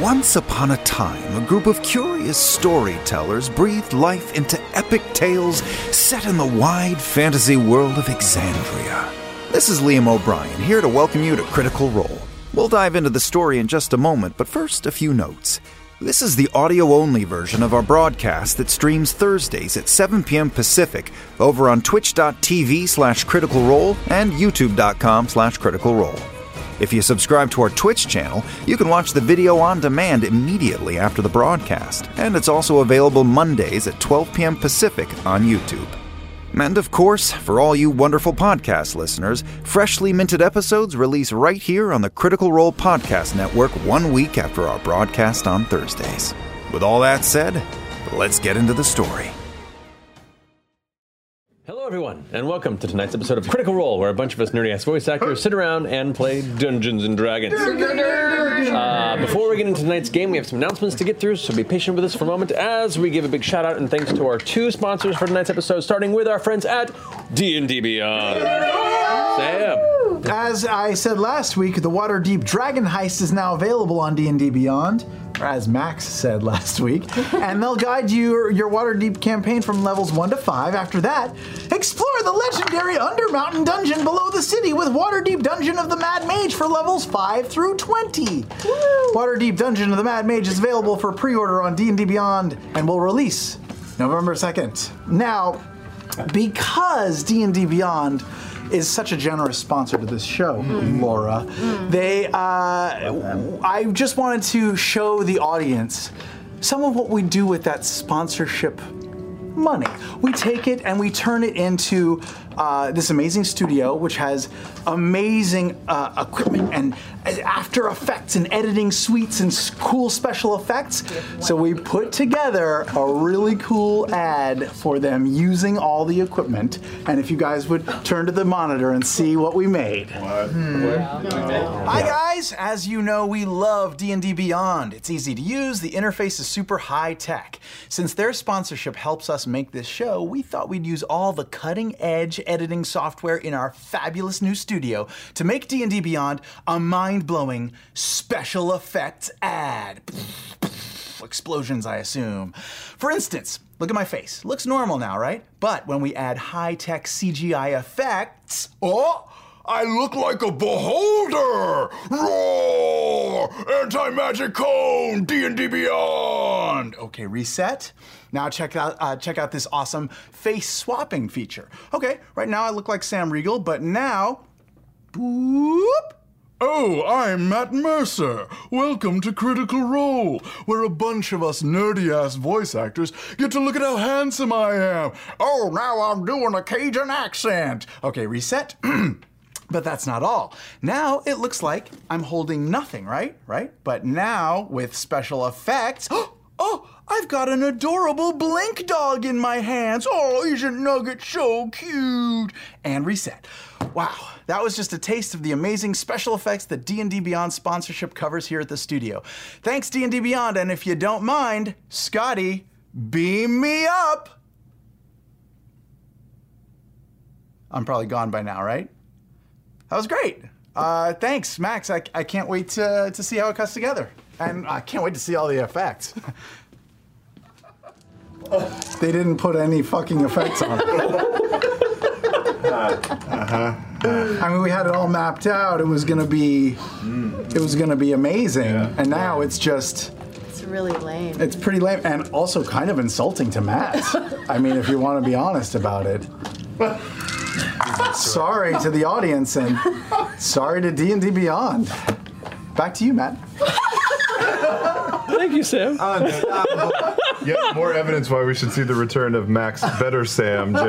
Once upon a time, a group of curious storytellers breathed life into epic tales set in the wide fantasy world of Exandria. This is Liam O'Brien, here to welcome you to Critical Role. We'll dive into the story in just a moment, but first, a few notes. This is the audio only version of our broadcast that streams Thursdays at 7 p.m. Pacific over on twitch.tv slash critical role and youtube.com slash critical role. If you subscribe to our Twitch channel, you can watch the video on demand immediately after the broadcast, and it's also available Mondays at 12 p.m. Pacific on YouTube. And of course, for all you wonderful podcast listeners, freshly minted episodes release right here on the Critical Role Podcast Network one week after our broadcast on Thursdays. With all that said, let's get into the story. Hello, everyone, and welcome to tonight's episode of Critical Role, where a bunch of us nerdy ass voice actors sit around and play Dungeons and Dragons. Uh, before we get into tonight's game, we have some announcements to get through, so be patient with us for a moment as we give a big shout out and thanks to our two sponsors for tonight's episode, starting with our friends at D&D Beyond. Sam. As I said last week, the Waterdeep Dragon Heist is now available on D&D Beyond, or as Max said last week, and they'll guide you your Waterdeep campaign from levels 1 to 5. After that, explore the legendary Undermountain dungeon below the city with Waterdeep Dungeon of the Mad Mage for levels 5 through 20. Waterdeep Dungeon of the Mad Mage is available for pre-order on D&D Beyond and will release November 2nd. Now, because d&d beyond is such a generous sponsor to this show laura they uh, i just wanted to show the audience some of what we do with that sponsorship money we take it and we turn it into uh, this amazing studio which has amazing uh, equipment and after effects and editing suites and s- cool special effects so we put together a really cool ad for them using all the equipment and if you guys would turn to the monitor and see what we made Hi guys, as you know, we love D&D Beyond. It's easy to use, the interface is super high tech. Since their sponsorship helps us make this show, we thought we'd use all the cutting-edge editing software in our fabulous new studio to make D&D Beyond a mind-blowing special effects ad explosions, I assume. For instance, look at my face. Looks normal now, right? But when we add high tech CGI effects, oh, I look like a beholder! Roar! Anti magic cone! D and D Beyond. Okay, reset. Now check out uh, check out this awesome face swapping feature. Okay, right now I look like Sam Riegel, but now, boop, Oh, I'm Matt Mercer. Welcome to Critical Role, where a bunch of us nerdy ass voice actors get to look at how handsome I am. Oh, now I'm doing a Cajun accent. Okay, reset. But that's not all. Now it looks like I'm holding nothing, right? Right? But now, with special effects, oh, I've got an adorable blink dog in my hands. Oh, isn't Nugget so cute? And reset. Wow, that was just a taste of the amazing special effects that D&D Beyond sponsorship covers here at the studio. Thanks D&D Beyond, and if you don't mind, Scotty, beam me up. I'm probably gone by now, right? That was great. Uh, thanks, Max. I, I can't wait to, to see how it cuts together. And I can't wait to see all the effects. they didn't put any fucking effects on it. I mean, we had it all mapped out. It was gonna be, it was gonna be amazing. And now it's just, It's really lame. it's pretty lame, and also kind of insulting to Matt. I mean, if you want to be honest about it. sorry to the audience, and sorry to D and D Beyond. Back to you, Matt. Thank you, Sam. Yet more evidence why we should see the return of Max Better Sam James.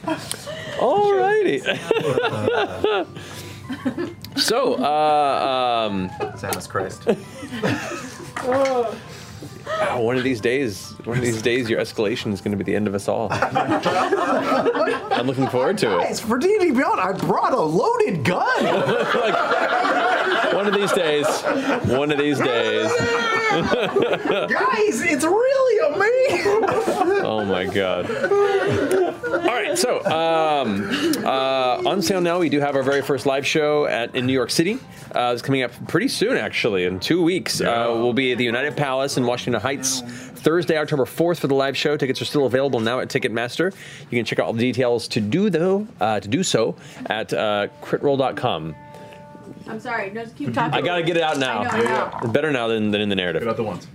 Alrighty. So, uh, um, Samus Christ. Oh. wow, one of these days, one of these days, your escalation is going to be the end of us all. I'm looking forward to it. Guys, for D&D Beyond, I brought a loaded gun. One of these days, one of these days. Guys, it's really amazing. Oh my god. All right, so um, uh, on sale now, we do have our very first live show at, in New York City. Uh, it's coming up pretty soon, actually, in two weeks. Uh, we'll be at the United Palace in Washington Heights Thursday, October 4th for the live show. Tickets are still available now at Ticketmaster. You can check out all the details to do though uh, to do so at uh, critroll.com. I'm sorry. No, just keep talking. I gotta get it out now. I know, I know. Better now than, than in the narrative. About the ones.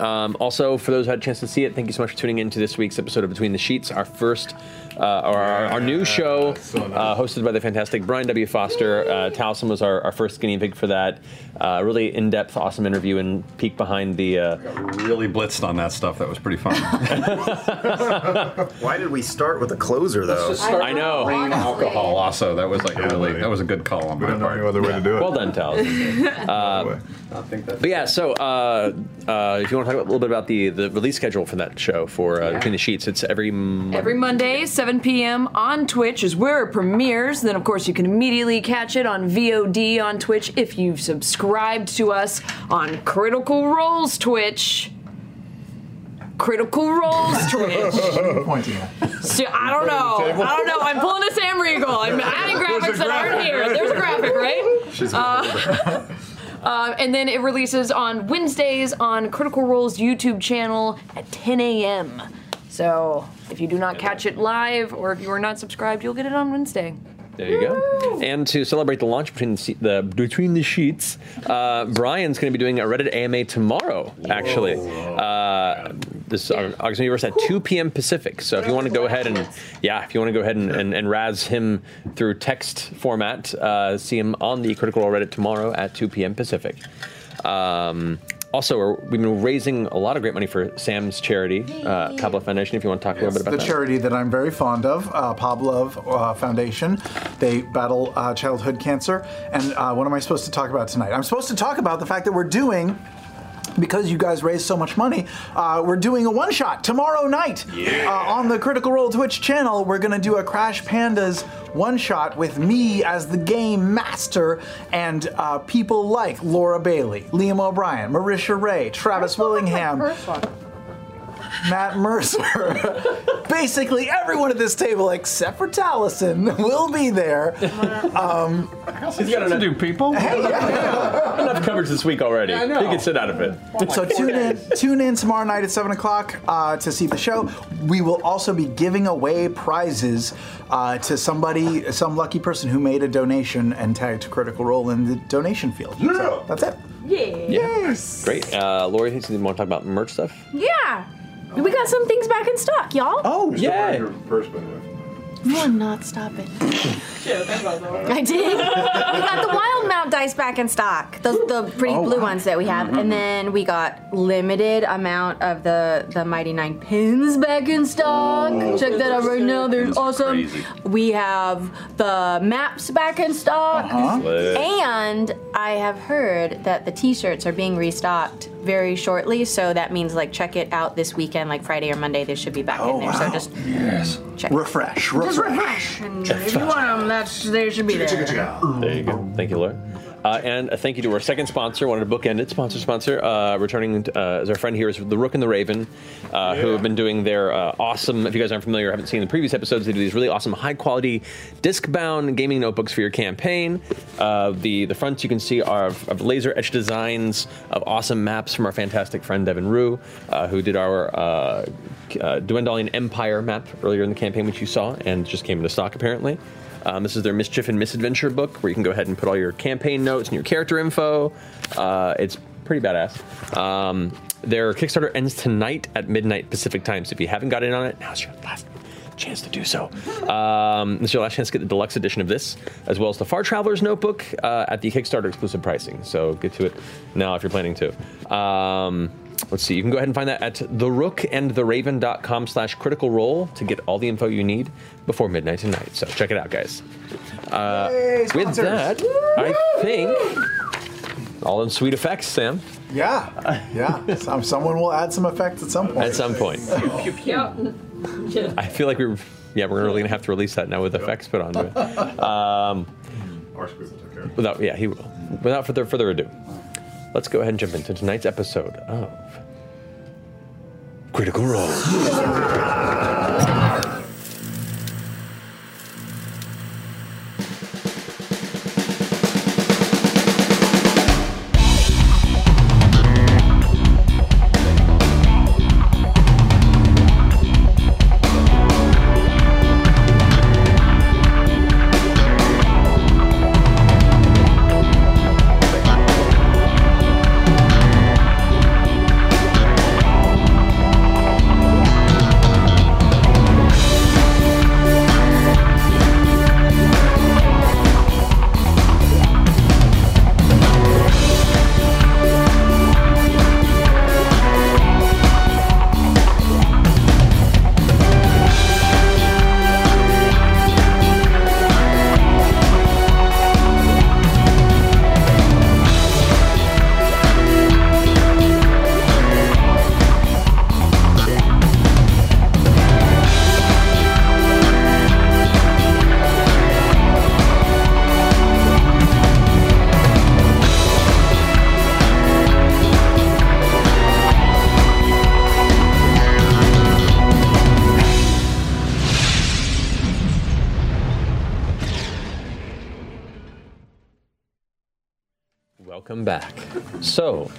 Um, also, for those who had a chance to see it, thank you so much for tuning in to this week's episode of Between the Sheets, our first, uh, or our, our new show So nice. uh, hosted by the fantastic Brian W. Foster. Uh, Towson was our, our first guinea pig for that. Uh, really in depth, awesome interview and peek behind the. Uh, Really blitzed on that stuff. That was pretty fun. Why did we start with a closer, though? I know. Alcohol also. That was like a really. buddy. That was a good call on We my don't know part. any other way to do it. Well done, Towson. Uh, I think that's But yeah, so uh, uh, if you want to talk a little bit about the, the release schedule for that show for uh, Between the Sheets, it's every. Monday. Every Monday, 7 p.m. on Twitch is where it premieres. Then, of course, you can immediately catch it on VOD on Twitch if you've subscribed to us on Critical Roles Twitch. Critical Roles Twitch. Pointing at. So, I don't know. I don't know. I'm pulling a Sam Regal. I'm adding graphics that aren't here. There's a graphic, right? She's Um, Uh, and then it releases on Wednesdays on Critical Role's YouTube channel at 10 a.m. So if you do not catch it live or if you are not subscribed, you'll get it on Wednesday. There you go. And to celebrate the launch between the, se- the between the sheets, uh, Brian's going to be doing a Reddit AMA tomorrow. Actually, uh, this is on August Universe at 2 p.m. Pacific. So if you want to go ahead and yeah, if you want to go ahead and, and, and razz him through text format, uh, see him on the Critical Role Reddit tomorrow at 2 p.m. Pacific. Um, also, we're, we've been raising a lot of great money for Sam's charity, uh, Pablo Foundation. If you want to talk a little bit about the that. charity that I'm very fond of, uh, Pavlov uh, Foundation. They battle uh, childhood cancer. And uh, what am I supposed to talk about tonight? I'm supposed to talk about the fact that we're doing. Because you guys raised so much money, uh, we're doing a one shot tomorrow night uh, on the Critical Role Twitch channel. We're gonna do a Crash Pandas one shot with me as the game master and uh, people like Laura Bailey, Liam O'Brien, Marisha Ray, Travis Willingham, First one. Matt Mercer. Basically, everyone at this table, except for Taliesin, will be there. Um, He's got enough, do people. enough coverage this week already. He can sit out of it. So tune in, tune in tomorrow night at seven o'clock uh, to see the show. We will also be giving away prizes uh, to somebody, some lucky person who made a donation and tagged Critical Role in the donation field. So that's it. Yeah. Yes. Great. Uh, Lori, you want to talk about merch stuff? Yeah. We got some things back in stock, y'all. Oh, Yeah. First, by the way. You are not stopping. I did. we got the Wild Mount dice back in stock. Those the pretty blue ones that we have, and then we got limited amount of the the Mighty Nine pins back in stock. Oh, Check that out right now. They're Pins are awesome. crazy. We have the maps back in stock, and I have heard that the T-shirts are being restocked very shortly. So that means like check it out this weekend, like Friday or Monday. They should be back Oh, in there. So just Yes. check. refresh, refresh. And if you want them, that's, they should be there. There you go. Thank you, Lori. Uh, and a thank you to our second sponsor, wanted to bookend it, sponsor, sponsor. Uh, returning uh, as our friend here is the Rook and the Raven, uh, who have been doing their uh, awesome, if you guys aren't familiar or haven't seen the previous episodes, they do these really awesome high quality disc bound gaming notebooks for your campaign. Uh, the, the fronts you can see are of, of laser etched designs of awesome maps from our fantastic friend Devin Rue, uh, who did our uh, c- uh, Dwendalian Empire map earlier in the campaign, which you saw and just came into stock apparently. Um, this is their Mischief and Misadventure book, where you can go ahead and put all your campaign notes and your character info. Uh, it's pretty badass. Um, their Kickstarter ends tonight at midnight Pacific time, so if you haven't got in on it, now's your last chance to do so. Um, this is your last chance to get the deluxe edition of this, as well as the Far Traveler's Notebook uh, at the Kickstarter exclusive pricing. So get to it now if you're planning to. Um, Let's see. You can go ahead and find that at therookandtheraven.com slash critical role to get all the info you need before midnight tonight. So check it out, guys. Uh, with sponsors. that, I think all in sweet effects, Sam, Yeah, yeah. Some, someone will add some effects at some point. at some point. I feel like we're, yeah, we're really going to have to release that now with effects put onto it. Um, Our squeeze will take care of it. Without, yeah, he will. Without further further ado, let's go ahead and jump into tonight's episode of Critical Role. Welcome back. So,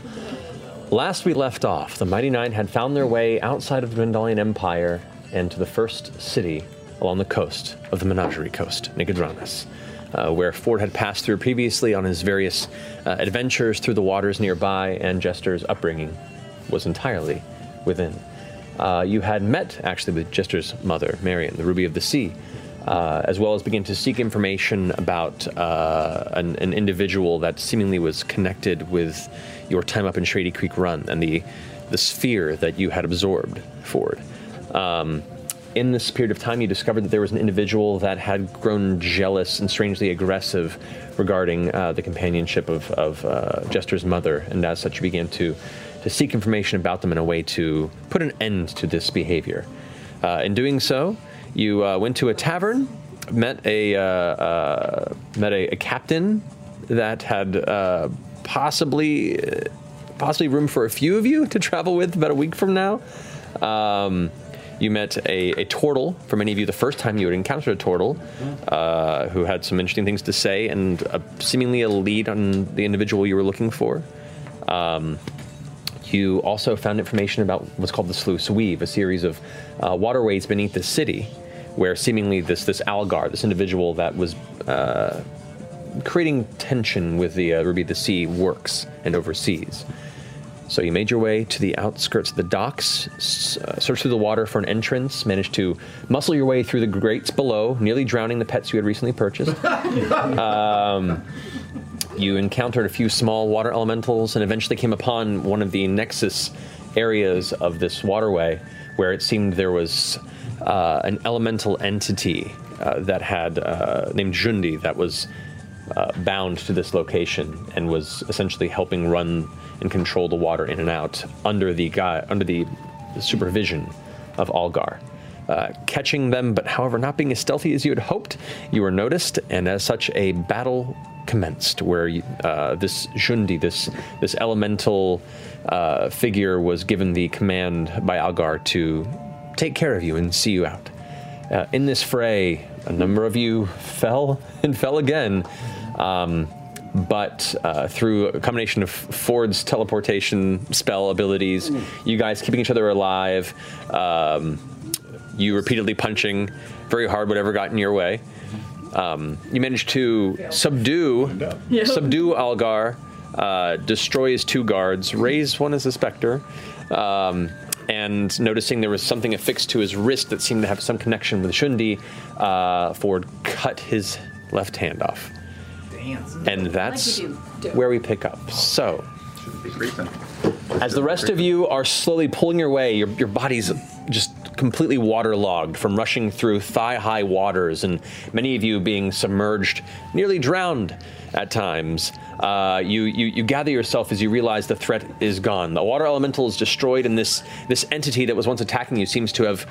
last we left off, the Mighty Nine had found their way outside of the Vendalian Empire and to the first city along the coast of the Menagerie Coast, Nicodranas, uh, where Ford had passed through previously on his various uh, adventures through the waters nearby, and Jester's upbringing was entirely within. Uh, you had met actually with Jester's mother, Marion, the Ruby of the Sea, uh, as well as begin to seek information about uh, an, an individual that seemingly was connected with your time up in Shady Creek Run and the the sphere that you had absorbed, Ford. Um, in this period of time, you discovered that there was an individual that had grown jealous and strangely aggressive regarding uh, the companionship of, of uh, Jester's mother, and as such, you began to to seek information about them in a way to put an end to this behavior. Uh, in doing so, you uh, went to a tavern, met a uh, uh, met a, a captain that had uh, possibly uh, possibly room for a few of you to travel with about a week from now. Um, you met a, a turtle for many of you the first time you had encountered a turtle, uh, who had some interesting things to say and a, seemingly a lead on the individual you were looking for. Um, you also found information about what's called the Sluice Weave, a series of uh, waterways beneath the city, where seemingly this this Algar, this individual that was uh, creating tension with the uh, Ruby of the Sea, works and oversees. So you made your way to the outskirts of the docks, s- uh, searched through the water for an entrance, managed to muscle your way through the grates below, nearly drowning the pets you had recently purchased. Um, You encountered a few small water elementals and eventually came upon one of the nexus areas of this waterway where it seemed there was uh, an elemental entity uh, that had uh, named Jundi that was uh, bound to this location and was essentially helping run and control the water in and out under the guy under the supervision of Algar. Uh, catching them, but however, not being as stealthy as you had hoped, you were noticed, and as such, a battle commenced where you- uh, this Shundi, this this elemental uh, figure, was given the command by Algar to take care of you and see you out. Uh, in this fray, a number of you fell and fell again. Um, but uh, through a combination of Ford's teleportation spell abilities, you guys keeping each other alive, um, you repeatedly punching very hard whatever got in your way. Um, you managed to subdue subdue Algar, uh, destroy his two guards, raise one as a specter, um, and noticing there was something affixed to his wrist that seemed to have some connection with Shundi, uh, Ford cut his left hand off. And that's do. Do it. where we pick up. So, Be creeping. As the rest of you are slowly pulling your way, your, your body's just completely waterlogged from rushing through thigh high waters, and many of you being submerged, nearly drowned at times. Uh, you, you, you gather yourself as you realize the threat is gone. The water elemental is destroyed, and this, this entity that was once attacking you seems to have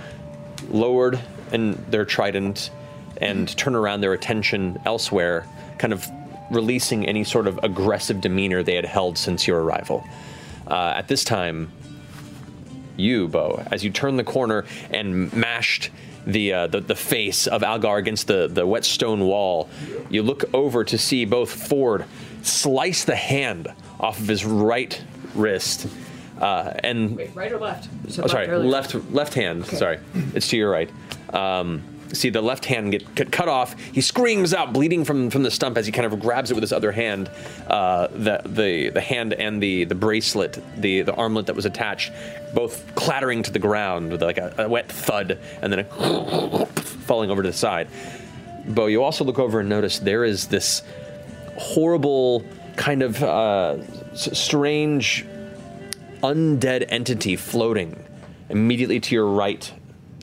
lowered and their trident and turn around their attention elsewhere, kind of releasing any sort of aggressive demeanor they had held since your arrival. Uh, at this time, you, Bo, as you turn the corner and mashed the uh, the, the face of Algar against the, the wet stone wall, you look over to see both Ford slice the hand off of his right wrist, uh, and Right or left? You said oh, sorry, earlier. left left hand. Sorry, it's to your right. Um, see the left hand get cut, cut off. He screams out, bleeding from from the stump as he kind of grabs it with his other hand. Uh, the the the hand and the the bracelet, the the armlet that was attached, both clattering to the ground with like a, a wet thud, and then a falling over to the side. Bo, you also look over and notice there is this horrible kind of uh, s- strange undead entity floating immediately to your right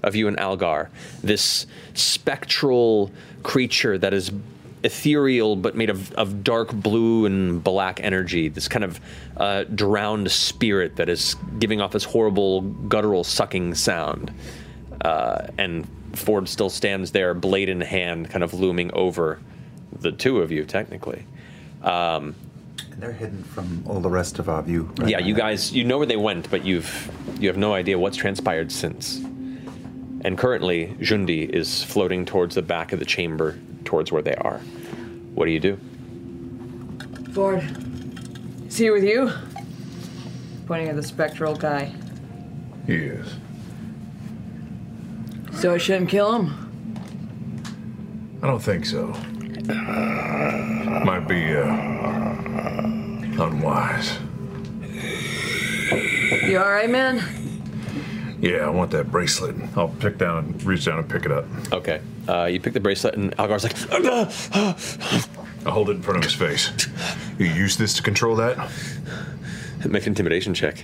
of you and Algar. This spectral creature that is ethereal but made of, of dark blue and black energy. This kind of uh, drowned spirit that is giving off this horrible guttural sucking sound. Uh, and Ford still stands there, blade in hand, kind of looming over the two of you, technically. Um, They're hidden from all the rest of our view. right yeah, now. you guys, you know where they went, but you've you have no idea what's transpired since. And currently, Jundi is floating towards the back of the chamber, towards where they are. What do you do? Ford. Is he with you? Pointing at the spectral guy. Yes. So I shouldn't kill him? I don't think so. Might be uh, unwise. You alright, man? Yeah, I want that bracelet. I'll pick down and reach down and pick it up. Okay, uh, you pick the bracelet, and Algar's like, I hold it in front of his face. You use this to control that? make an intimidation check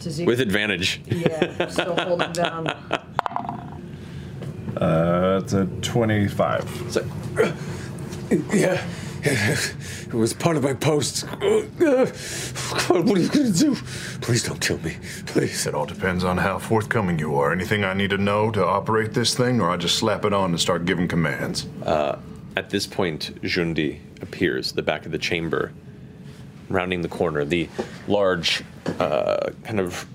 Does he with advantage. Yeah, still holding down. Uh, it's a 25. So, Yeah, it was part of my post. God, what are you gonna do? Please don't kill me. Please. It all depends on how forthcoming you are. Anything I need to know to operate this thing, or I just slap it on and start giving commands? Uh, At this point, Jundi appears at the back of the chamber, rounding the corner. The large, uh, kind of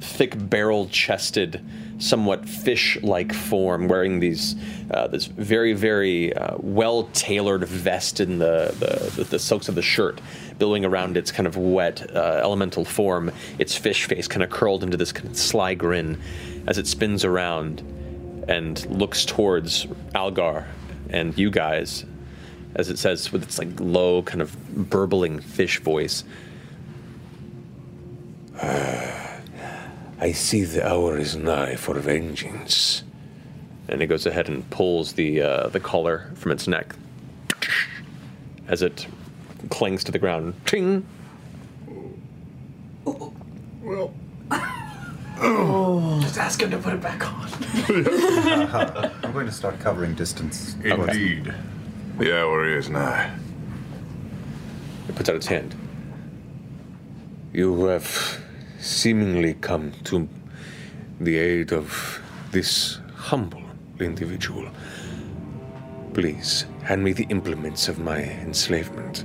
thick barrel chested, somewhat fish like form, wearing these uh, this very, very uh, well tailored vest and the, the, the, the silks of the shirt, billowing around its kind of wet uh, elemental form, its fish face kind of curled into this kind of sly grin as it spins around and looks towards Algar and you guys, as it says with its like low, kind of burbling fish voice. I see the hour is nigh for vengeance. And it goes ahead and pulls the uh, the collar from its neck as it clings to the ground. Ting. Well, Oh. Just ask him to put it back on. I'm going to start covering distance. indeed. The hour is nigh. It puts out its hand. You have seemingly come to the aid of this humble individual. Please, hand me the implements of my enslavement.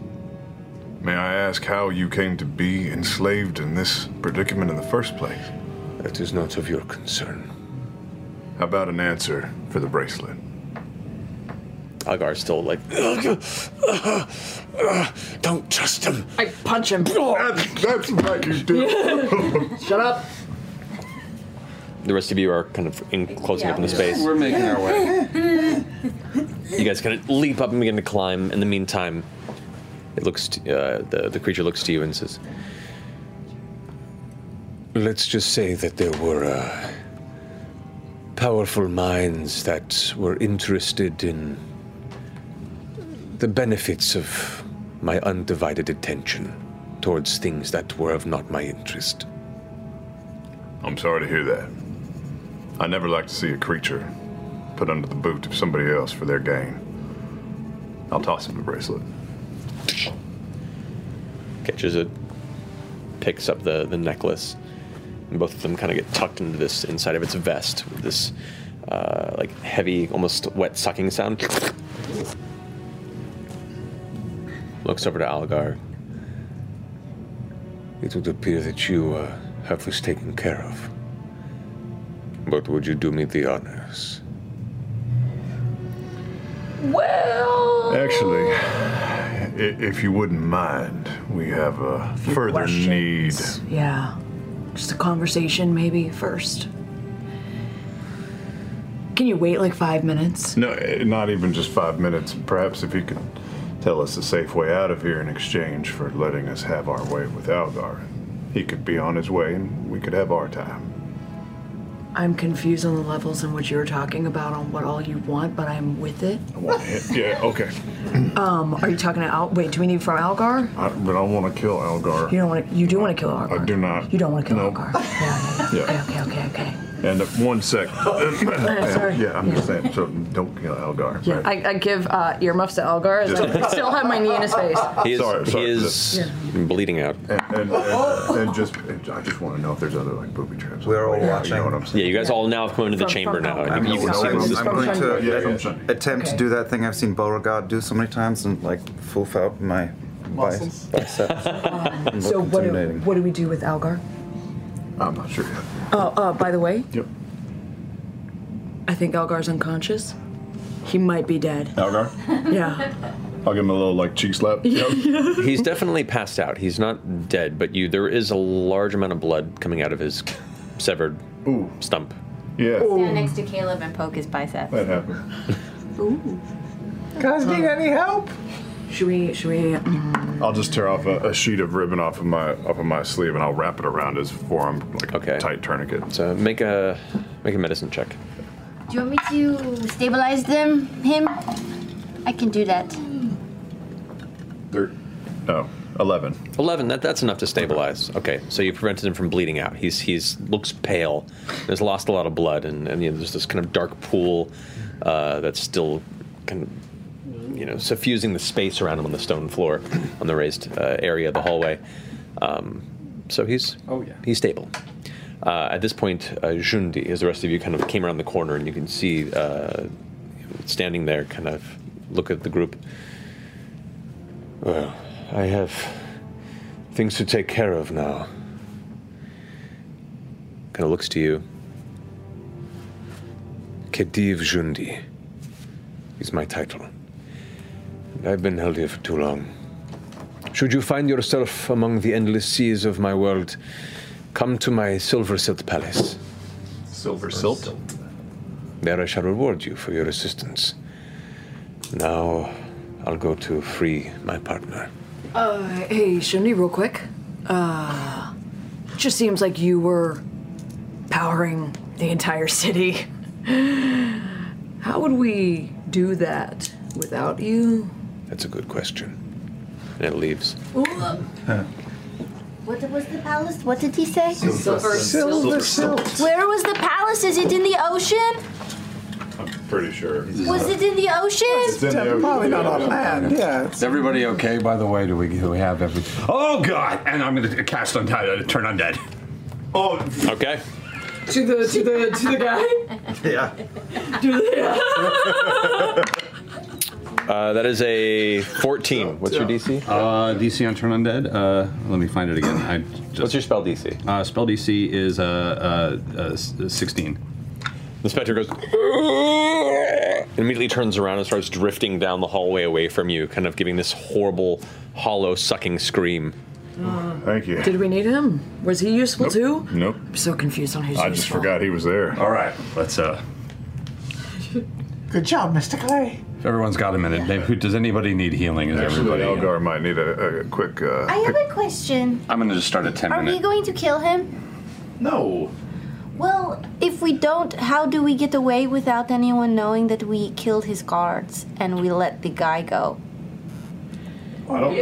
May I ask how you came to be enslaved in this predicament in the first place? That is not of your concern. How about an answer for the bracelet? Algar's still like, Don't trust him. I punch him. That's, that's what you do. Shut up. the rest of you are kind of in, closing up in the space. We're making our way. You guys kind of leap up and begin to climb. In the meantime, it looks to, uh, the the creature looks to you and says, Let's just say that there were uh, powerful minds that were interested in the benefits of my undivided attention towards things that were of not my interest. I'm sorry to hear that. I never like to see a creature put under the boot of somebody else for their gain. I'll toss him the bracelet. Catches it, picks up the, the necklace, and both of them kind of get tucked into this inside of its vest with this uh, like heavy, almost wet sucking sound. Looks over to Algar. It would appear that you uh, have this taken care of. But would you do me the honors? Oh. Well, Actually, i- if you wouldn't mind, we have a further need. yeah. Just a conversation, maybe first. Can you wait like five minutes? No, eh, not even just five minutes. Perhaps if you could tell us a safe way out of here in exchange for letting us have our way with Algar. He could be on his way and we could have our time. I'm confused on the levels in which you're talking about on what all you want, but I'm with it. I want to hit. Yeah, okay. Um, are you talking to Al? Wait, do we need from Algar? I, but I want to kill Algar. You don't want to. You do want to kill Algar. I do not. You don't want to kill No. Algar. Yeah, Yeah. Okay. Okay. Okay. And uh, one sec. Oh, sorry. Yeah, I'm just saying. So don't kill Algar. Yeah. right? I, I give uh, earmuffs to Algar. as I Just- still have my knee in his face. He is, Sorry, he sorry, is bleeding out. And, and, and, and just, and I just want to know if there's other like booby traps. We're all watching. You know what I'm saying? Yeah, you guys all now have come into the chamber now. I'm, and you can see I'm- this is I'm going to Yeah, let- attempt to do that thing I've seen Beauregard do so many times and like foof out my bice- biceps. and Um, So look what do, intimidating. what do we do with Algar? I'm not sure yet. Oh, uh, by the way. Yep. I think Algar's unconscious. He might be dead. Algar, Yeah. I'll give him a little like cheek slap. He's definitely passed out. He's not dead, but you there is a large amount of blood coming out of his severed stump. Yeah. Stand next to Caleb and poke his biceps. That happened. Ooh. Guys, need any help? Should we? Should we? mm. I'll just tear off a, a sheet of ribbon off of my off of my sleeve and I'll wrap it around his forearm like a tight tourniquet. So make a make a medicine check. Do you want me to stabilize them? Him? I can do that. No, eleven. Eleven. That, that's enough to stabilize. Okay, so you prevented him from bleeding out. He's he's looks pale. Has lost a lot of blood, and and you know, there's this kind of dark pool uh, that's still kind of you know suffusing the space around him on the stone floor, on the raised uh, area of the hallway. Um, so he's oh yeah he's stable. Uh, at this point, uh, Jundi, as the rest of you kind of came around the corner, and you can see uh, standing there, kind of look at the group. Well, I have things to take care of now. Kind of looks to you. Khedive Jundi is my title. And I've been held here for too long. Should you find yourself among the endless seas of my world, come to my Silver Silt Palace. Silver silt. There I shall reward you for your assistance. Now I'll go to free my partner. Uh, hey, Shundi, real quick. Uh, just seems like you were powering the entire city. How would we do that without you? That's a good question. And it leaves. What was the palace? What did he say? Silver- Silver silver silt. Where was the palace? Is it in the ocean? Pretty sure. Was it in the ocean? Probably not on land. Yeah. Is everybody okay? By the way, do we do we have everything? Oh God! And I'm gonna cast undead, uh, turn undead. Oh. Okay. To the to the to the guy. Yeah. Uh, that is a Oh, 14. What's your DC? Uh, DC on turn undead. Uh, let me find it again. I just, What's your spell DC? Uh, spell DC is uh, uh, uh, s- uh, 16. The specter goes. It immediately turns around and starts drifting down the hallway away from you, kind of giving this horrible, hollow, sucking scream. Thank you. Did we need him? Was he useful too? Nope. I'm so confused on who's I useful. just forgot he was there. All right, let's uh. Good job, Mr. Clay. Everyone's got a minute. They- who- does anybody need healing? Is Actually, everybody? Elgar might need a, a quick. Uh, I have a question. I'm gonna just start at 10 Are we going to kill him? No. Well, if we don't, how do we get away without anyone knowing that we killed his guards and we let the guy go? I What don't do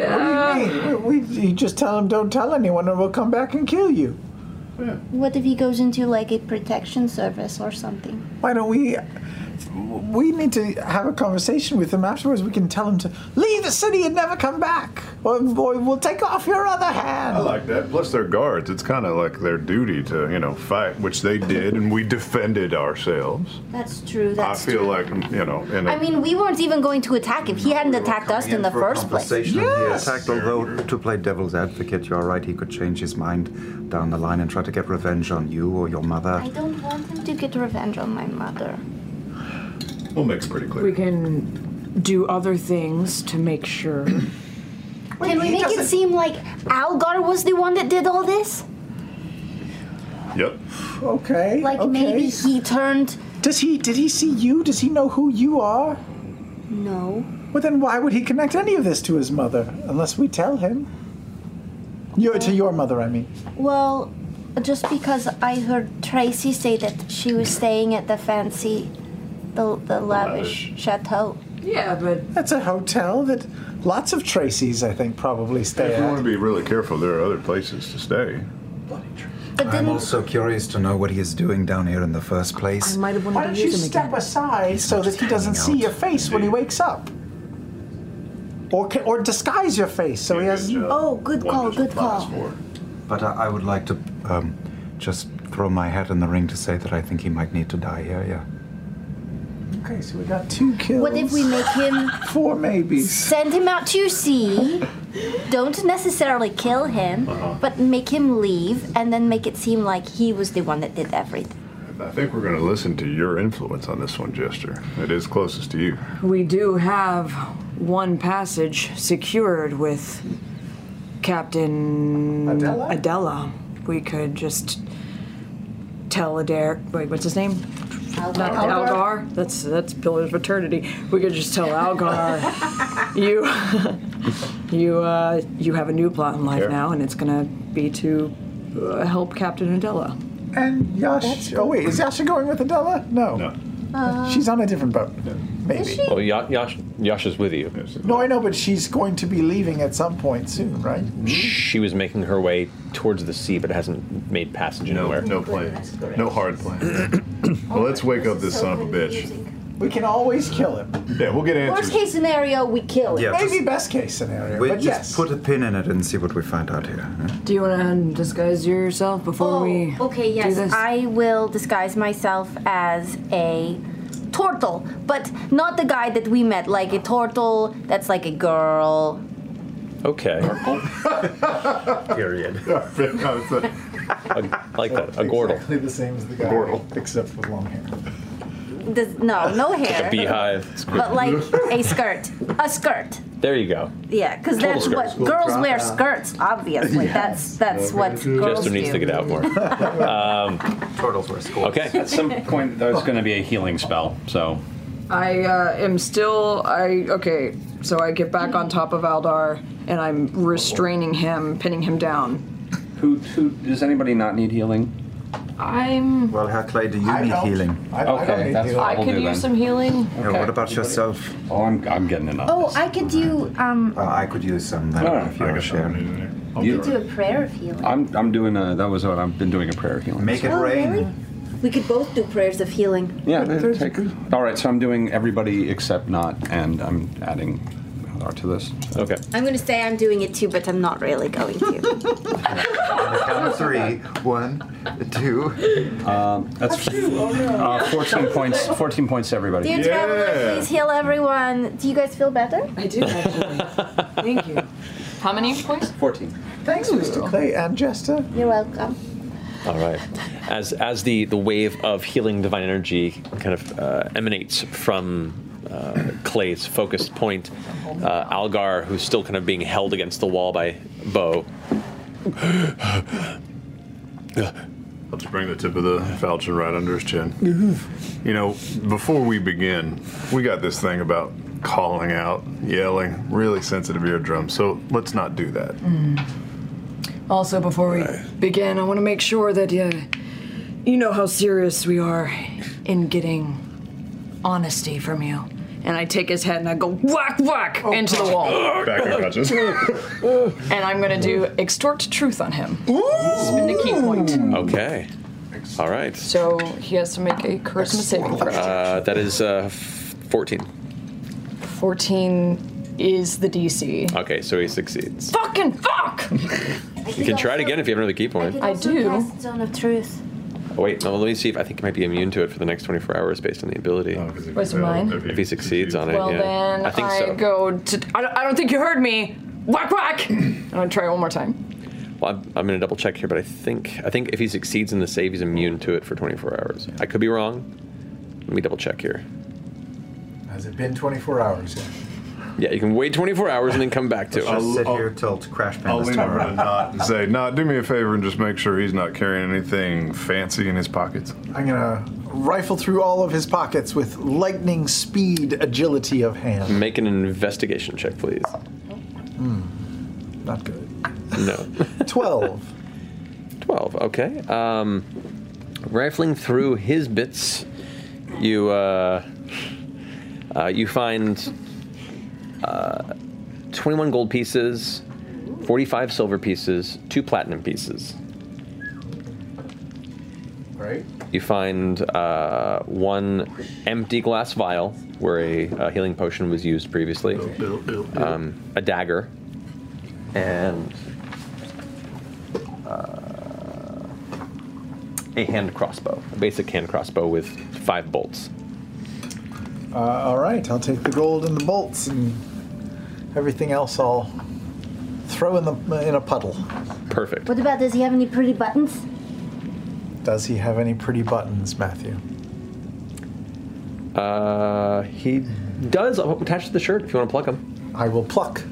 you mean? We, we- you just tell him, don't tell anyone, or we'll come back and kill you. What if he goes into like a protection service or something? Why don't we? We need to have a conversation with him afterwards. We can tell him to leave the city and never come back, or boy, we'll take off your other hand. I like that. Plus, they're guards. It's kind of like their duty to, you know, fight, which they did, and we defended ourselves. That's true. I That's feel like, you know, in a, I mean, we weren't even going to attack if he hadn't attacked us in the first place. Conversation yes. attacked, although to play devil's advocate, you're right. He could change his mind down the line and try to get revenge on you or your mother. I don't want him to get revenge on my mother. we'll make it pretty clear. We can do other things to make sure. Can we make it seem like Algar was the one that did all this? Yep. Okay. Like maybe he turned. Does he? Did he see you? Does he know who you are? No. Well, then why would he connect any of this to his mother unless we tell him? Your, to your mother, I mean. Well, just because I heard Tracy say that she was staying at the fancy, the, the lavish chateau. Yeah, but that's a hotel that lots of Tracy's, I think, probably stay If you want at. to be really careful, there are other places to stay. I'm also curious to know what he is doing down here in the first place. might have Why don't you step aside so that he doesn't see your face when he wakes up? Or, ca- or disguise your face so he has. Oh, good call, good call. But I, I would like to um, just throw my hat in the ring to say that I think he might need to die here. Yeah. Okay, so we got two kills. What if we make him four maybe? Send him out to sea. Don't necessarily kill him, but make him leave and then make it seem like he was the one that did everything. I think we're going to listen to your influence on this one, Jester. It is closest to you. We do have one passage secured with Captain Adela. We could just tell Adair. Wait, what's his name? Not Algar. Algar. That's that's Pillars of Eternity. We could just tell Algar, you, you, uh, you have a new plot in life now, and it's gonna be to uh, help Captain Adela. And Yash. Oh, wait, is Yasha going with Adela? No. No. Uh, she's on a different boat. Maybe. Well, Ya- Yash, Yash is with you. No, I know, but she's going to be leaving at some point soon, right? She was making her way towards the sea, but hasn't made passage anywhere. no plan. No hard plan. well, let's wake up this son of a bitch. We can always kill him. Yeah, we'll get Worst case scenario, we kill him. Yeah, Maybe just- best case scenario. We just put a pin in it and see what we find out here. huh? Do you want to disguise yourself before we? Okay, Do yes, this? I will disguise myself as a turtle, but not the guy that we met, like a turtle that's like a girl. Okay. Period. I like that. A gourdle. Exactly the same as the guy. Gordle. Except with long hair. Does, no, no hair. A beehive. But like a skirt. A skirt. there you go. Yeah, because Total that's skirts. what Little girls drop wear out. skirts, obviously. That's that's what girls Jester do. needs to get out more. Um, Turtles were school. Okay. At some point, there's going to be a healing spell, so. I uh, am still. I okay. So I get back on top of Aldar, and I'm restraining him, pinning him down. Who, who does anybody not need healing? I'm. Well, Hecla, do you need healing? okay, that's what I we'll could do use then. some healing. Yeah, what about yourself? Oh, I'm, I'm getting enough. Oh, I could do um Uh, I could use some then if you want to share. we could do a prayer of healing. I'm, I'm doing a, that was what I've been doing a prayer healing. Make oh, Really? We could both do prayers of healing. Yeah, take, all right, so I'm doing everybody except not, and I'm adding Eldar to this. Okay. I'm gonna say I'm doing it too, but I'm not really going to. On the count of three. One, two. Um, that's uh, 14 points. 14 points to everybody. Dear Oh, traveler, please heal everyone. Do you guys feel better? I do actually. Thank you. How many points? 14. Thanks, Mr. Clay and Jester. You're welcome. All right. As as the the wave of healing divine energy kind of uh, emanates from uh, Clay's focused point, uh, Algar, who's still kind of being held against the wall by Bo, I'll just bring the tip of the falchion right under his chin. You know, before we begin, we got this thing about calling out, yelling, really sensitive eardrums. So let's not do that. Hmm. Also, before we begin, I want to make sure that uh, you, you know how serious we are in getting honesty from you. and I take his head and I go whack whack into the wall. Back unconscious. and I'm gonna do extort truth on him. Spend a key point. Okay. All right. So he has to make a charisma saving throw. Uh, that is uh, f- 14. 14 is the DC. Okay, so he succeeds. Fucking fuck! You can try it again if you have another key point. I do. Zone of truth. Oh, wait, no, let me see if I think he might be immune to it for the next 24 hours based on the ability. Was it mine? If he succeeds on it, Well, yeah. then I think I so. go to. I don't, I don't think you heard me. Whack whack! I'm gonna try it one more time. Well, I'm, I'm going to double check here, but I think I think if he succeeds in the save, he's immune to it for 24 hours. I could be wrong. Let me double check here. Has it been 24 hours yet? Yeah, you can wait 24 hours and then come back to it. Let's just sit I'll- here till Crash I'll lean over to Nott and say, Nott, do me a favor and just make sure he's not carrying anything fancy in his pockets. I'm gonna rifle through all of his pockets with lightning speed agility of hand. Make an investigation check, please. Hmm. Not good. No. 12. 12, okay. Um, rifling through his bits, you, uh, uh, you find uh, 21 gold pieces, 45 silver pieces, two platinum pieces. Right? You find uh, one empty glass vial where a, uh healing potion was used previously, um, a dagger, and uh, a hand crossbow, a basic hand crossbow with five bolts. Uh, all right, I'll take the gold and the bolts and everything else. I'll throw in the in a puddle. Perfect. What about does he have any pretty buttons? Does he have any pretty buttons, Matthew? Uh, he does uh, attach to the shirt if you want to pluck him. I will pluck.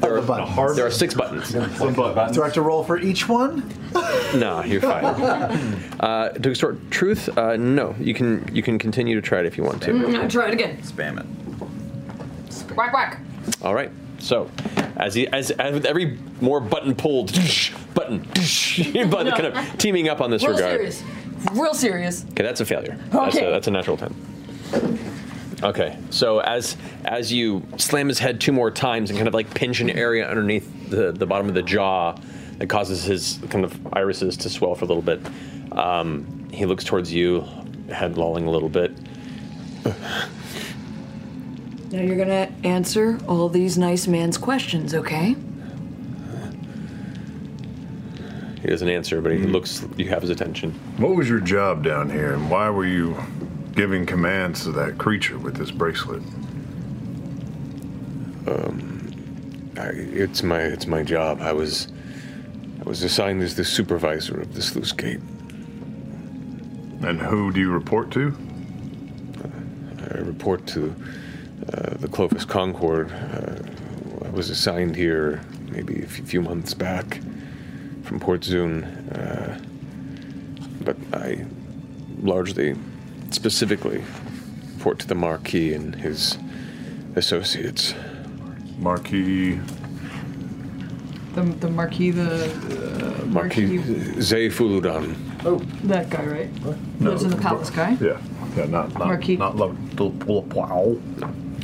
There are, there are six buttons. Do I have to roll for each one? No, you're fine. uh, to extort truth, uh, no. You can you can continue to try it if you want to. Mm, I try it again. Spam it. Whack whack. All right. So, as he as, as with every more button pulled, button, button, kind of teaming up on this Real regard. serious. Real serious. Okay, that's a failure. That's, a, Okay. that's a natural ten. Okay, so as as you slam his head two more times and kind of like pinch an area underneath the, the bottom of the jaw that causes his kind of irises to swell for a little bit, um, he looks towards you, head lolling a little bit. Now you're gonna answer all these nice man's questions, okay? He doesn't answer, but he looks. You have his attention. What was your job down here, and why were you giving commands to that creature with this bracelet? Um, I, it's my it's my job. I was I was assigned as the supervisor of the sluice gate. And who do you report to? I report to uh, the Clovis Concord. Uh, I was assigned here maybe a f- few months back from Port Zune, uh, but I largely, specifically, report to the Marquis and his associates. Marquis. The, the Marquis, uh, the. Marquis Zay Fuludan. Oh. That guy, right? Lives in the palace guy? Yeah, yeah, not not Marquis. not love the plow.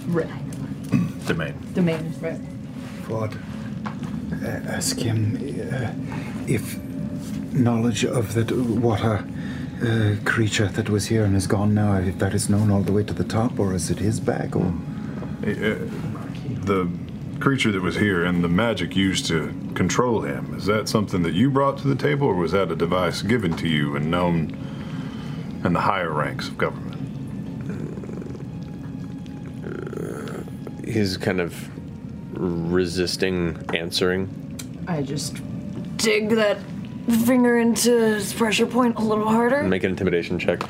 Right. Domain. The man, right. Flawed. Uh, ask him uh, if knowledge of that water uh, creature that was here and is gone now, if that is known all the way to the top, or is it his bag, or The creature that was here and the magic used to control him, is that something that you brought to the table, or was that a device given to you and known in the higher ranks of government? He's kind of resisting answering. I just dig that finger into his pressure point a little harder. Make an intimidation check.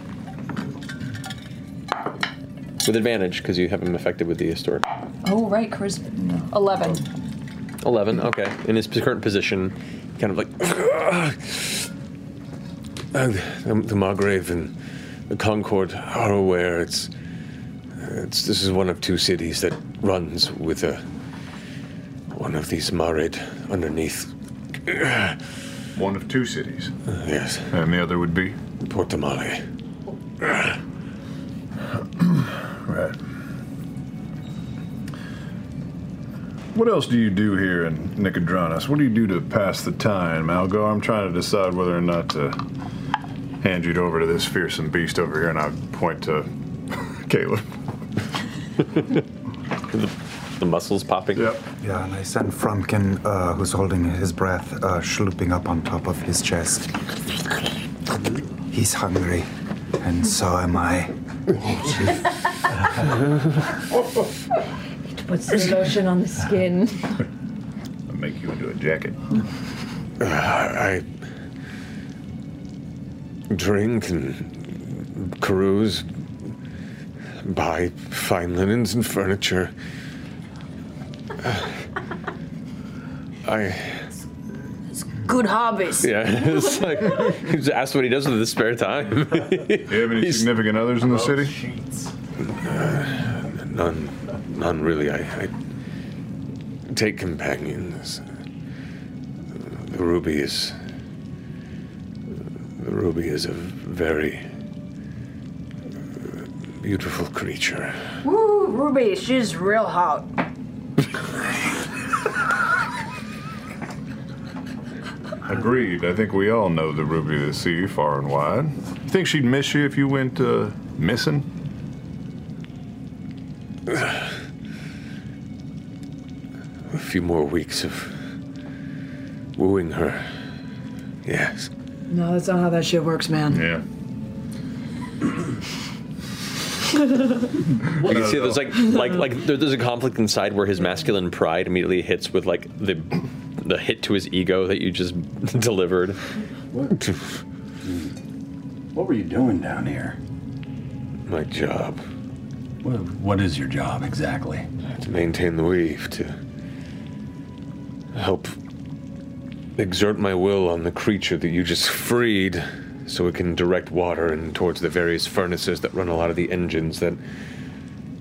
With advantage, because you have him affected with the historic. Oh, right, charisma. 11. 11, okay. In his current position, kind of like. Uh, Ah, the, the Margrave and the Concord are aware. It's, it's this is one of two cities that runs with a one of these Marid underneath. uh, One of two cities. yes. And the other would be Port Tamale. Right. What else do you do here in Nicodranas? What do you do to pass the time, Algar? I'm trying to decide whether or not to hand you over to this fearsome beast over here, and I point to Caleb. the, the muscles popping. Yep. Yeah, and I send Frumpkin, uh, who's holding his breath, uh, shlooping up on top of his chest. He's hungry, and so am I. Puts the lotion on the skin. I'll make you into a jacket. Uh, I drink and cruise, buy fine linens and furniture. Uh, I Good hobbies. Yeah, it's like he just asked what he does with his spare time. Do you have any significant others in the city? none, none really. I, I take companions. The ruby is, the ruby is a very uh, beautiful creature. Woo, Ruby, she's real hot. Agreed. I think we all know the Ruby of the Sea far and wide. You think she'd miss you if you went uh, missing? A few more weeks of wooing her. Yes. No, that's not how that shit works, man. Yeah. You can see there's like like like there- there's a conflict inside where his masculine pride immediately hits with like the the hit to his ego that you just delivered. What? What were you doing down here? My job. What, what is your job exactly? to maintain the weave, to help exert my will on the creature that you just freed so it can direct water and towards the various furnaces that run a lot of the engines that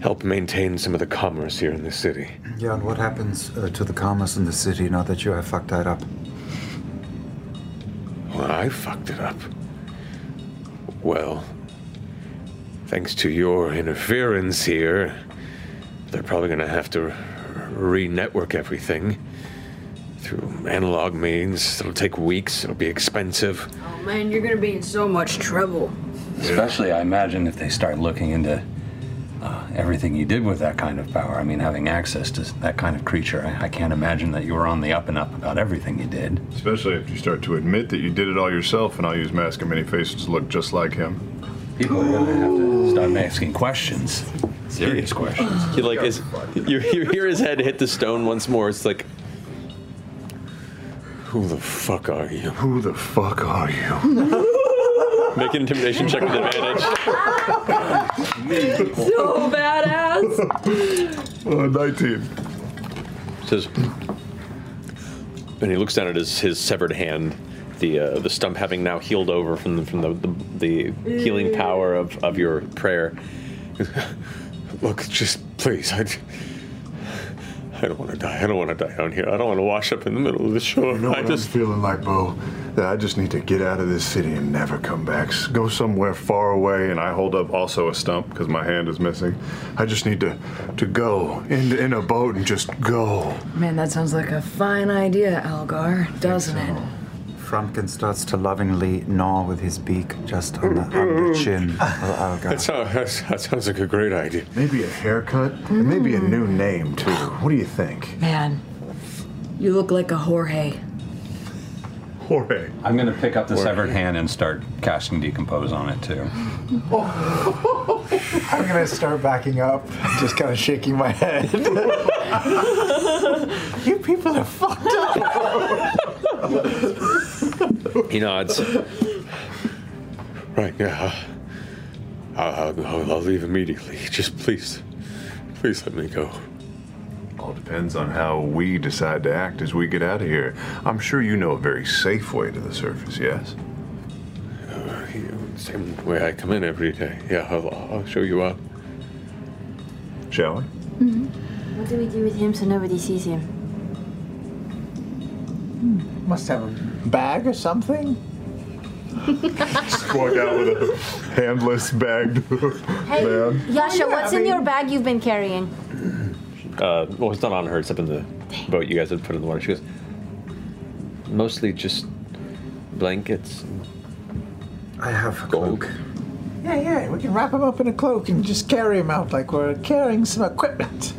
help maintain some of the commerce here in the city. Yeah, and what happens uh, to the commerce in the city now that you have fucked that up? Well, I fucked it up. Well, thanks to your interference here, they're probably going to have to re network everything through analog means. It'll take weeks, it'll be expensive. Oh man, you're gonna be in so much trouble. Especially, I imagine, if they start looking into uh, everything you did with that kind of power. I mean, having access to that kind of creature, I, I can't imagine that you were on the up and up about everything you did. Especially if you start to admit that you did it all yourself, and I'll use Mask of Many Faces to look just like him. People are gonna have to start asking questions. Serious questions. He like is you, you hear his head hit the stone once more. It's like Who the fuck are you? Who the fuck are you? make an intimidation check with advantage. So badass. Uh, 19. Says, and he looks down at his, his severed hand, the uh, the stump having now healed over from the, from the, the, the healing power of, of your prayer. Look, just please, I, I don't want to die. I don't want to die down here. I don't want to wash up in the middle of the shore. I just feeling like Bo. That I just need to get out of this city and never come back. S- Go somewhere far away, and I hold up also a stump because my hand is missing. I just need to to go in in a boat and just go. Man, that sounds like a fine idea, Algar, doesn't it? Frumpkin starts to lovingly gnaw with his beak just on the, on the chin of Algar. That sounds, that sounds- that sounds like a great idea. Maybe a haircut, and maybe a new name too. What do you think? Man, you look like a Jorge. Jorge. I'm gonna pick up the severed hand and start casting decompose on it too. I'm gonna start backing up, just kind of shaking my head. you people are fucked up. He nods. Right, yeah. I'll, I'll, go- I'll leave immediately. Just please, please let me go. All depends on how we decide to act as we get out of here. I'm sure you know a very safe way to the surface. Yes. Uh, you know, same way I come in every day. Yeah, I'll, I'll show you up. Shall we? Mm-hmm. What do we do with him so nobody sees him? Must have a bag or something. Oh, Walk out with a handless bagged Hey, man. Yasha, Yeah, what's I in your bag you've been carrying? Uh, well, it's not on her. It's up in the boat you guys had put in the water. She goes, mostly just blankets. I have gold. Yeah, yeah, we can wrap him up in a cloak and just carry him out like we're carrying some equipment.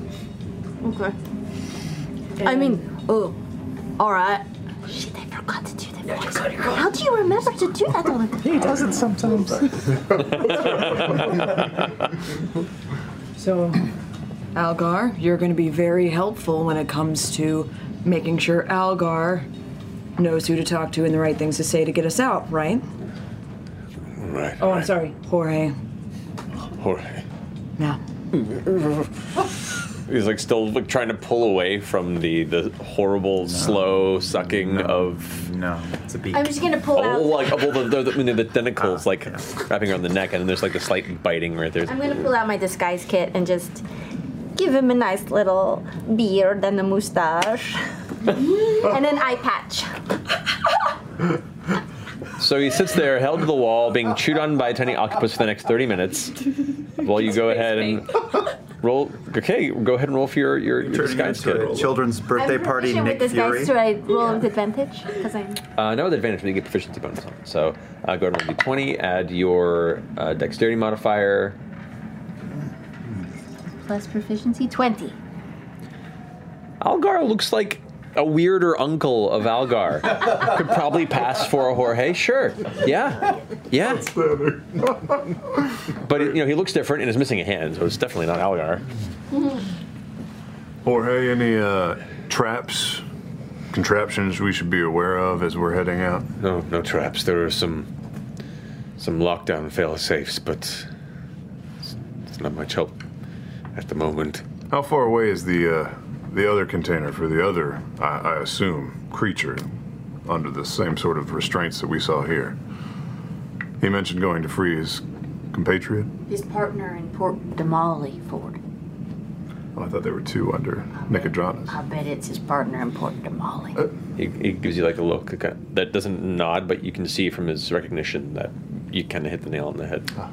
Okay. I mean, oh, all right. Um, Shit, I forgot to do that. How do you remember to do that all the time? He doesn't sometimes. So, Algar, you're going to be very helpful when it comes to making sure Algar knows who to talk to and the right things to say to get us out, right? Right. Oh, I'm sorry, Jorge. Jorge. Yeah. Hmm. He's like still like trying to pull away from the the horrible slow sucking of no, it's a beak. I'm just gonna pull oh, out- like oh, well, the, the, the, you know, the tentacles like wrapping around the neck, and there's like the slight biting right there. I'm gonna pull out my disguise kit and just give him a nice little beard and a mustache, and an eye patch. So he sits there, held to the wall, being chewed on by a tiny octopus for the next 30 minutes. While you go ahead and roll. Okay, go ahead and roll for your your, your disguise kit. Children's birthday I'm party, proficient Nick with Fury. disguise, so I roll with advantage because I'm. Uh, now with advantage, but you get proficiency bonus on it. So uh, go ahead and roll d20, add your uh, dexterity modifier. Plus proficiency 20. Algar looks like a weirder uncle of Algar. Could probably pass for a Jorge, sure. Yeah, yeah. But you know he looks different and is missing a hand, so it's definitely not Algar. Mm-hmm. Jorge, any uh, traps, contraptions we should be aware of as we're heading out? No, no traps. There are some some lockdown fail safes, but it's- it's not much help at the moment. How far away is the uh, the other container for the other? I, I assume creature under the same sort of restraints that we saw here. He mentioned going to free his compatriot. His partner in Port Damali, Ford. Oh, I thought there were two under Nicodranus. I bet it's his partner in Port Damali. He, he gives you like a look like a- that doesn't nod, but you can see from his recognition that you kind of hit the nail on the head. Ah,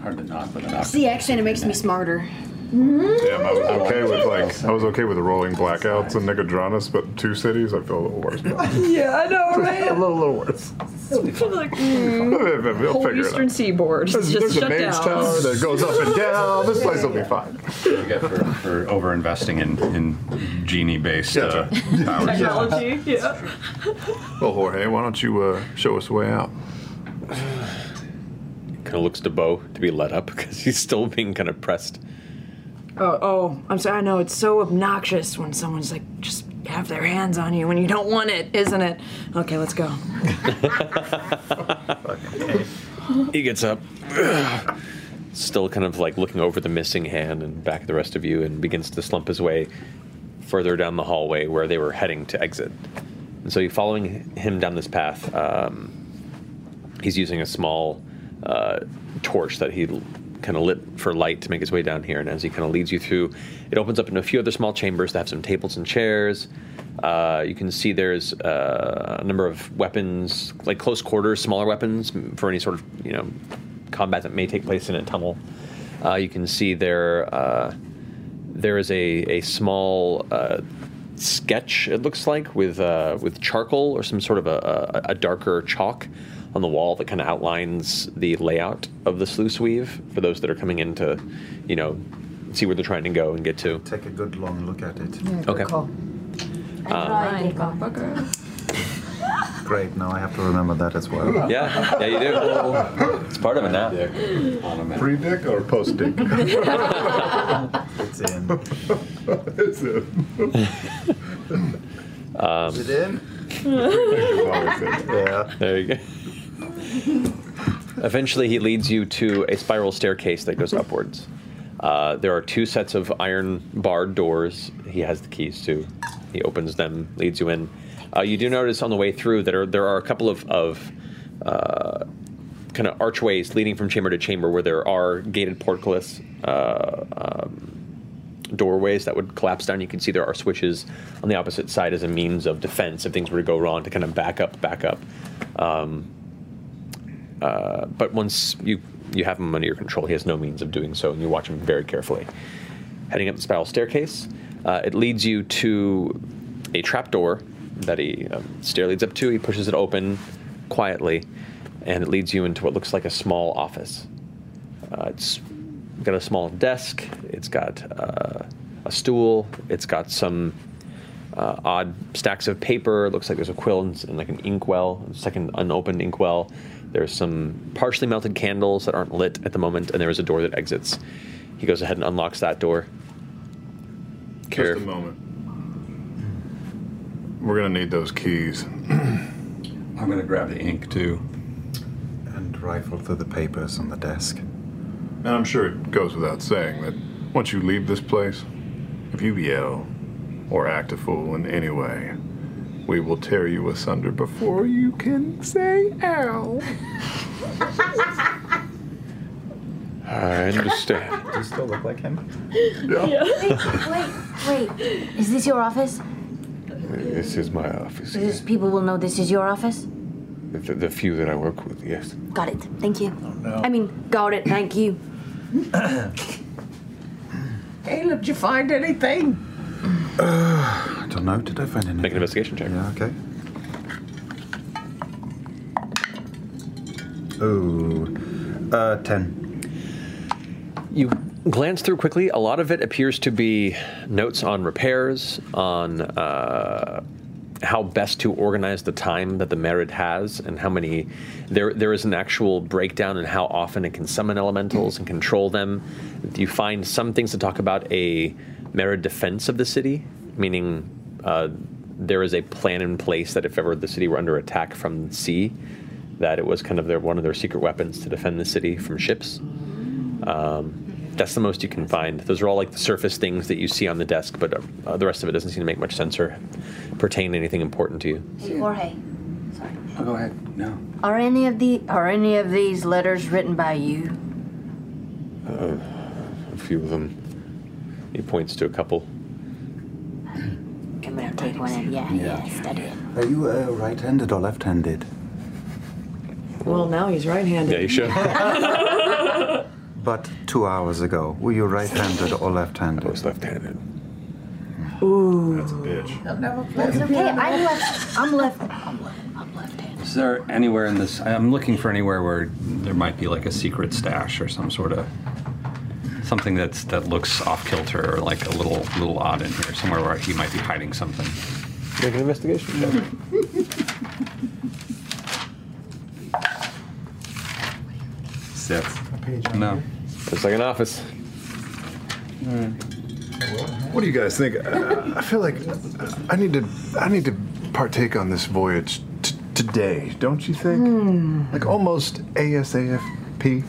Hard to knock with an It's the accent, it makes me smarter. Damn, I was okay with like I was okay with the rolling blackouts in Nicodranus, but two cities I feel a little worse. About. Yeah, I know, a little, little worse. We'll hmm, Whole figure it out. Eastern Seaboard. There's, just there's a shut maid's down. tower that goes up and down. This place will be fine. you get for, for over investing in, in genie based uh, powers. yeah. Well, Jorge, why don't you uh, show us the way out? Kind of looks to Bo to be let up because he's still being kind of pressed. Oh, oh, I'm sorry. I know it's so obnoxious when someone's like just have their hands on you when you don't want it, isn't it? Okay, let's go. he gets up, still kind of like looking over the missing hand and back at the rest of you, and begins to slump his way further down the hallway where they were heading to exit. And so you're following him down this path. Um, he's using a small uh, torch that he kind of lit for light to make his way down here. And as he kind of leads you through, it opens up into a few other small chambers that have some tables and chairs. Uh, you can see there's uh, a number of weapons, like close quarters, smaller weapons for any sort of you know combat that may take place in a tunnel. Uh, you can see there uh, there is a a small. Uh, sketch it looks like with uh, with charcoal or some sort of a, a, a darker chalk on the wall that kind of outlines the layout of the sluice weave for those that are coming in to you know see where they're trying to go and get to Take a good long look at it. okay Oh. Um, Great, now I have to remember that as well. yeah yeah you do it's part of it now Pre dick or post dick? it's in. it's in. um, Is it in? yeah there you go eventually he leads you to a spiral staircase that goes upwards uh, there are two sets of iron barred doors he has the keys to he opens them leads you in uh, you do notice on the way through that are, there are a couple of, of uh, kind of archways leading from chamber to chamber where there are gated portcullis uh, um, doorways that would collapse down. You can see there are switches on the opposite side as a means of defense if things were to go wrong to kind of back up, back up. Um, uh, but once you you have him under your control, he has no means of doing so, and you watch him very carefully. Heading up the spiral staircase, Uh, it leads you to a trapdoor that he um, stair leads up to. He pushes it open quietly, and it leads you into what looks like a small office. Uh, it's got a small desk. It's got uh, a stool. It's got some uh, odd stacks of paper. It looks like there's a quill and, s- and like an inkwell, a second unopened inkwell. There's some partially melted candles that aren't lit at the moment, and there is a door that exits. He goes ahead and unlocks that door. Just a moment. We're gonna need those keys. I'm gonna grab the ink too. And rifle through the papers on the desk. And I'm sure it goes without saying that once you leave this place, if you yell or act a fool in any way, we will tear you asunder before you can say ow. I understand. Do you still look like him? Wait, wait, wait. Is this your office? This is my office. This people will know this is your office. The, the few that I work with, yes. Got it. Thank you. I mean, got it. Thank you. Caleb, did you find anything? I don't know. Did I find anything? Make an investigation check. Yeah, okay. Ooh. Uh, 10. You glance through quickly. A lot of it appears to be notes on repairs, on uh, how best to organize the time that the merit has, and how many. There, there is an actual breakdown in how often it can summon elementals and control them. You find some things to talk about a merit defense of the city, meaning uh, there is a plan in place that if ever the city were under attack from sea, that it was kind of their one of their secret weapons to defend the city from ships. Um, that's the most you can find. Those are all like the surface things that you see on the desk, but uh, uh, the rest of it doesn't seem to make much sense or pertain to anything important to you. Hey, Jorge. Oh, go ahead. No. Are any of the are any of these letters written by you? Uh, a few of them. He points to a couple. Come here, take one. and- Yeah, yeah, study it. Are you uh, right handed or left handed? Well, now he's right-handed. Yeah, you should. should. But two hours ago, were you right handed or left handed? I was left handed. Ooh. That's a bitch. I've never It's okay. I'm left. I'm left. I'm left. I'm left. Is there anywhere in this? I'm looking for anywhere where there might be like a secret stash or some sort of something that's that looks off kilter or like a little little odd in here. Somewhere where he might be hiding something. Make an investigation check. Six. No. It's like an office. What do you guys think? Uh, I, I feel like I need to I need to partake on this voyage t- today, don't you think? Like almost ASAFP.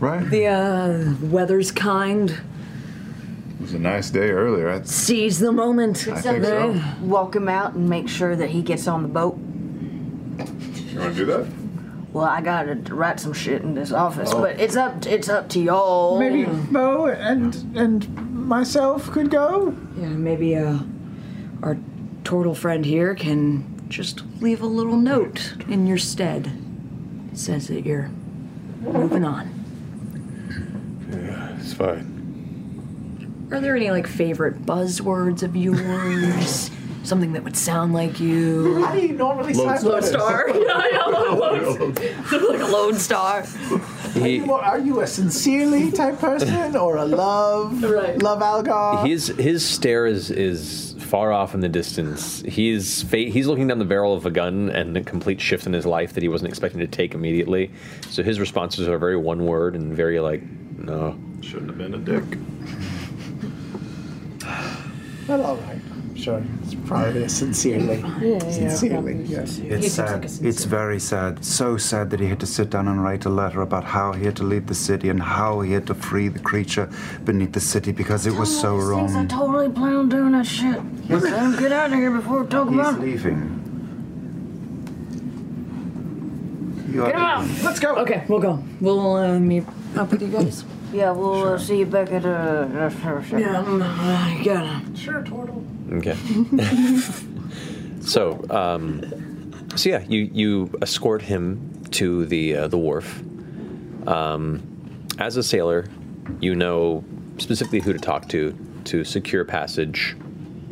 right? The uh, weather's kind. It was a nice day earlier. I, Seize the moment. I think so. Walk him out and make sure that he gets on the boat. You want to do that? Well, I gotta write some shit in this office, Oh. but it's up it's up to y'all. Maybe Mo and and myself could go. Yeah, maybe uh, our turtle friend here can just leave a little note in your stead. It says that you're moving on. Yeah, it's fine. Are there any like favorite buzzwords of yours? Something that would sound like you? How do you normally Lone sign letters? Star. Yeah, yeah, Lone- like a lone star. Are you, more- are you a sincerely type person or a love love algar? His his stare is is far off in the distance. He's fa- he's looking down the barrel of a gun and a complete shift in his life that he wasn't expecting to take immediately. So his responses are very one word and very like no. Shouldn't have been a dick. well, all right. Sure. It's probably a sincerely. sincerely. Yes. It's uh, sad. it's very sad. So sad that he had to sit down and write a letter about how he had to leave the city and how he had to free the creature beneath the city because it was so Things I wrong. totally plan on doing that shit. Sam, get out of here before we talk He's about it. leaving. You Get are out. Let's go. Okay, we'll go. We'll uh, meet up with you guys. Yeah, we'll uh, see you back at uh, Yeah, um, I gotta. Sure, turtle. Okay. so, um, so yeah, you you escort him to the uh, the wharf. Um, as a sailor, you know specifically who to talk to to secure passage,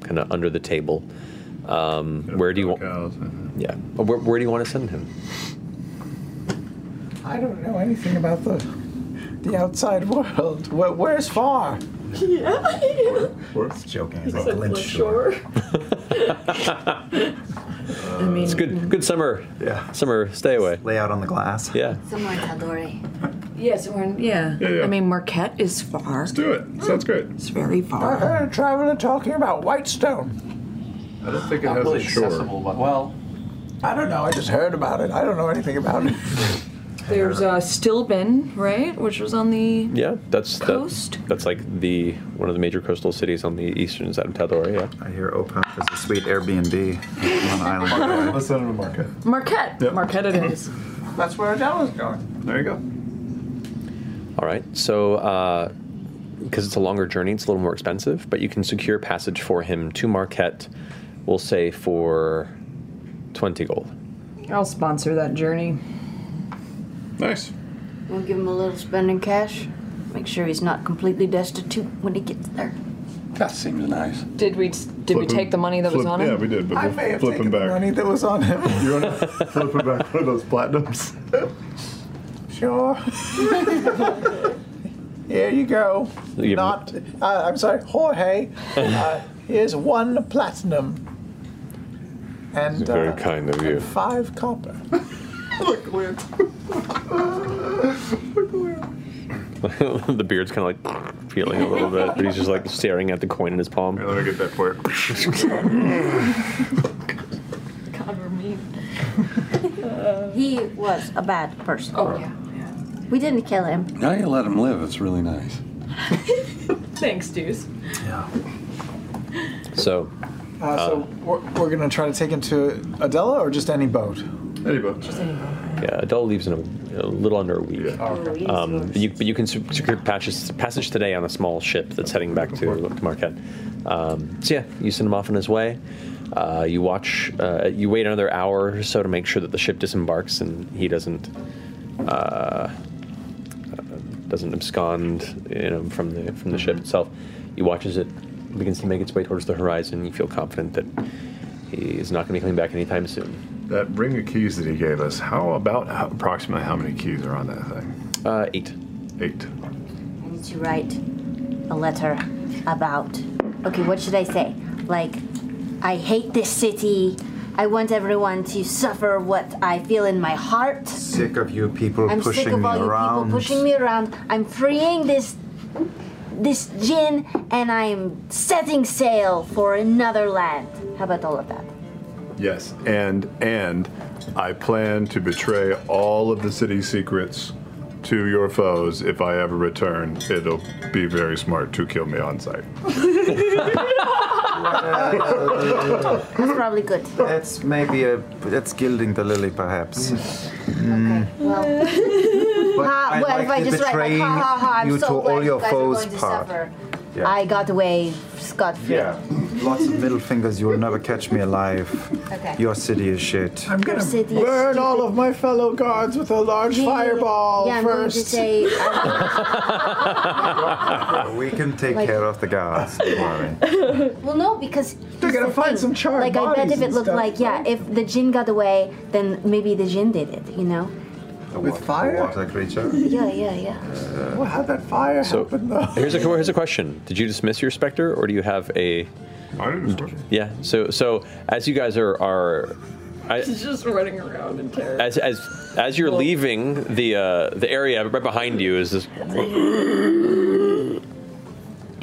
kind of under the table. Um, where do you want? Yeah, Uh, where, where do you want to send him? I don't know anything about the the outside world. Where, where's far? Yeah. Worth joking. It's like Lynch Shore. it's good. Good summer. Uh, Yeah. Summer. Stay away. Lay out on the glass. Yeah. Somewhere in Caldori. Yeah, somewhere in, yeah. Yeah, yeah. I mean, Marquette is far. Let's do it. Sounds good. It's very far. I heard a traveler talking about Whitestone. I don't think it Not has really a shore. accessible, well, I don't know. I just heard about it. I don't know anything about it. There's uh, Stillben, right, which was on the Yeah. That's that- Coast? that's like the one of the major coastal cities on the eastern side of Tathoria. Yeah. I hear Opeth is a sweet Airbnb on Marquette. island. Listen to Market. Marquette. Yep. Marquette it is. That's where Adela's going. There you go. All right. So, because it's a longer journey, it's a little more expensive, but you can secure passage for him to Marquette, we'll say for 20 gold. I'll sponsor that journey. Nice. We'll give him a little spending cash. Make sure he's not completely destitute when he gets there. That seems nice. Did we did we Flip him- take the money that was flip- on him? Yeah, we did, but we'll flip him back. money that was on him. You want to flip him back one of those platinums? Sure. Here you go. You give him- Not. Uh, I'm sorry, Jorge. Uh, here's one platinum. And uh, kind of you. five copper. Uh, Look, Lance. the beard's kind of like peeling a little bit, but he's just like staring at the coin in his palm. let me get that for God, we're he was a bad person. Oh, yeah. We didn't kill him. Now you let him live. It's really nice. Thanks, Deuce. So, Uh, so Um, we're, we're gonna try to take him to Adela or just any boat? Any boat. Yeah, Adele leaves in a, a little under a week. Um, but, you, but you can se- secure passage, passage today on a small ship that's heading back to, to Marquette. Um, so yeah, you send him off on his way. Uh, you watch. Uh, you wait another hour or so to make sure that the ship disembarks and he doesn't uh, uh, doesn't abscond you know, from the from the ship itself. You watch as it begins to make its way towards the horizon. You feel confident that he is not going to be coming back anytime soon. That ring of keys that he gave us, how about how, approximately how many keys are on that thing? Uh, eight. Eight. I need to write a letter about. Okay, what should I say? Like, I hate this city. I want everyone to suffer what I feel in my heart. Sick of you people I'm pushing sick of me all you around. people pushing me around. I'm freeing this this gin and I'm setting sail for another land. How about all of that? Yes, and and I plan to betray all of the city's secrets to your foes if I ever return. It'll be very smart to kill me on sight. That's probably good. That's maybe a. That's gilding the lily, perhaps. Mm. Well, ha, I well like if I the just write like betraying ha ha ha, I'm you so to all glad your you guys foes are going part. to suffer. Yeah. I got away scot free. Yeah. Lots of middle fingers. You'll never catch me alive. Okay. Your city is shit. I'm Your gonna city is burn all of my fellow guards with a large You- fireball yeah, I'm going to first. say uh, we can take Like- care of the guards. Don't worry. well, no, because they're gonna find some charred Like I bet bodies if it and looked stuff, like yeah, if the gin got away, then maybe the gin did it. You know? With fire? Water creature. Yeah, yeah, yeah. well, how'd that fire So happen though? here's a here's a question: Did you dismiss your specter, or do you have a? I didn't dismiss. Yeah. So so as you guys are are, I, He's just running around in terror. as as as you're leaving the uh, the area right behind you is this. Do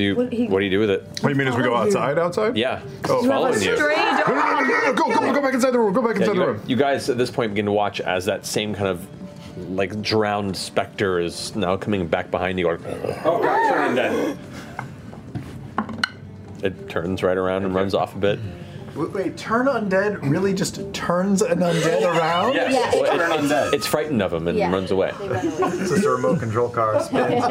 you, what, What he- do you do with it? What do you mean as we go outside? Outside? Yeah. Oh. It's following You you. have a stray No, no, no, no, no, go, go, go back inside the room. Go back Yeah, inside you, the gu- room. you guys at this point begin to watch as that same kind of like drowned specter is now coming back behind you. Oh God! And then it turns right around and runs off a bit. Wait, wait, turn undead really just turns an undead around? Yes. Well, it- it's, it's frightened of him and Yeah. runs away. It's just a remote control car. Kind of.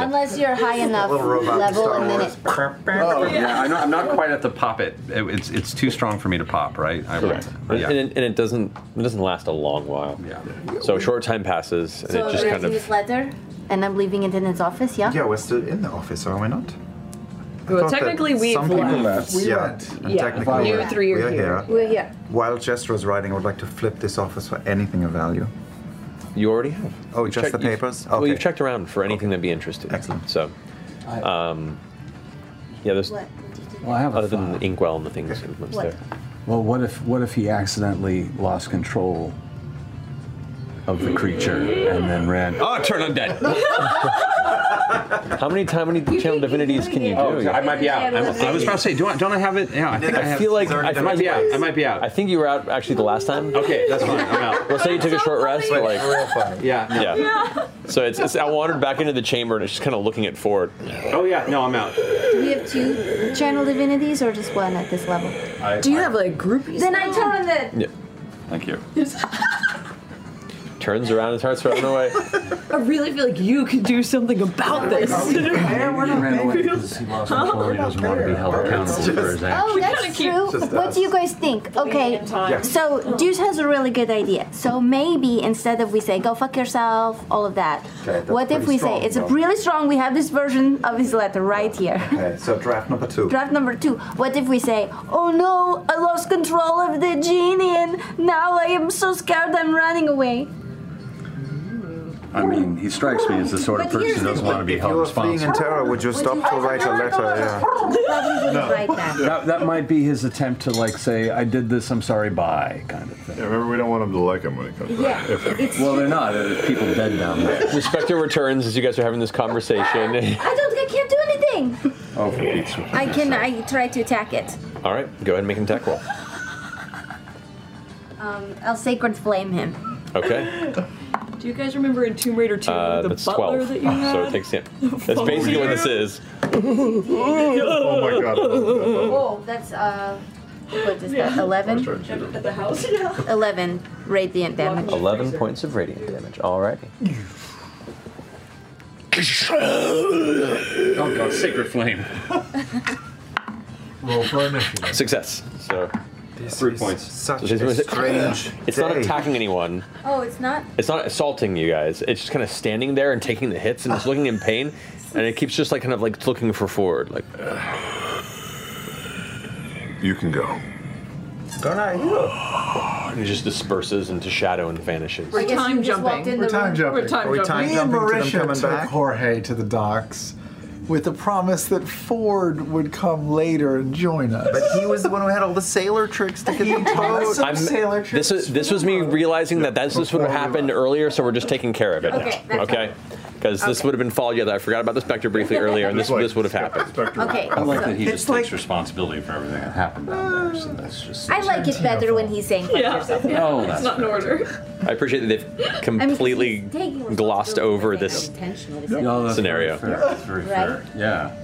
Unless you're high enough level, and then it. Oh, yeah. yeah, I'm not, I'm not quite at the pop it. It- It's it's too strong for me to pop, right? I Correct. And, and, it, and it doesn't it doesn't last a long while. Yeah. So a short time passes, and So it I'm just kind writing of this letter, and I'm leaving it in his office. Yeah. Yeah, we're still in the office, are we not? I Well, thought that technically we've some people left. left. We yeah, went. and Yeah. technically You we're- three are we're here. here. We're here. While Jester was writing, I would like to flip this office for anything of value. You already have. Oh, You've just the checked- you've- papers? Well, Okay. you've checked around for anything that'd be interested. Excellent. So, um, yeah, there's. Well, I have a other than the inkwell and the things that's What? there. Well, what if what if he accidentally lost control of the creature and then ran? Oh, turn undead. how many how many channel divinities can you do? Oh, I might be out. I'm- i was about to say, do I, don't I have it? Yeah, I think I, have, feel like I might be out. I might be out. I think you were out actually the last time. Okay, that's fine. I'm out. We'll say you took a short rest, but like, Yeah, no. yeah. So it's, it's I wandered back into the chamber and it's just kind of looking at Ford. Oh yeah, no, I'm out. Do we have two channel divinities or just one at this level? Do you have like groupies? Then I tell him that Yeah. Thank you. Turns around and starts running away. I really feel like you could do something about this. Oh, that's true. What do you guys think? Okay, Yeah. so Deuce has a really good idea. So maybe instead of we say go fuck yourself, all of that, Okay, that's what if pretty we strong, say it's though. really strong? We have this version of his letter right here. Okay, so draft number two. Draft number two. What if we say, oh no, I lost control of the genie and now I am so scared I'm running away. I mean, he strikes me as the sort of person who doesn't want to be held Being in responsible. terror, would you stop to write a letter? Yeah. Right now. That, that might be his attempt to like say, "I did this. I'm sorry. Bye," kind of thing. Yeah, remember, we don't want him to like him when he comes back. well, they're not. There's people dead down there. The specter returns as you guys are having this conversation. I don't, I can't do anything. oh, for pizza. I can, I try to attack it. All right, go ahead and make an attack roll. Um, I'll sacred flame him. Okay. Do you guys remember in Tomb Raider 2 Uh, the that's butler 12. that you had? So it takes him. That's Fuck basically what you. this is. oh my god. Whoa, that's uh, what is that? Eleven. At the house, yeah. Eleven radiant damage. 11 points of radiant damage. All right. Oh god, sacred flame. Roll for initiative. Success. So. Three points. Such So she's a gonna- strange It's not day. attacking anyone. Oh, it's not. It's not assaulting you guys. It's just kind of standing there and taking the hits and just looking in pain, and it keeps just like kind of like looking for forward. Like you can go. Don't I? And it just disperses into shadow and vanishes. We're time jumping. We're time jumping. We're time Me jumping. and jumping to them Marisha coming took back? Jorge to the docks with the promise that Ford would come later and join us. But he was the one who had all the sailor tricks to get the boat. I'm- this is this was me realizing that that's this would have happened earlier, so we're just taking care of it Okay, now. that's Okay, because this would have been followed. Yeah, I forgot about the specter briefly earlier, and this this would have happened. Okay. I like that he so- just takes responsibility for everything that happened down there. So that's just. I like it better when he's saying fuck yourself. yeah, Oh, it's that's not in order. I appreciate that they've completely glossed over this scenario. Right. Yeah.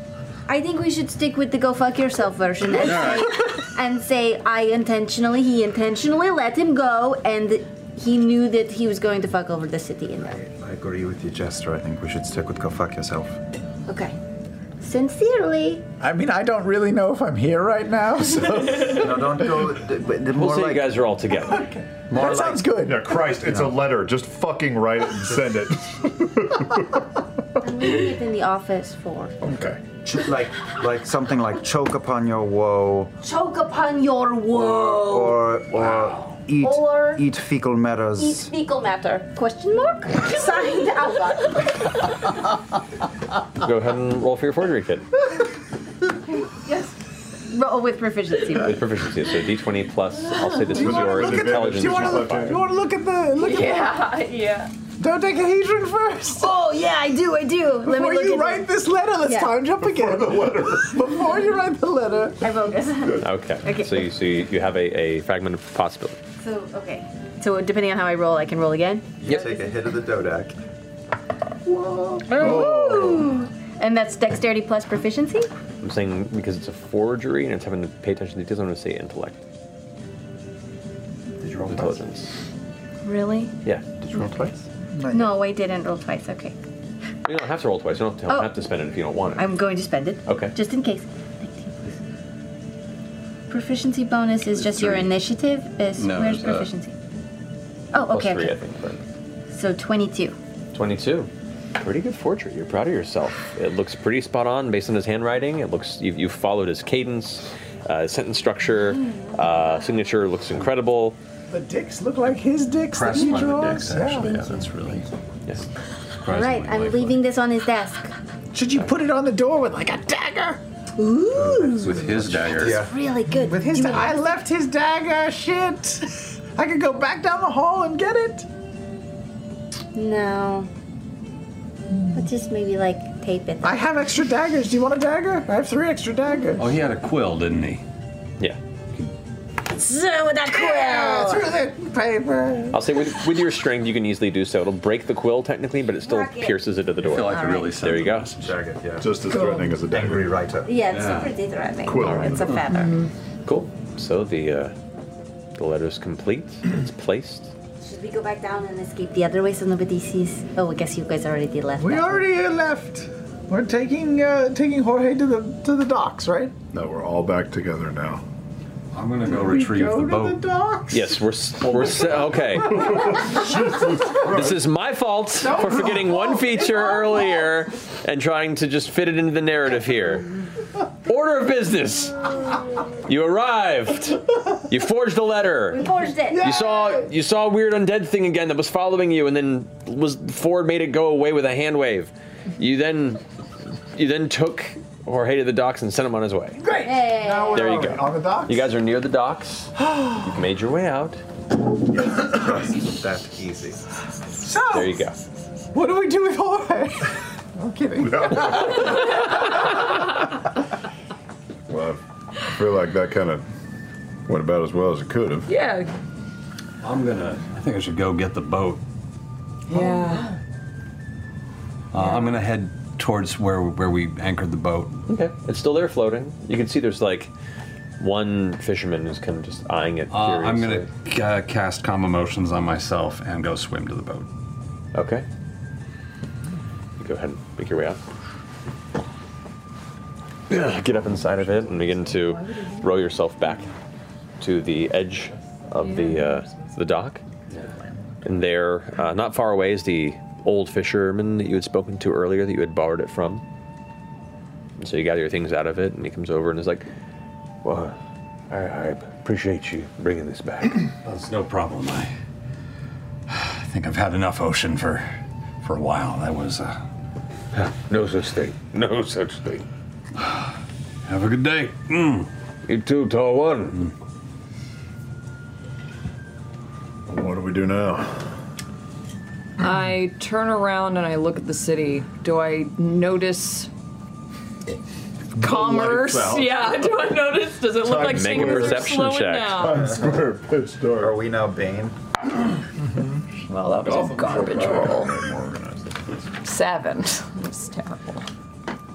I think we should stick with the go fuck yourself version and, say, and say I intentionally, he intentionally let him go, and he knew that he was going to fuck over the city in there. I agree with you, Jester. I think we should stick with go fuck yourself. Okay. Sincerely. I mean, I don't really know if I'm here right now, so. no, don't go. We'll say you guys are all together. More That sounds good. Yeah, Christ, it's a letter. Just fucking write it and send it. I'm leaving it in the office for. Okay. Ch- like, like something like choke upon your woe, Choke upon your woe. or or eat Oh. Or- eat fecal matters. Eat fecal matter? Question mark? Signed Alba. Go ahead and roll for your forgery kit yes. Roll with proficiency. with proficiency. So D20 plus. I'll say this was yours. Intelligence. Do you want plus to look, five. you wanna look at the look at Yeah, yeah. the dodecahedron first? Oh yeah, I do, I do. Let me Before look you at write this. this letter, let's Yeah. time jump again. Before, you write the letter, I bogus. Okay. Okay. So you so you you have a, a fragment of possibility. So okay. So depending on how I roll, I can roll again. You take a hit of the dodak. Oh. Ooh. And that's dexterity plus proficiency. I'm saying because it's a forgery and it's having to pay attention to details. I'm going to say intellect. Did you roll intelligence? Really? Yeah. Did you roll twice? No, I didn't roll twice. Okay. You don't have to roll twice. You don't have to, Oh. have to spend it if you don't want it. I'm going to spend it. Okay. Just in case. Proficiency bonus is just your Three. initiative. Is No, where's there's a- proficiency? Oh, Plus okay. three, okay. I think. but- So 22. 22. Pretty good portrait. You're proud of yourself. It looks pretty spot on based on his handwriting. It looks you've, you've followed his cadence, uh, sentence structure, uh, signature looks incredible. The dicks look like his dicks that he draws. yeah. that's really yes. All right, I'm leaving this on his desk. Should you put it on the door with like a dagger? Ooh. With his dagger. Really good. With his, da- I left his dagger. Shit. I could go back down the hall and get it. No. But just maybe like tape it. I have extra daggers. Do you want a dagger? I have three extra daggers. Oh, he had a quill, didn't he? Yeah. So with that Yeah, through the paper. I'll say with, with your string, you can easily do so. It'll break the quill technically, but it still Rock it. pierces it to the door. feel like it All really there you go. Just as threatening as a dagger. Angry writer. Yeah, it's a pretty threatening. It's a feather. Cool. So the uh, the letter's complete. It's placed. Should we go back down and escape the other way so nobody sees? Oh, I guess you guys already did left. We that. already uh, left. We're taking uh, taking Jorge to the to the docks, right? No, we're all back together now. I'm gonna go We go to the docks. Yes, we're s- we're s- okay. This is my fault No, for it's forgetting our one fault. feature It's our earlier and trying to just fit it into the narrative here. Order of business. You arrived. You forged a letter. We forged it. You saw you saw a weird undead thing again that was following you and then was Ford made it go away with a hand wave. You then you then took Jorge to the docks and sent him on his way. Great. Now we're There you on- go. on the docks. You guys are near the docks. You've made your way out. that easy. So There you go. What do we do with Jorge? I'm kidding. Well, I feel like that kind of went about as well as it could have. Yeah. I'm gonna. I think I should go get the boat. Yeah. Uh, I'm gonna head towards where where we anchored the boat. Okay. It's still there floating. You can see there's like one fisherman who's kind of just eyeing it Uh, I'm curiously. gonna uh, cast calm emotions on myself and go swim to the boat. Okay. You go ahead and make your way out. Get up inside of it and begin to row yourself back to the edge of the uh, the dock. And there, uh, not far away, is the old fisherman that you had spoken to earlier that you had borrowed it from. And so you gather your things out of it, and he comes over and is like, "Well, I, I appreciate you bringing this back. That's no problem. I, I think I've had enough ocean for for a while. That was. Uh, no such thing. No such thing. Have a good day. Mm. You too, tall one. What do we do now? I turn around and I look at the city. Do I notice commerce? lights out. Yeah. Do I notice? Does it look like things are slowing down? Square pitch dark. Are we now Bane? Mm-hmm. well, that was a garbage roll. Seven. That's terrible.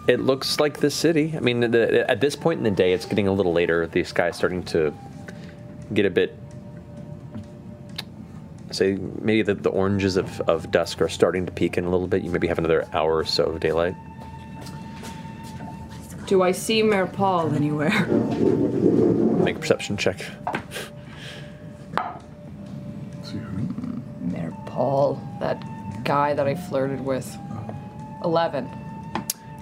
It looks like the city. I mean, the, at this point in the day, it's getting a little later. The sky's starting to get a bit. Say, maybe the, the oranges of, of dusk are starting to peak in a little bit. You maybe have another hour or so of daylight. Do I see Mayor Paul anywhere? Make a perception check. Mayor Paul, that guy that I flirted with. Eleven.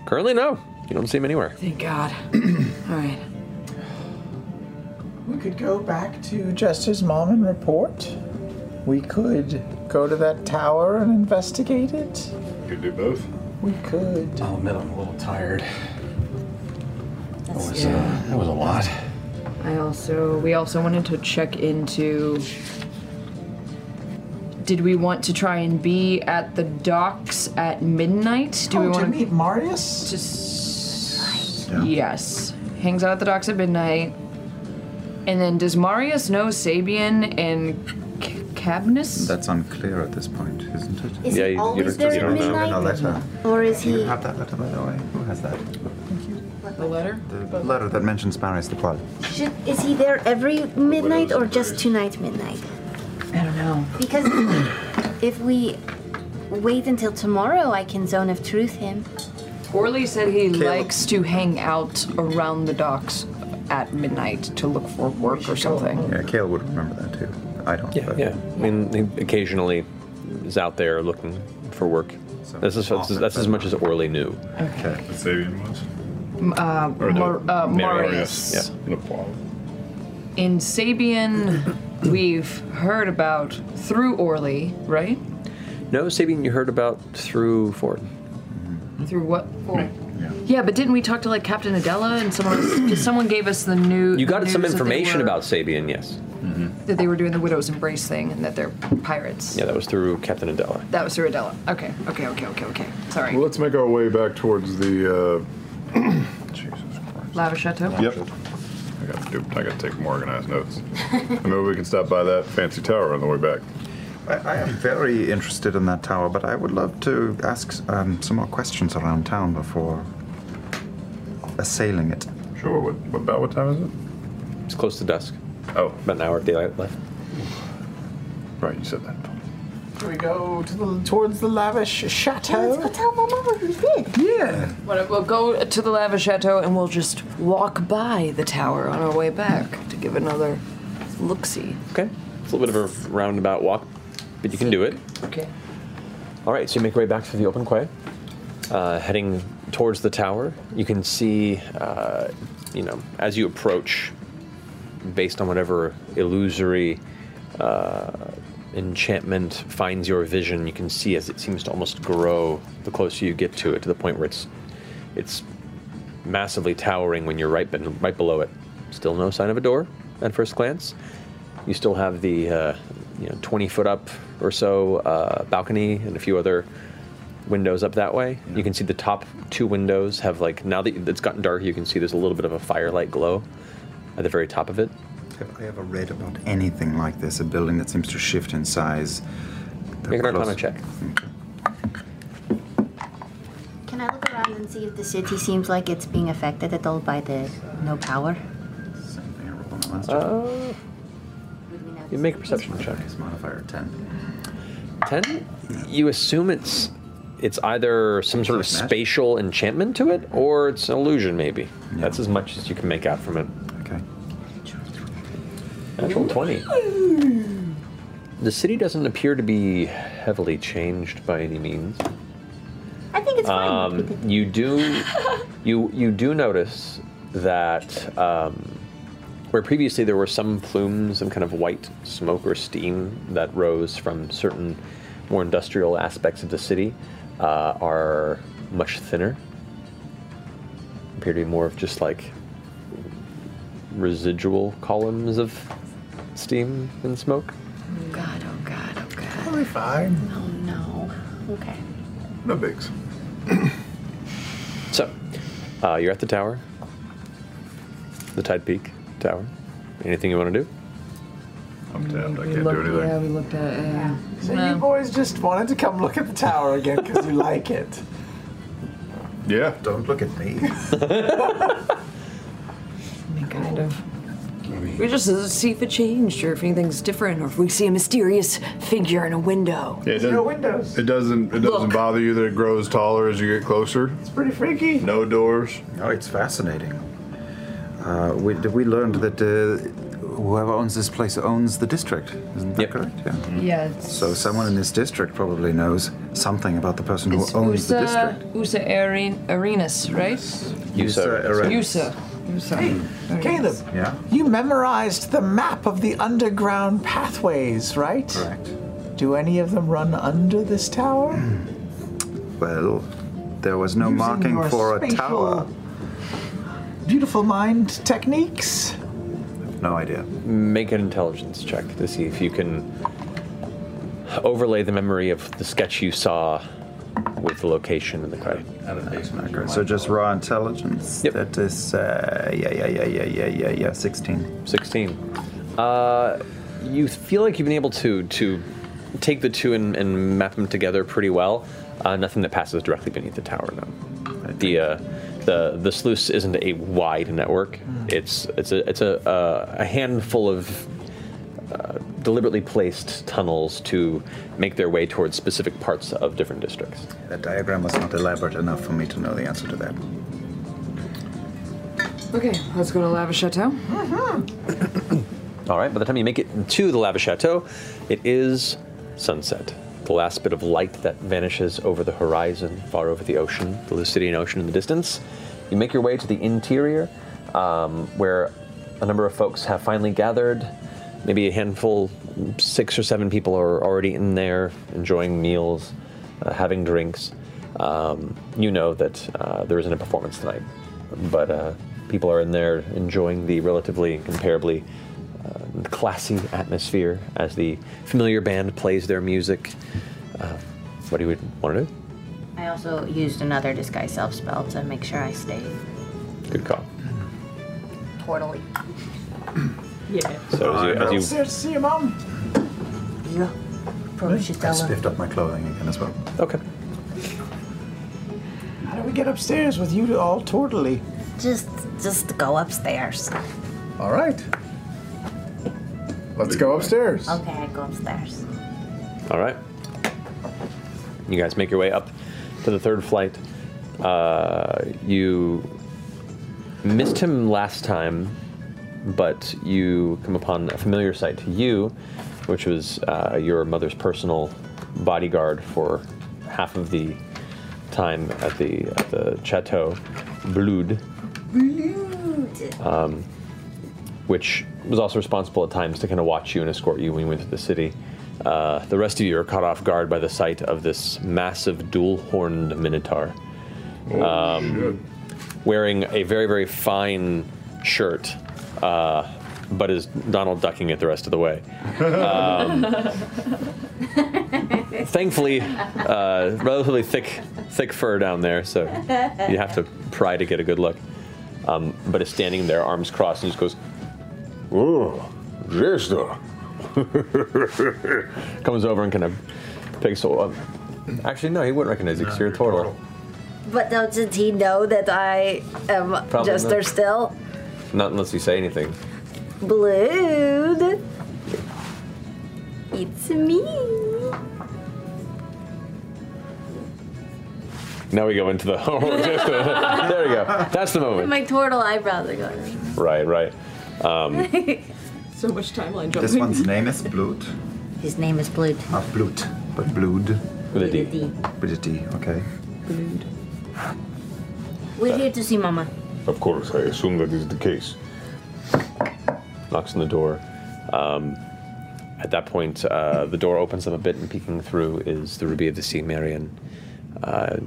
Currently, no. You don't see him anywhere. Thank God. All right. We could go back to Jester's mom and report. We could go to that tower and investigate it. Could do both. We could. I'll admit Oh, I'm a little tired. That was, yeah. uh, that was a lot. I also we also wanted to check into did we want to try and be at the docks at midnight? Do we Oh, want to meet Marius? Just yes, hangs out at the docks at midnight. And then does Marius know Sabian and C- Cabnus? That's unclear at this point, isn't it? Is Yeah, he you- you always don't- there you at don't know. midnight? Given a letter. Or is You he? have that letter, by the way. Who has that? The letter? The letter that mentions Marius the plot. Should, is he there every midnight or just tonight midnight? I don't know. Because if we Wait until tomorrow. I can zone of truth him. Orly said he likes to hang out around the docks at midnight to look for work or something. Yeah, Kale would remember that too. I don't. Yeah, yeah. I mean, he occasionally is out there looking for work. This is, this is- that's as much as Orly knew. Okay. The Sabian ones. M- Uh, Mar- uh, Marius. Yeah. Nepal. In Sabian, we've heard about through Orly, right? No, Sabine, you heard about through Ford. Through what? Yeah. but didn't we talk to like Captain Adela and someone? else? 'cause someone gave us the new. You got the some news that they information were- about Sabian, yes. Mm-hmm. that they were doing the widow's embrace thing and that they're pirates. Yeah, that was through Captain Adela. That was through Adela. Okay, okay, okay, okay, okay. Sorry. Well, let's make our way back towards the. Uh, Lava Chateau. Yep. I got to do. I got to take more organized notes. Maybe we can stop by that fancy tower on the way back. I, I am very interested in that tower, but I would love to ask um, some more questions around town before assailing it. Sure. What, about what time is it? It's close to dusk. Oh, about an hour of daylight left. Right, you said that. Here we go to the, towards the lavish chateau. Let's go tell Mama what we did. Yeah. What- We'll go to the Lava Chateau and we'll just walk by the tower on our way back to give another look see. Okay. It's a little bit of a roundabout walk, but you can do it. Okay. All right, so you make your way back through the open quay, uh, heading towards the tower. You can see, uh, you know, as you approach, based on whatever illusory uh, enchantment finds your vision, you can see as it seems to almost grow the closer you get to it, to the point where it's it's massively towering when you're right, be- right below it. Still no sign of a door at first glance. You still have the uh, you know 20 foot up or so uh, balcony and a few other windows up that way. You can see the top two windows have like now that it's gotten dark, you can see there's a little bit of a firelight glow at the very top of it. Have I ever read about anything like this? A building that seems to shift in size. Make an Arcana check. Can I look around and see if the city seems like it's being affected at all by the no power? Uh, you make a perception check. modifier 10. 10? You assume it's it's either some sort of spatial enchantment to it or it's an illusion maybe. That's as much as you can make out from it. Okay. Natural 20. The city doesn't appear to be heavily changed by any means. I think it's fine. Um, you do, you you do notice that um, where previously there were some plumes, some kind of white smoke or steam that rose from certain more industrial aspects of the city, uh, are much thinner. Appear to be more of just like residual columns of steam and smoke. Probably fine. Oh no. Okay. No bigs. So, uh, you're at the tower, the Tide Peak Tower. Anything you want to do? I'm tapped. I can't do looked- anything. yeah, we looked at. So you boys just wanted to come look at the tower again because you like it. Yeah. Don't look at me. kind of. We just uh, see if it changed or if anything's different or if we see a mysterious figure in a window. Yeah, it doesn't, windows. It doesn't. It doesn't bother you that it grows taller as you get closer. It's pretty freaky. No doors. No, it's fascinating. Uh, we, did we learned that uh, whoever owns this place owns the district. Isn't that correct? Yeah. Yeah, it's- So someone in this district probably knows something about the person who It's owns the district. Usa, Usa Arin, Arenas, right? Usa Arenas. Usa. Usa. Hey, Arenas. Caleb, Yeah. you memorized the map of the underground pathways, right? Correct. Do any of them run under this tower? Well, there was no Using marking your for a spatial- tower. Beautiful mind techniques. No idea. Make an intelligence check to see if you can overlay the memory of the sketch you saw with the location and the credit. Okay, so just raw intelligence. That is, uh, yeah, yeah, yeah, yeah, yeah, yeah, yeah. Sixteen. 16. Uh, you feel like you've been able to to take the two and, and map them together pretty well. Uh, nothing that passes directly beneath the tower, though. The uh, the the sluice isn't a Hmm. wide network. It's it's a it's a uh, a handful of uh, deliberately placed tunnels to make their way towards specific parts of different districts. That diagram was not elaborate enough for me to know the answer to that. Okay, let's go to Lava Chateau. Mm-hmm. All right, by the time you make it to the Lava Chateau, it is sunset. The last bit of light that vanishes over the horizon, far over the ocean, the Lucidian Ocean in the distance. You make your way to the interior, um, where a number of folks have finally gathered. Maybe a handful, six or seven people are already in there, enjoying meals, uh, having drinks. Um, you know that uh, there isn't a performance tonight, but uh, people are in there enjoying the relatively comparably uh, classy atmosphere as the familiar band plays their music. Uh, what do you want to do? I also used another disguise self spell to make sure I stay Good call. portally. yeah. So as you, as you See you, mom. Yeah. Probably should I tell her. spiffed up my clothing again as well. Okay. How do we get upstairs with you all totally? Just, just go upstairs. All right. Let's go upstairs. Okay, I go upstairs. all right, you guys make your way up to the third flight. Uh, you missed him last time, but you come upon a familiar sight to you, which was uh, your mother's personal bodyguard for half of the time at the at the chateau, Blood. um, which was also responsible at times to kind of watch you and escort you when you went to the city. Uh, the rest of you are caught off guard by the sight of this massive dual horned minotaur. Um, wearing a very, very fine shirt, uh, but is Donald ducking it the rest of the way. Um, thankfully, uh, relatively thick, thick fur down there, so you have to pry to get a good look. Um, but is standing there, arms crossed, and just goes, "Oh, Jester." Comes over and kind of picks. Up. Actually, no, he wouldn't recognize you because you're a turtle. But doesn't he know that I am Probably just there not. still? Not unless you say anything. Blood. It's me. Now we go into the. just the- there we go. That's the moment. My turtle eyebrows are going. Right, right. Um, so much timeline This one's name is Blood. His name is Blood. Ah, Blood, but Blood. With a D. With a D. Okay. We're here to see Mama. Of course, I assume that is the case. Knocks on the door. Um, at that point, uh, the door opens up a bit, and peeking through is the Ruby of the Sea, Marion, uh,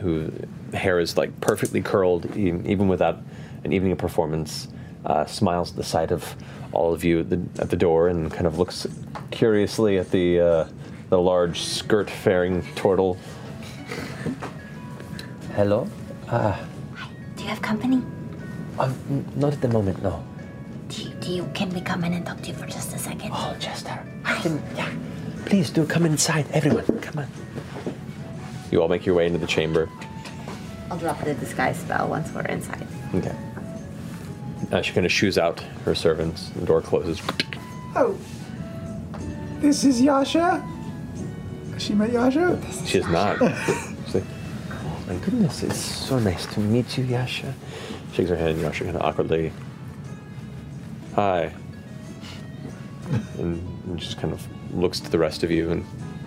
who hair is like perfectly curled, e- even without an evening of performance. Uh, smiles at the sight of all of you at the, at the door, and kind of looks curiously at the uh, the large skirt-faring turtle. Hello. Ah. Do you have company? Um, n- not at the moment, no. Do you, do you can we come in and talk to you for just a second? Oh, Chester. yeah. Please do come inside, everyone. Come on. You all make your way into the chamber. I'll drop the disguise spell once we're inside. Okay. Uh, she kind of shoos out her servants. The door closes. Oh. This is Yasha? Has she met Yasha? She is not. She's like, oh my goodness, it's so nice to meet you, Yasha. Shakes her hand, Yasha kind of awkwardly. Hi. And and just kind of looks to the rest of you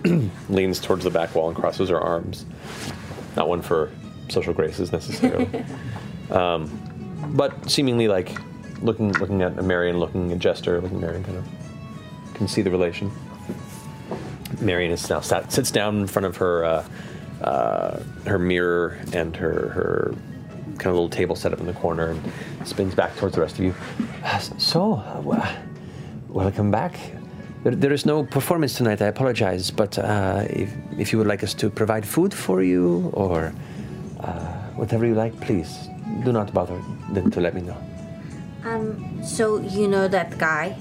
and leans towards the back wall and crosses her arms. Not one for social graces necessarily. um, but seemingly like looking looking at Marion, looking at Jester, looking at Marion, kind of can see the relation. Marion is now sat, sits down in front of her uh, uh, her mirror and her her kind of little table set up in the corner and spins back towards the rest of you. Uh, So, uh, w- uh, welcome back. There, there is no performance tonight. I apologize, but uh, if if you would like us to provide food for you or uh, whatever you like, please do not bother them to let me know. Um, so you know that guy?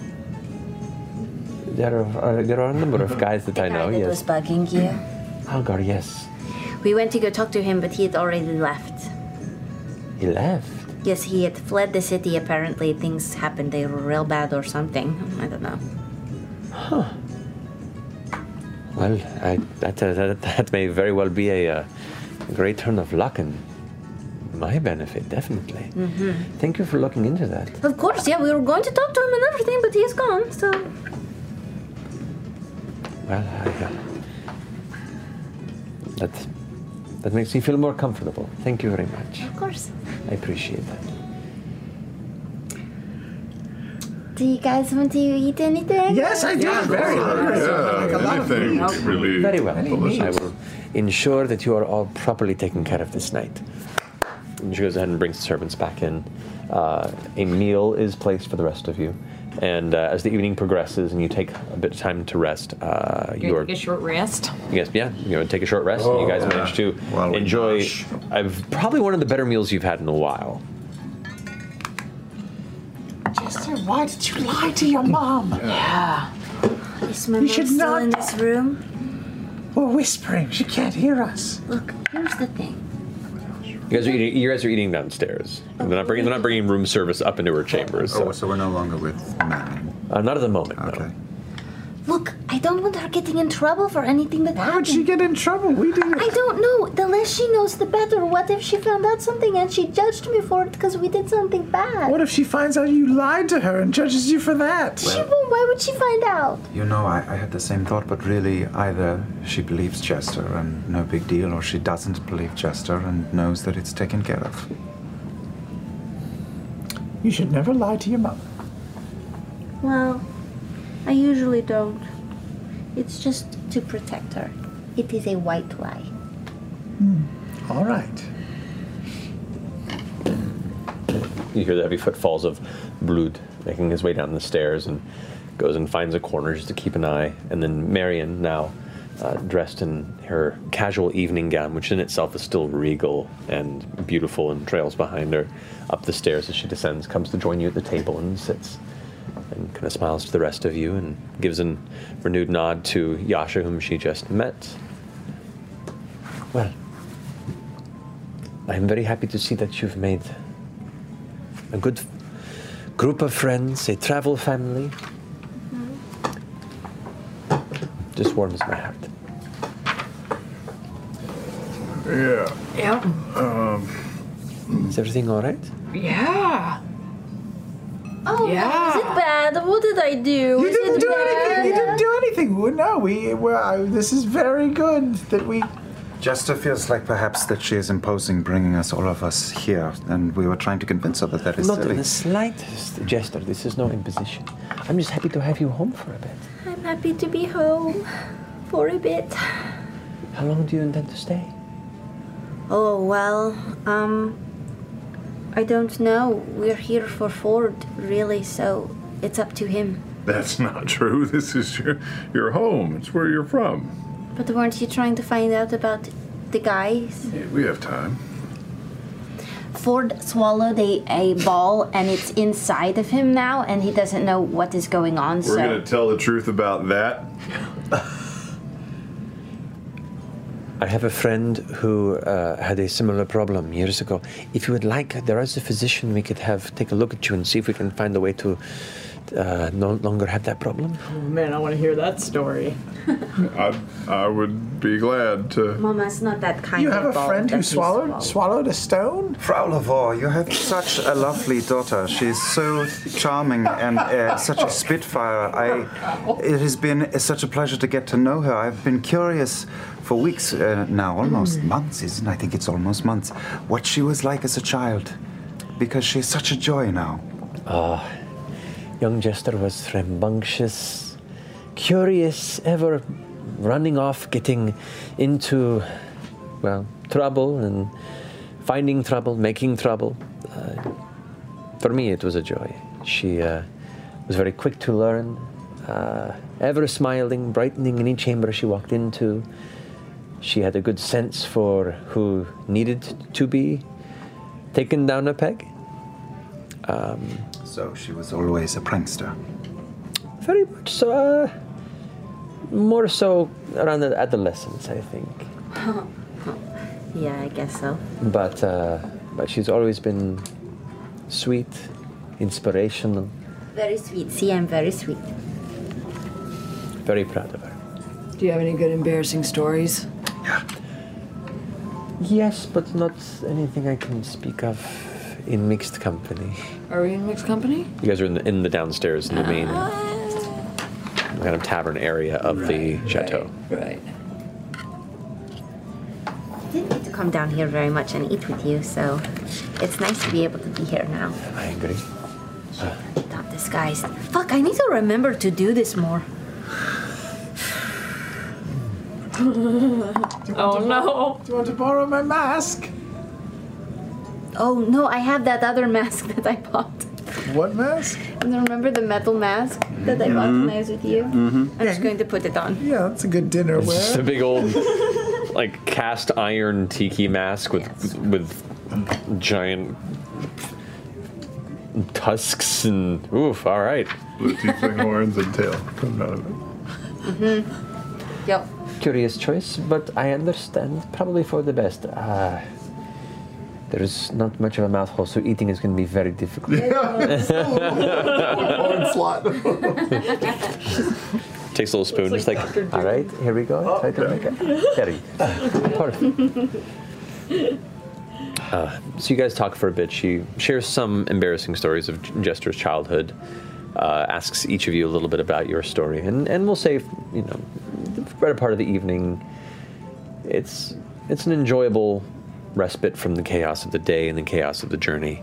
There are uh, there are a number of guys that I know. that was Oh, Yes, bugging you. Oh, Algar. Yes, We went to go talk to him, but he had already left. he left. Yes, he had fled the city. Apparently, things happened. They were real bad or something. I don't know. Huh. Well, I, that, uh, that, that may very well be a uh, great turn of luck and my benefit, definitely. Mm-hmm. Thank you for looking into that. Of course, yeah, we were going to talk to him and everything, but he's gone, so. Well, I, uh, that, that makes me feel more comfortable. Thank you very much. Of course. I appreciate that. Do you guys want to eat anything? Yes, I do. Yeah, very hungry. anything would be really Very well. Any delicious. I will ensure that you are all properly taken care of this night. And she goes ahead and brings the servants back in. Uh, a meal is placed for the rest of you. And uh, as the evening progresses and you take a bit of time to rest, uh, you You gonna are take a short rest. Yes, yeah. You know, take a short rest, and you guys Oh, yeah. manage to enjoy. I've probably one of the better meals you've had in a while. Jester, why did you lie to your mom? Yeah. Is my You mom should still not- in this room? We're whispering. She can't hear us. Look, here's the thing. You guys are eating. You guys are eating downstairs. They're not bringing. They're not bringing room service up into her chambers. So, Oh, so we're no longer with Matt. Uh, not at the moment. Okay. Look, I don't want her getting in trouble for anything that happened. How would she get in trouble? We didn't. I don't know. The less she knows, the better. What if she found out something and she judged me for it because we did something bad? What if she finds out you lied to her and judges you for that? She won't. Why would she find out? You know, I, I had the same thought, but really, either she believes Chester and no big deal, or she doesn't believe Chester and knows that it's taken care of. You should never lie to your mother. Well, I usually don't. It's just to protect her. It is a white lie. All right. You hear the heavy footfalls of Blood making his way down the stairs and goes and finds a corner just to keep an eye. And then Marion, now uh, dressed in her casual evening gown, which in itself is still regal and beautiful, and trails behind her up the stairs as she descends, comes to join you at the table and sits and kind of smiles to the rest of you and gives a renewed nod to Yasha, whom she just met. Well, I'm very happy to see that you've made a good f- group of friends, a travel family. Just warms my heart. Yeah. Yep. Um, Is everything all right? Yeah. Oh, Yeah. is it bad? What did I do? You Is didn't it do bad? anything. You didn't do anything. Well, No, we. Well, I, this is very good that we. Jester feels like perhaps that she is imposing bringing us, all of us, here, and we were trying to convince her that that is Not silly. in the slightest, Jester. This is no imposition. I'm just happy to have you home for a bit. I'm happy to be home for a bit. How long do you intend to stay? Oh well, um, I don't know. We're here for Ford, really, so it's up to him. That's not true. This is your your home. It's where you're from. But weren't you trying to find out about the guys? We have time. Ford swallowed a, a ball, and it's inside of him now, and he doesn't know what is going on. We're gonna tell the truth about that. I have a friend who uh, had a similar problem years ago. If you would like, there is a physician we could have take a look at you and see if we can find a way to uh, no longer have that problem. Oh man, I want to hear that story. I I would be glad to. Mama, it's not that kind. You have a friend who swallowed swallowed a stone. Frau Lavore, you have such a lovely daughter. She's so charming and uh, such a spitfire. I, it has been uh, such a pleasure to get to know her. I've been curious for weeks uh, now, almost months, isn't? it? I think it's almost months. What she was like as a child, because she's such a joy now. Ah, young Jester was rambunctious, curious, ever running off, getting into, well, trouble and finding trouble, making trouble. Uh, for me, it was a joy. She uh, was very quick to learn, uh, ever smiling, brightening any chamber she walked into. She had a good sense for who needed to be taken down a peg. Um, So she was always a prankster. very much so. Uh, more so around the adolescence, I think. yeah, I guess so. But uh, but she's always been sweet, inspirational. Very sweet. See, I'm very sweet. very proud of her. Do you have any good embarrassing stories? Yes, but not anything I can speak of in mixed company. Are we in mixed company? You guys are in the, in the downstairs in the main kind of tavern area of the chateau. Right. didn't get to come down here very much and eat with you, so it's nice to be able to be here now. I agree. Uh, Not disguised. Fuck, I need to remember to do this more. oh no. Do you want to borrow my mask? Oh no, I have that other mask that I bought. What mask? Remember the metal mask that I bought when I was with you? Mhm. I'm just going to put it on. Mm-hmm. Yeah, that's a good dinner It's just a big old, like cast iron tiki mask with with giant tusks and oof. All right, blue teeth and horns and tail coming out of it. Mm-hmm. Yep. Curious choice, but I understand. Probably for the best. Ah, there is not much of a mouth hole, so eating is going to be very difficult. Takes a little spoon, just like all right, here we go. Try to make it. There you Uh, so you guys talk for a bit. She shares some embarrassing stories of Jester's childhood. Uh, asks each of you a little bit about your story, and and we'll say, you know, the better part of the evening. It's it's an enjoyable respite from the chaos of the day and the chaos of the journey.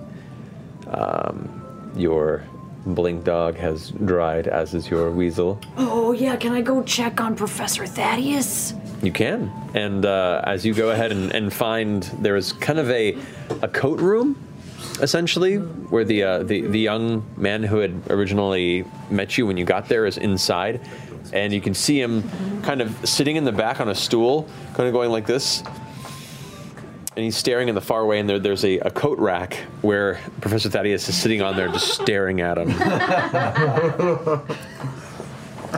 Um, your blink dog has dried, as is your weasel. Oh yeah, can I go check on Professor Thaddeus? You can. And uh, as you go ahead and, and find, there is kind of a, a coat room, essentially, where the, uh, the, the young man who had originally met you when you got there is inside. And you can see him kind of sitting in the back on a stool, kind of going like this. And he's staring in the far away, and there, there's a, a coat rack where Professor Thaddeus is sitting on there just staring at him.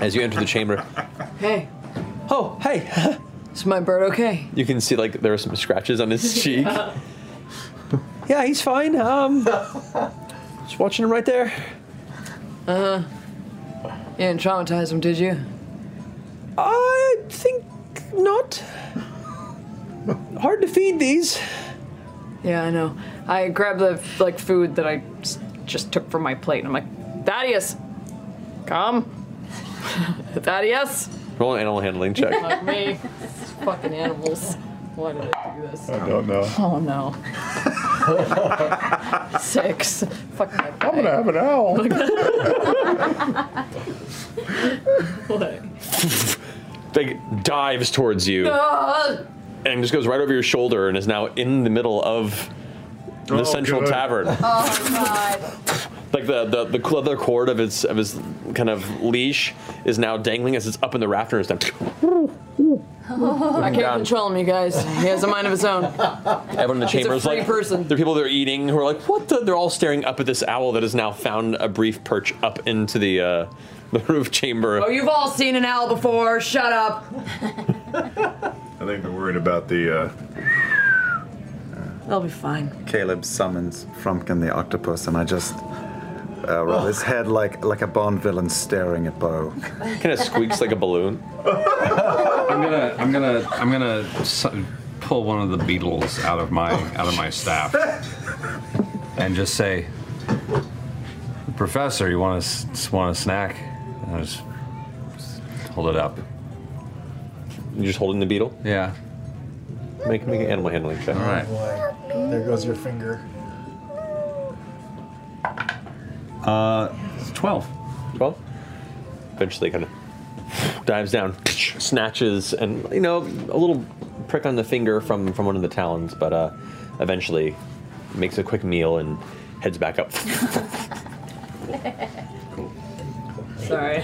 As you enter the chamber, Hey. Oh, hey. Is my bird okay? you can see like there are some scratches on his cheek. Yeah, he's fine. Um, just watching him right there. Uh huh. You didn't traumatize him, did you? I think not. Hard to feed these. Yeah, I know. I grabbed the like food that I s- just took from my plate, and I'm like, Thaddeus, come, Thaddeus. Roll an animal handling check. Fuck me, These fucking animals. Why did I do this? I don't know. Oh no. Six. Fuck my I'm gonna have an owl. what? like dives towards you Ah! and just goes right over your shoulder and is now in the middle of the Oh, central good. tavern. Oh god. Like the, the the leather cord of his of his kind of leash is now dangling as it's up in the rafter and it's down. I can't Done. control him, you guys. He has a mind of his own. Oh, Everyone in the He's a chamber is free like person. there are people that are eating who are like what the? They're all staring up at this owl that has now found a brief perch up into the uh, the roof chamber. Oh, you've all seen an owl before. Shut up. I think they're worried about the. Uh, They'll be fine. Caleb summons Frumpkin the octopus, and I just uh, roll his head like like a Bond villain staring at Bo. Kind of squeaks like a balloon. I'm gonna, I'm gonna, I'm gonna su- pull one of the beetles out of my out of my staff and just say, "Professor, you want to want a snack?" And I just hold it up. You're just holding the beetle. Yeah. Make make an animal handling check. All right. There goes your finger. Uh, twelve. Twelve. Eventually, kind of dives down, snatches, and you know, a little prick on the finger from from one of the talons, but uh, eventually makes a quick meal and heads back up. Sorry.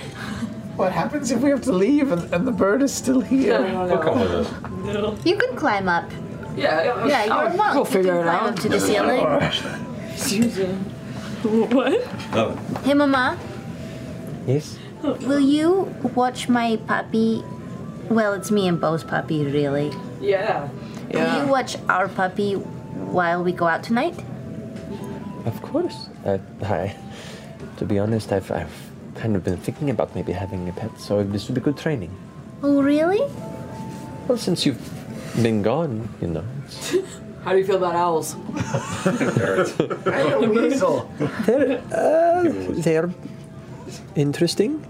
What happens if we have to leave and, and the bird is still here? No, no, no. You can climb up. Yeah, Yeah, you're I'll, a monk. We'll You figure can it climb out. up to the ceiling. What? Oh. Hey, Mama, Yes? will you watch my puppy? Well, it's me and Bo's puppy, really. Yeah. Will you watch our puppy while we go out tonight? Of course. Uh, I, to be honest, I've, I've kind of been thinking about maybe having a pet, so this would be good training. Oh, really? Well, since you've been gone, you know. How do you feel about owls? They're, uh, they're interesting.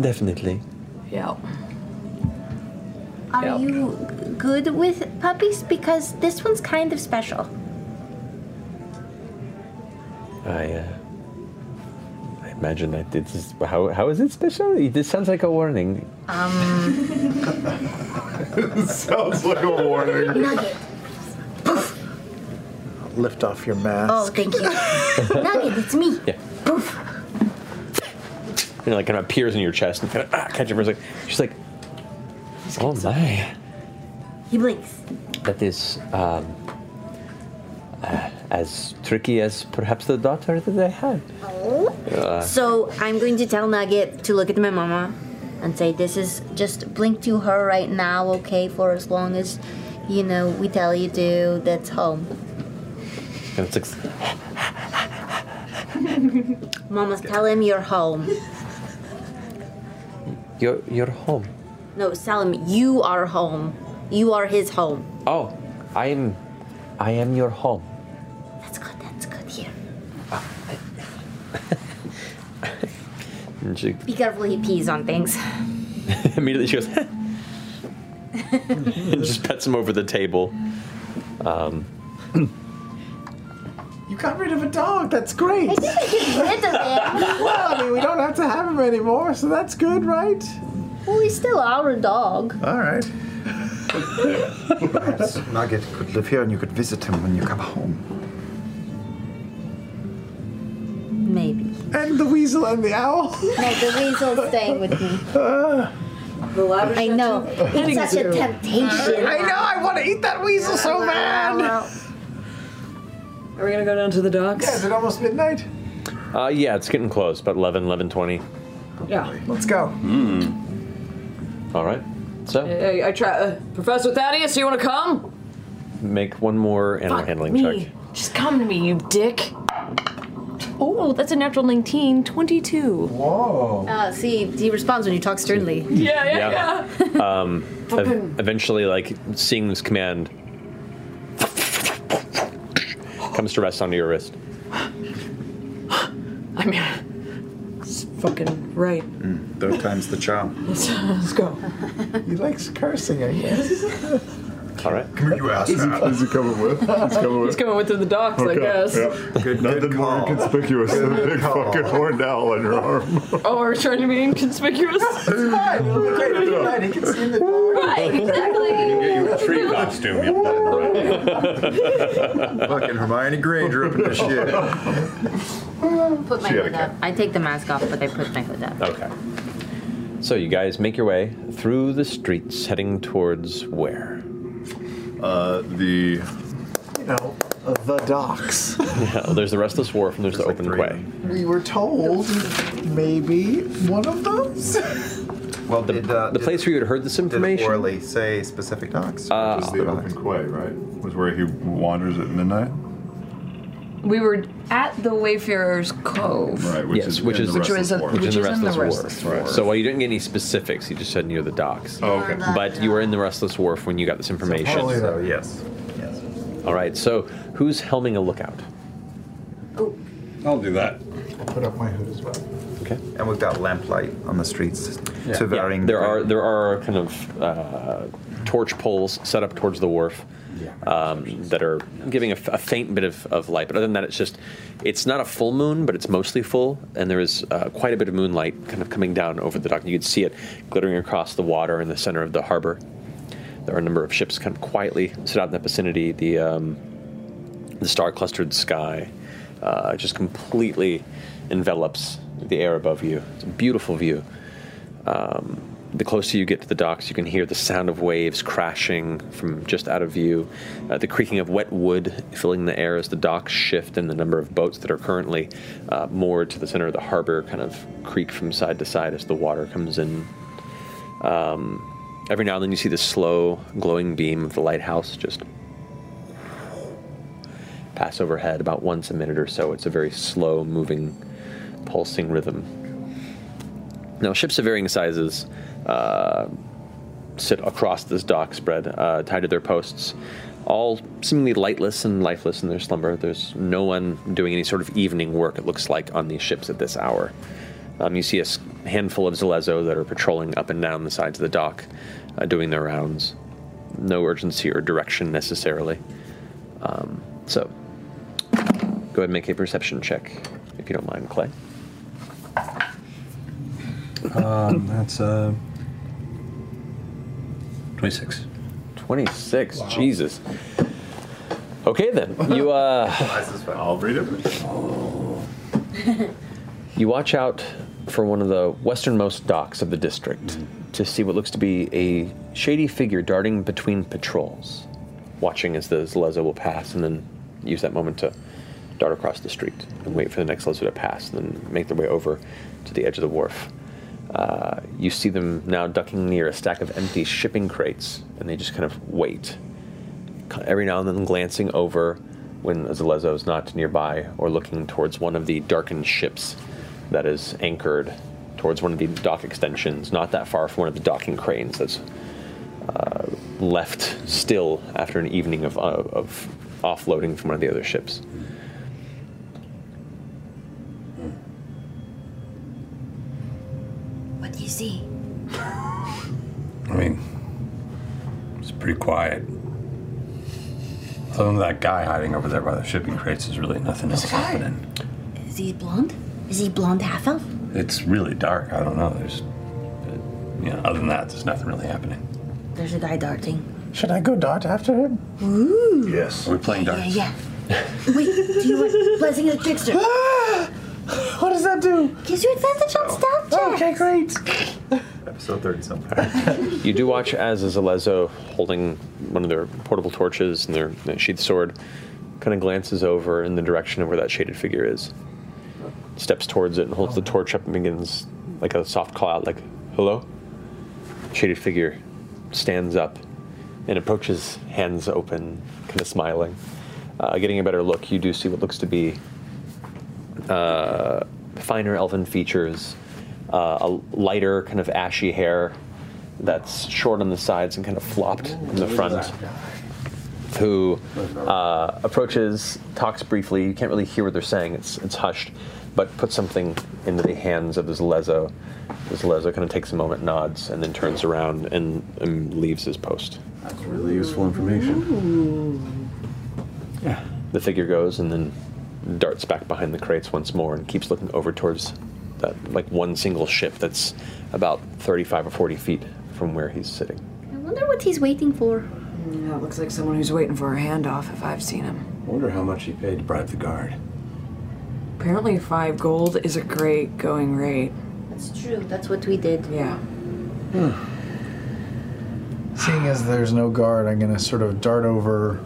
Definitely. Yeah. Are you good with puppies? Because this one's kind of special. I, uh, I imagine that this is how, how is it special? This sounds like a warning. Um, Sounds like a warning. Lift off your mask. Oh, thank you. Nugget, it's me. Yeah. You know, like kind of appears in your chest and kind of ah, catch it for a second. She's like, oh my, He blinks. that is um, uh, as tricky as perhaps the daughter that I had. Oh. Uh, So I'm going to tell Nugget to look at my mama and say, "This is just blink to her right now, okay? For as long as you know we tell you to. That's home." and it's like, Mama, tell him you're home. you're, you're home. No, tell him you are home. You are his home. Oh, I am, I am your home. That's good. That's good. Here. And she Be careful. He pees on things. immediately she goes, and just pets him over the table. Um, You got rid of a dog. That's great. I didn't get rid of him. well, I mean, we don't have to have him anymore, so that's good, right? Well, he's still our dog. All right. Perhaps Nugget could live here and you could visit him when you come home. Maybe. And the weasel and the owl. No, the weasel's staying with me. I know. It's petting such zoo. a temptation. I know. I want to eat that weasel so bad. Are we gonna go down to the docks? Yeah, is it almost midnight? Uh, yeah, it's getting close, about 11, 11, 20. Yeah. Let's go. All right. So Hey, I try. Uh, Professor Thaddeus, you wanna come? make one more animal Fuck handling me. check. Just come to me, you dick. Oh, that's a natural 19, 22. Whoa. Uh, see, he responds when you talk sternly. Yeah, yeah, Yeah. Um, ev- Fucking- eventually, like seeing this command comes to rest onto your wrist. I mean, it's fucking right. Hmm, Third time's the charm. Let's, uh, let's go. He likes cursing, I guess. All right. Come here, you ass. Is he, is he coming with? He's coming with. He's coming with to the docks, I guess. Good, Nothing more conspicuous than a big fucking horned owl on your arm. Oh, are we trying to be inconspicuous? Right, he can see in the dark. Tree costume. You Fucking Hermione Granger up in this shit. Put my She had a hood up. I take the mask off, but I put my hood up. Okay. So you guys make your way through the streets, heading towards where? Uh, the. You know, the docks. Yeah, there's the Restless Wharf and there's, the Open Quay. We were told maybe one of those. Well, the, the place where you had heard this information. Did Orly say specific docs? Uh, Just The open quay, right? Was where he wanders at midnight. We were at the Wayfarer's Cove. Right, yes, which is which which was is in the Restless Wharf. Wharf. So while you didn't get any specifics, you just said near the docks. Oh, okay. But you were in the Restless Wharf when you got this information. probably So, that. yes. Yes. All right. So who's helming a lookout? Oh. I'll do that. I put up my hood as well. Okay. And we've got lamplight on the streets to varying. There are there are kind of uh, torch poles set up towards the wharf um, that are giving a, f- a faint bit of, of light. But other than that, it's just it's not a full moon, but it's mostly full, and there is uh, quite a bit of moonlight kind of coming down over the dock. You can see it glittering across the water in the center of the harbor. There are a number of ships kind of quietly sit out in that vicinity. The um, the star-clustered sky uh, just completely envelops the air above you. It's a beautiful view. Um, the closer you get to the docks, you can hear the sound of waves crashing from just out of view, uh, the creaking of wet wood filling the air as the docks shift, and the number of boats that are currently uh, moored to the center of the harbor kind of creak from side to side as the water comes in. Um, every now and then, you see the slow, glowing beam of the lighthouse just pass overhead about once a minute or so. It's a very slow moving, pulsing rhythm. Now, ships of varying sizes uh, sit across this dock spread, uh, tied to their posts, all seemingly lightless and lifeless in their slumber. There's no one doing any sort of evening work, it looks like, on these ships at this hour. Um, you see a s- handful of Zalezo that are patrolling up and down the sides of the dock, uh, doing their rounds. No urgency or direction necessarily. Um, so, go ahead and make a perception check, if you don't mind, Clay. Um, that's uh, 26. 26, Jesus. Okay then, you uh. I'll read it. You watch out for one of the westernmost docks of the district to see what looks to be a shady figure darting between patrols, watching as the Lezo will pass, and then use that moment to dart across the street and wait for the next Lezo to pass, and then make their way over to the edge of the wharf. Uh, you see them now ducking near a stack of empty shipping crates, and they just kind of wait every now and then glancing over when Zalezo is not nearby or looking towards one of the darkened ships that is anchored towards one of the dock extensions, not that far from one of the docking cranes that's uh, left still after an evening of, uh, of offloading from one of the other ships. What do you see? I mean, it's pretty quiet. Other than that guy hiding over there by the shipping crates, there's really nothing else happening. Is he blonde? Is he blonde half elf? It's really dark. I don't know. There's, uh, you know, other than that, there's nothing really happening. There's a guy darting. Should I go dart after him? Ooh. Yes. We're playing Yeah, dark. yeah. Wait, do you want blessing of the trickster? What does that do? Oh, Gives you advantage on stealth checks. Okay, great. Episode 30 something. you do watch as Zalezo, holding one of their portable torches and their, their sheath sword, kind of glances over in the direction of where that shaded figure is. Steps towards it and holds Oh. the torch up and begins like a soft call out, like, hello? Shaded figure stands up and approaches, hands open, kind of smiling. Uh, getting a better look, you do see what looks to be uh, finer elven features, uh, a lighter kind of ashy hair that's short on the sides and kind of flopped in the look at front. that guy. Who uh, approaches, talks briefly. You can't really hear what they're saying; it's it's hushed. But puts something into the hands of this Lezo. This Lezo kind of takes a moment, nods, and then turns around and, and leaves his post. That's really useful information. Yeah. The figure goes and then darts back behind the crates once more and keeps looking over towards that like one single ship that's about 35 or 40 feet from where he's sitting. I wonder what he's waiting for. Yeah, it looks like someone who's waiting for a handoff if I've seen him. I wonder how much he paid to bribe the guard. Apparently, five gold is a great going rate. That's true. That's what we did. Yeah. Seeing as there's no guard, I'm gonna sort of dart over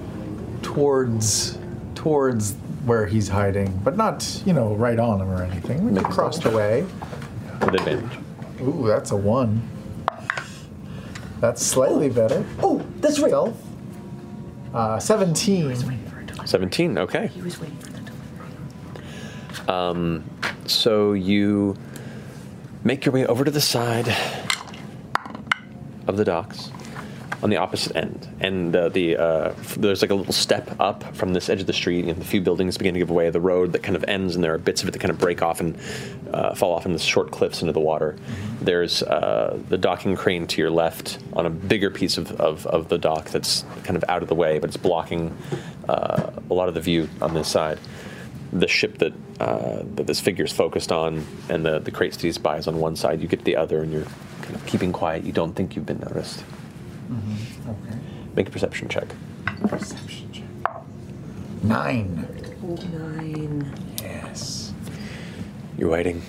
towards towards where he's hiding, but not you know right on him or anything. We can cross the way. With advantage. Ooh, that's a one. That's slightly better. Oh, that's right. Uh, Seventeen. 17, okay. He was waiting for the Um, so you make your way over to the side of the docks on the opposite end. And uh, the uh, f- there's like a little step up from this edge of the street, and the few buildings begin to give way. The road that kind of ends, and there are bits of it that kind of break off and uh, fall off in the short cliffs into the water. There's uh, the docking crane to your left on a bigger piece of, of, of the dock that's kind of out of the way, but it's blocking uh, a lot of the view on this side. The ship that, uh, that this figure's focused on and the, the crates that he's by is on one side. You get to the other, and you're kind of keeping quiet. You don't think you've been noticed. Mm-hmm. Make a perception check. Perception check. Nine. Nine. Yes. You're waiting.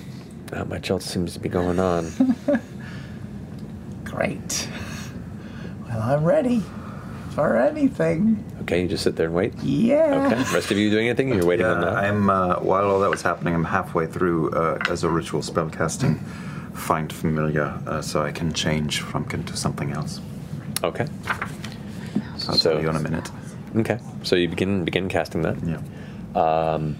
Not much else seems to be going on. Great. Well, I'm ready for anything. Okay, you just sit there and wait. Yeah. Okay. Rest of you doing anything? You're waiting on Yeah, that. I'm uh, while all that was happening, I'm halfway through uh, as a ritual spell casting, find familiar, uh, so I can change Frumpkin to something else. Okay. I'll tell you in a minute. Okay. So you begin begin casting that. Yeah. Um,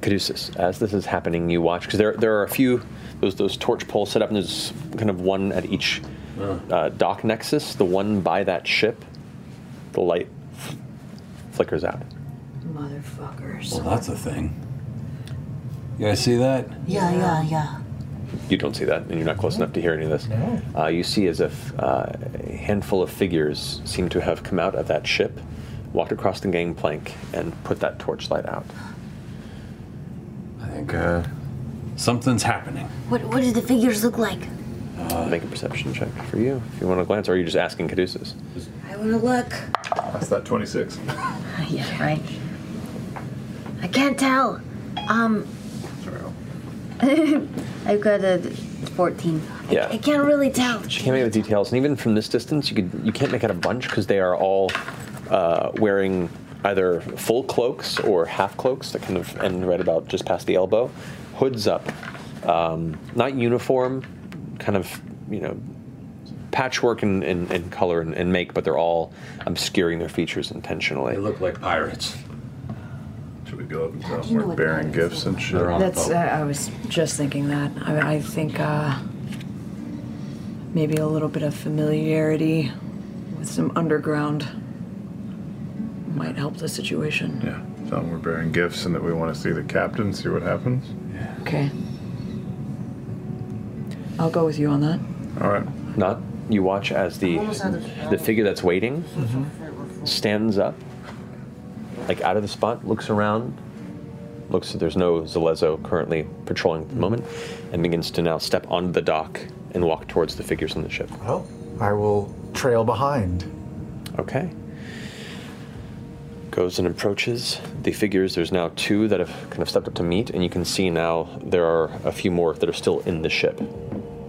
Caduceus, as this is happening, you watch because there, there are a few those those torch poles set up, and there's kind of one at each uh, dock nexus. The one by that ship, the light f- flickers out. Motherfuckers. Well, that's a thing. You guys see that? Yeah, yeah, yeah. You don't see that, and you're not close enough to hear any of this. Uh, you see as if uh, a handful of figures seem to have come out of that ship, walked across the gangplank, and put that torchlight out. I think uh, something's happening. What What do the figures look like? Make a perception check for you if you want to glance, or are you just asking Caduceus? I want to look. That's that 26. Uh, yeah, right. I can't tell. Um. I've got a 14. Yeah. I can't really tell. She can't make out the details, and even from this distance, you could you can't make out a bunch because they are all uh, wearing either full cloaks or half cloaks that kind of end right about just past the elbow, hoods up, um, not uniform, kind of you know patchwork and, and, and color and, and make, but they're all obscuring their features intentionally. They look like pirates. Should we go up and tell Do you know them we're what bearing gifts and shit? That's. Uh, I was just thinking that. I, I think uh, maybe a little bit of familiarity with some underground might help the situation. Yeah. Tell them we're bearing gifts and that we want to see the captain, see what happens. Okay. I'll go with you on that. All right. Not you watch as the the figure that's waiting stands up, like out of the spot, looks around, looks there's no Zalezo currently patrolling at the moment, and begins to now step onto the dock and walk towards the figures in the ship. Well, I will trail behind. Okay. Goes and approaches the figures. There's now two that have kind of stepped up to meet, and you can see now there are a few more that are still in the ship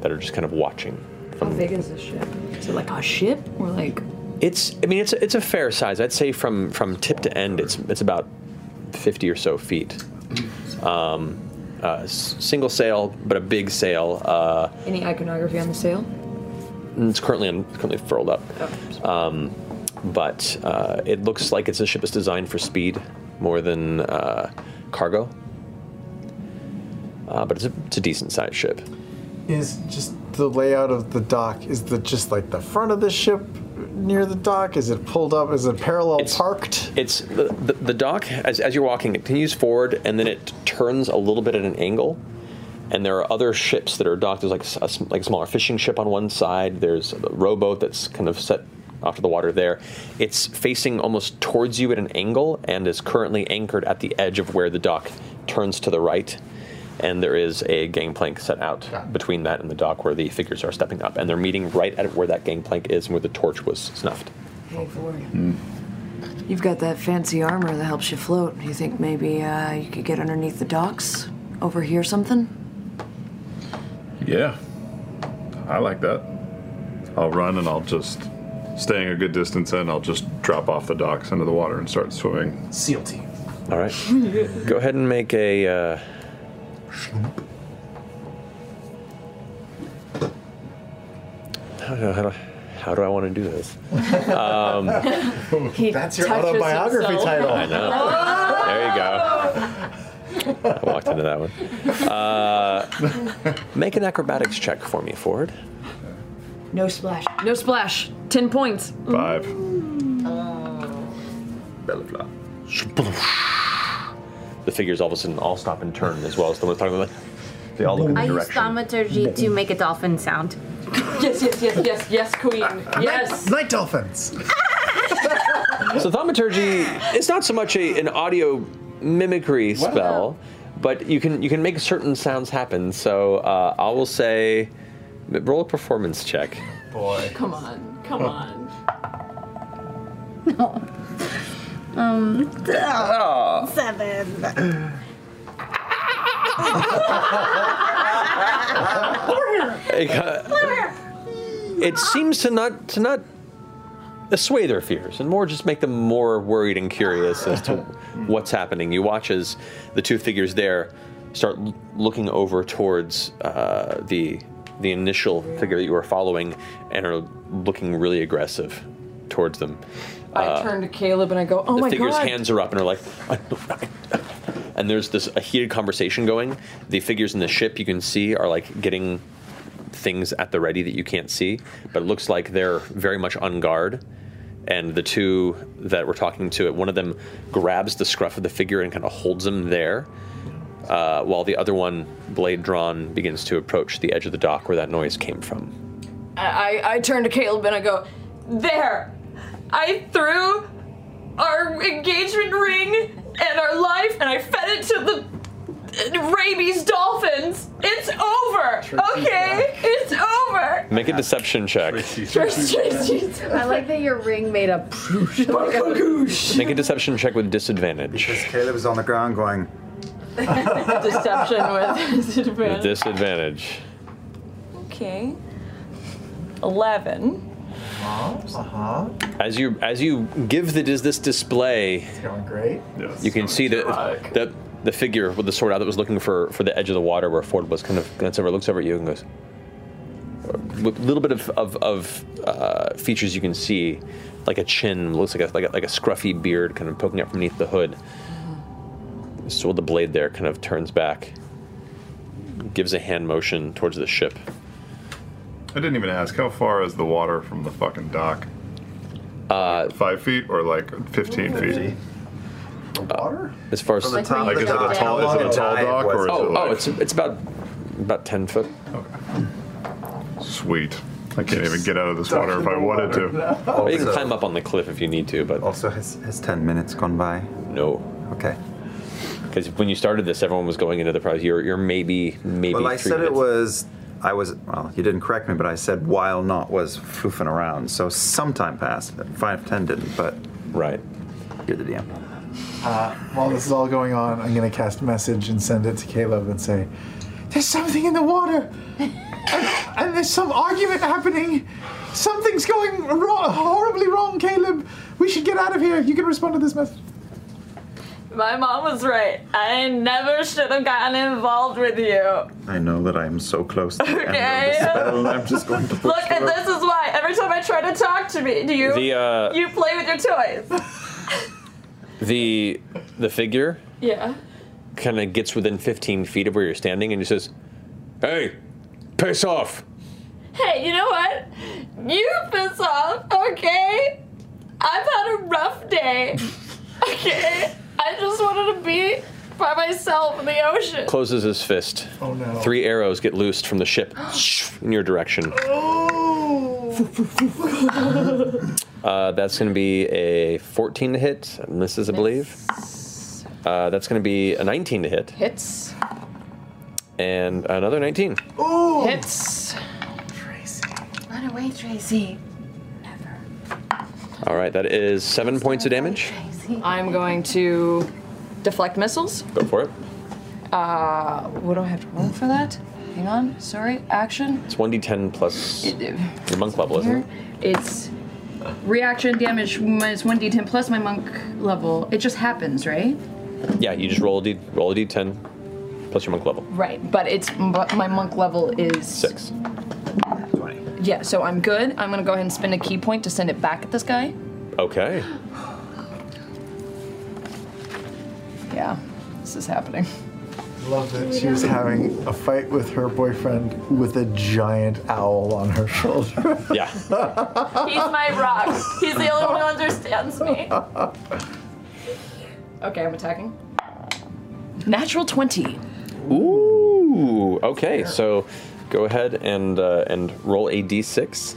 that are just kind of watching. How big is this ship? Is it like a ship or like? It's. I mean, it's a, it's a fair size. I'd say from from tip to end, it's it's about fifty or so feet. Um, uh, s- single sail, but a big sail. Uh, Any iconography on the sail? and it's currently un- currently furled up. Um, but uh, it looks like it's a ship that's designed for speed more than uh, cargo. Uh, but it's a, it's a decent sized ship. Is just the layout of the dock, is the just like the front of the ship near the dock? Is it pulled up? Is it parallel parked? It's the, the, the dock as, as you're walking. It continues forward and then it turns a little bit at an angle. And there are other ships that are docked. There's like s- a, sm- like smaller fishing ship on one side. There's a rowboat that's kind of set off to the water there. It's facing almost towards you at an angle and is currently anchored at the edge of where the dock turns to the right. And there is a gangplank set out between that and the dock where the figures are stepping up. And they're meeting right at where that gangplank is and where the torch was snuffed. Hey, Ford. You've got that fancy armor that helps you float. You think maybe uh, you could get underneath the docks, overhear something? Yeah. I like that. I'll run and I'll just, staying a good distance in, I'll just drop off the docks into the water and start swimming. SEAL team. All right. Go ahead and make a. Uh, how, do, how, do, how do I want to do this? Um, That's your autobiography title. I know. There you go. I walked into that one. Uh, make an acrobatics check for me, Ford. No splash. No splash. Ten points. Five. The figures all of a sudden all stop and turn as well as the ones talking about. They all look in the I use direction. thaumaturgy to make a dolphin sound. Yes, yes, yes, yes, yes, queen. Yes. Night dolphins. So thaumaturgy is not so much a, an audio mimicry spell, but you can you can make certain sounds happen. So uh, I will say, roll a performance check. Boy. Come on, come on. No. Oh. Um. Seven. It, uh, it seems to not to not assuage their fears and more just make them more worried and curious as to what's happening. You watch as the two figures there start l- looking over towards uh, the the initial figure that you were following and are looking really aggressive towards them. I turn to Caleb and I go, "Oh Uh. the my figure's god!" hands are up and are like, and there's this a heated conversation going. The figures in the ship you can see are like getting things at the ready that you can't see, but it looks like they're very much on guard. And the two that we're talking to, one of them grabs the scruff of the figure and kind of holds him there, uh, while the other one, blade drawn, begins to approach the edge of the dock where that noise came from. I, I I turn to Caleb and I go, There! I threw our engagement ring and our life and I fed it to the uh, rabies dolphins. It's over! Okay? It's over! Make a deception check. I like that your ring made a Make a deception check with disadvantage. Because Caleb is on the ground going, deception with With disadvantage. disadvantage. Okay. 11. Uh-huh. As you as you give the dis- this display, Going great. you can see that the the figure with the sword out that was looking for for the edge of the water where Ford was kind of glance over, looks over at you and goes. With a little bit of of, of uh, features you can see, like a chin, looks like a, like a like a scruffy beard, kind of poking out from beneath the hood. So the blade there kind of turns back, gives a hand motion towards the ship. I didn't even ask. How far is the water from the fucking dock? Uh, Five feet or like 15 feet? Water? As far as From the Like top where you of the go dock. down. Is it a How long tall the dive dock or was? is it oh, like- oh, it's it's about about ten foot. Sweet. I can't even get out of this water if I wanted to. Or you can climb up on the cliff if you need to, but also has has ten minutes gone by? No. Okay. Because when you started this, everyone was going into the prize. You're you're maybe maybe. well, I three said it minutes. was. I was. Well, you didn't correct me, but I said while not was foofing around. So some time passed. Five ten didn't, but right. You're the DM. Uh, while this is all going on, I'm going to cast message and send it to Caleb and say, There's something in the water! and, and there's some argument happening! Something's going wrong, horribly wrong, Caleb! We should get out of here! You can respond to this message. My mom was right. I never should have gotten involved with you. I know that I am so close. To the end of Okay. this battle, I'm just going to push Look, and through. this is why. Every time I try to talk to me, do you The, uh, you play with your toys? the the figure Yeah. kind of gets within 15 feet of where you're standing and he says, "Hey, piss off!" Hey, you know what? You piss off, okay? I've had a rough day. Okay? I just wanted to be by myself in the ocean. Closes his fist. Oh, no. Three arrows get loosed from the ship in your direction. Oh. Uh, that's going to be a 14 to hit. Misses, I believe. Uh, that's going to be a 19 to hit. Hits. And another 19. Ooh. Hits. Run away, Tracy. All right, that is seven points of damage. I'm going to deflect missiles. Go for it. Uh, what do I have to roll for that? Hang on. Sorry. Action. It's 1d10 plus your monk level, isn't Here. it? It's reaction damage minus 1d10 plus my monk level. It just happens, right? Yeah, you just roll a d roll a d10 plus your monk level. Right, but it's but my monk level is six. Yeah, so I'm good. I'm gonna go ahead and spend a key point to send it back at this guy. Okay. Yeah, this is happening. Love that she was having a fight with her boyfriend with a giant owl on her shoulder. Yeah. He's my rock. He's the only one who understands me. Okay, I'm attacking. Natural 20. Ooh. Okay, so go ahead and uh, and roll a d6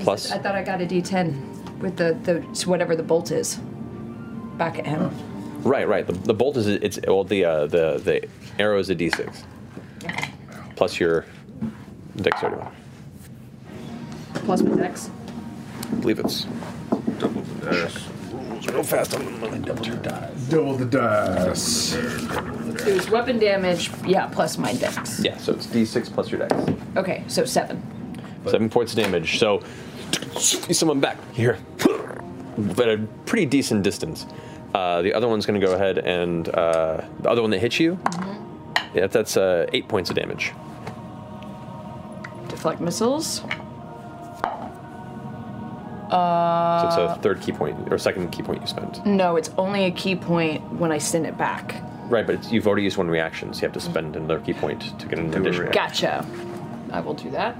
plus I thought I got a d10 with the, the it's whatever the bolt is back at him. Right, right. The, the bolt is it's well the uh, the the arrow is a d6 plus your dexterity. one. Plus my dex. I believe it's double the dice. Rolls real fast on the double the dice. Double the dice. It was weapon damage, yeah, plus my dex. Yeah, so it's d6 plus your dex. Okay, so seven. Seven points of damage. So you summon back here, but a pretty decent distance. Uh, the other one's going to go ahead and uh, the other one that hits you. Mm-hmm. Yeah, that's uh, eight points of damage. Deflect missiles. Uh, So Uh. it's a third key point or second key point you spent. no, it's only a key point when I send it back. Right, but it's, you've already used one reaction, so you have to spend another key point to get an additional. Gotcha. I will do that.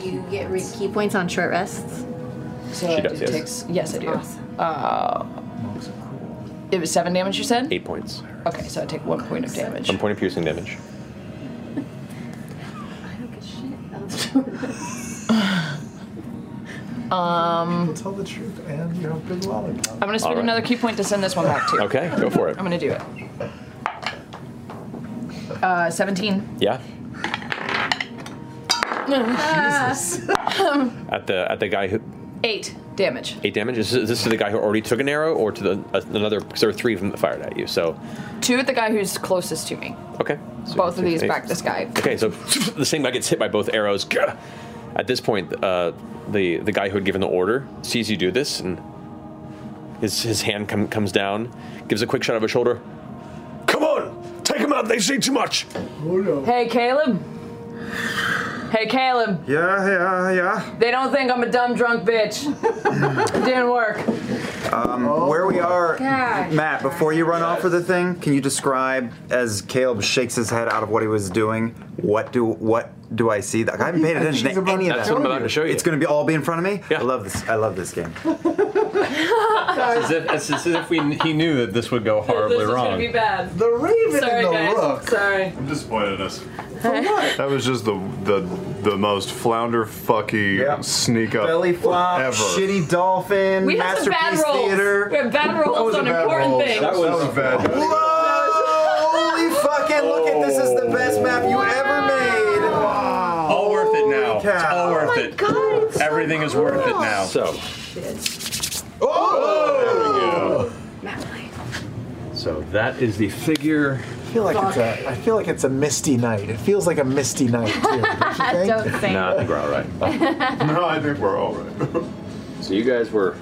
Do you get re- key points on short rests? So She it does, yes. takes- yes, I do. Uh, it was seven damage, you said? Eight points. Okay, so I take one point of damage. One point of piercing damage. Um, Tell the truth, and you're a big lollipop. I'm gonna spend Alright. another key point to send this one back to you. Okay, go for it. I'm gonna do it. Uh, 17. Yeah. Jesus. At the at the guy who Um, Eight damage. eight damage. Is this to the guy who already took an arrow, or to the uh, another? Because there were three of them that fired at you. So Two at the guy who's closest to me. okay. So Both of these eight. back this guy. Okay, so the same guy gets hit by both arrows. Gah! At this point, uh, the the guy who had given the order sees you do this, and his his hand com- comes down, gives a quick shot of his shoulder. Come on, take him out. They see too much. Hey, Caleb. Hey, Caleb. Yeah, yeah, yeah. They don't think I'm a dumb drunk bitch. it didn't work. Um, where we are, Gosh. Matt, before you run off with the thing, can you describe as Caleb shakes his head out of what he was doing? What do what do I see? I haven't paid I think attention he's to about any to of that. That's what I'm about to show you. It's going to be all be in front of me. I love this. I love this game. It's as if, it's as if we, he knew that this would go horribly wrong. bad. The raven Sorry, and the guys. rook. Sorry. I'm disappointed in us. For what? That was just the the the most flounder fucky sneak up Belly flop, ever. shitty dolphin, We had some masterpiece bad rolls. theater. We had bad rolls That was a on bad important roll. things. That was- That was bad. Whoa! Holy fucking! Look at this! Is the best map you ever made. All worth it now. It's all Oh worth it. God, Everything is worth it now. So, Oh! so that is the figure. I feel like it's a. I feel like it's a misty night. It feels like a misty night too. Don't think. No, I think we're all right. no, I think we're all right. so you guys were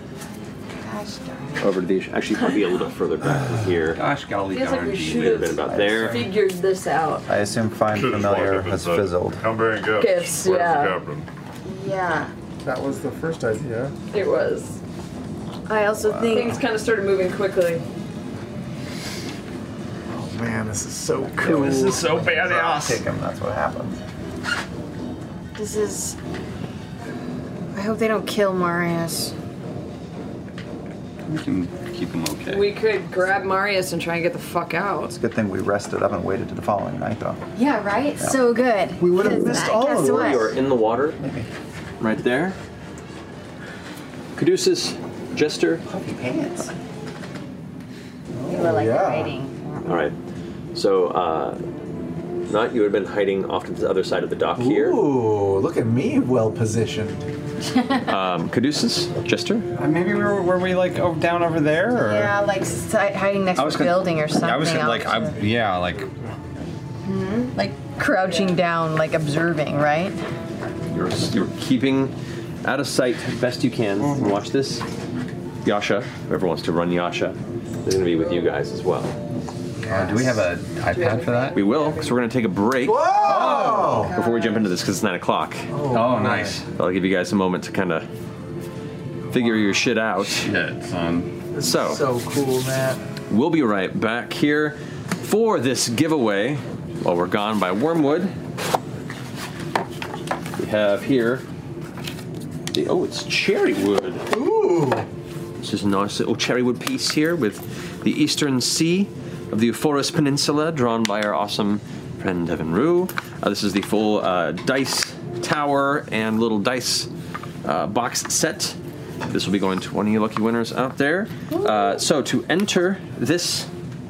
over to the actually probably a little bit further back from here. Gosh, golly Feels like darn we gee. should have been about there. Figured this out. I assume find familiar has fizzled. Come very good. Gifts, Where's the yeah. Yeah, That was the first idea. it was. I also think things kind of started moving quickly. Oh man, this is so cool. this is so badass. Take him. That's what happens. This is. I hope they don't kill Marius. We can keep him okay. We could grab Marius and try and get the fuck out. It's a good thing we rested up and waited to the following night, though. Yeah, right? So good. We would have missed all of them. You are in the water, right there. Caduceus, Jester. pants. You were like Yeah. waiting. All right. So, uh, not you had been hiding off to the other side of the dock here. Ooh, look at me, well positioned. Um, Caduceus, Jester. Uh, maybe we were, were we like oh, down over there? Or? Yeah, like si- hiding next to I a was gonna- building or something. I was gonna, I'll- like, I, yeah, like Mhm. like crouching down, like observing, right? You're, you're keeping out of sight best you can. And watch this. Yasha, whoever wants to run Yasha, is going to be with you guys as well. Uh, do we have an iPad for that? We will, because we're going to take a break Oh. before we jump into this, because it's 9 o'clock. Oh, nice. I'll give you guys a moment to kind of figure your shit out. Shit, son. So, So cool, Matt. we'll be right back here for this giveaway while we're gone by Wormwood. We have here the, oh, it's cherry wood. Ooh. This is a nice little cherry wood piece here with the eastern sea of the Euphorus Peninsula, drawn by our awesome friend Devin Rue. Uh, this is the full uh, dice tower and little dice uh, box set. This will be going to one of you lucky winners out there. Uh, so to enter this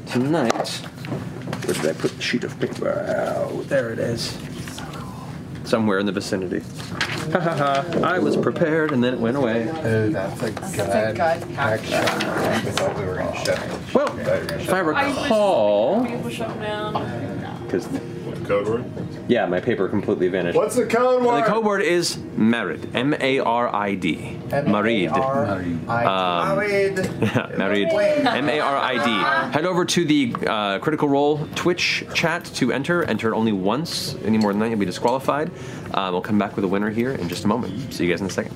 tonight, where did I put the sheet of paper? Oh, there it is. Somewhere in the vicinity. Ha ha ha! I was prepared, and then it went away. that's a good, we were going to shut Well, if I recall, because code word? Yeah, my paper completely vanished. What's the code The word? code word is married. M A R I D. Married. Um, Married. M A R I D. Head over to the uh, Critical Role Twitch chat to enter. Enter only once. Any more than that, you'll be Uh, disqualified. Um, we'll come back with a winner here in just a moment. See you guys in a second.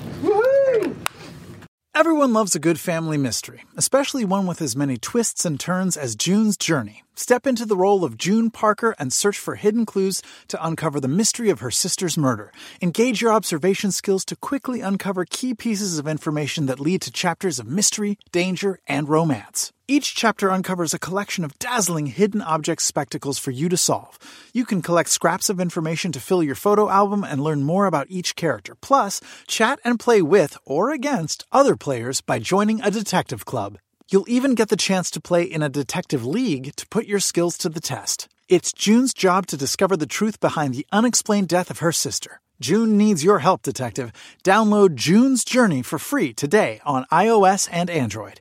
Everyone loves a good family mystery, especially one with as many twists and turns as June's journey. Step into the role of June Parker and search for hidden clues to uncover the mystery of her sister's murder. Engage your observation skills to quickly uncover key pieces of information that lead to chapters of mystery, danger, and romance. Each chapter uncovers a collection of dazzling hidden object spectacles for you to solve. You can collect scraps of information to fill your photo album and learn more about each character. Plus, chat and play with or against other players by joining a detective club. You'll even get the chance to play in a detective league to put your skills to the test. It's June's job to discover the truth behind the unexplained death of her sister. June needs your help, detective. Download June's Journey for free today on iOS and Android.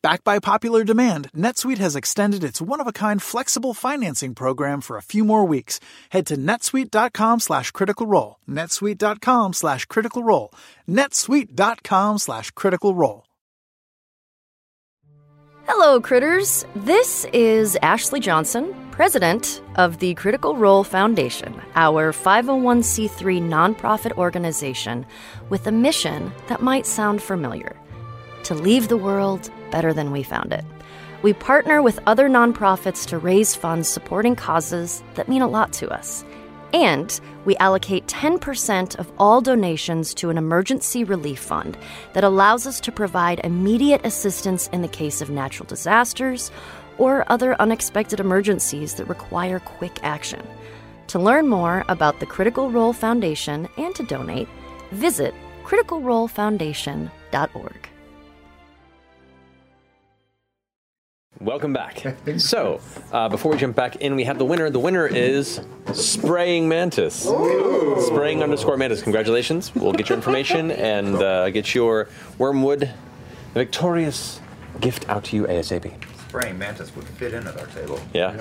Backed by popular demand, NetSuite has extended its one-of-a-kind flexible financing program for a few more weeks. Head to netsuite.com slash critical role, netsuite.com slash critical role, netsuite.com slash critical role. Hello, critters. This is Ashley Johnson, president of the Critical Role Foundation, our 501c3 nonprofit organization with a mission that might sound familiar to leave the world better than we found it. We partner with other nonprofits to raise funds supporting causes that mean a lot to us. And we allocate 10% of all donations to an emergency relief fund that allows us to provide immediate assistance in the case of natural disasters or other unexpected emergencies that require quick action. To learn more about the Critical Role Foundation and to donate, visit criticalrolefoundation.org. Welcome back. So, uh, before we jump back in, we have the winner. The winner is Spraying Mantis. Spraying underscore Mantis. Congratulations. We'll get your information and uh, get your Wormwood victorious gift out to you ASAP. Spraying mantis would fit in at our table. Yeah.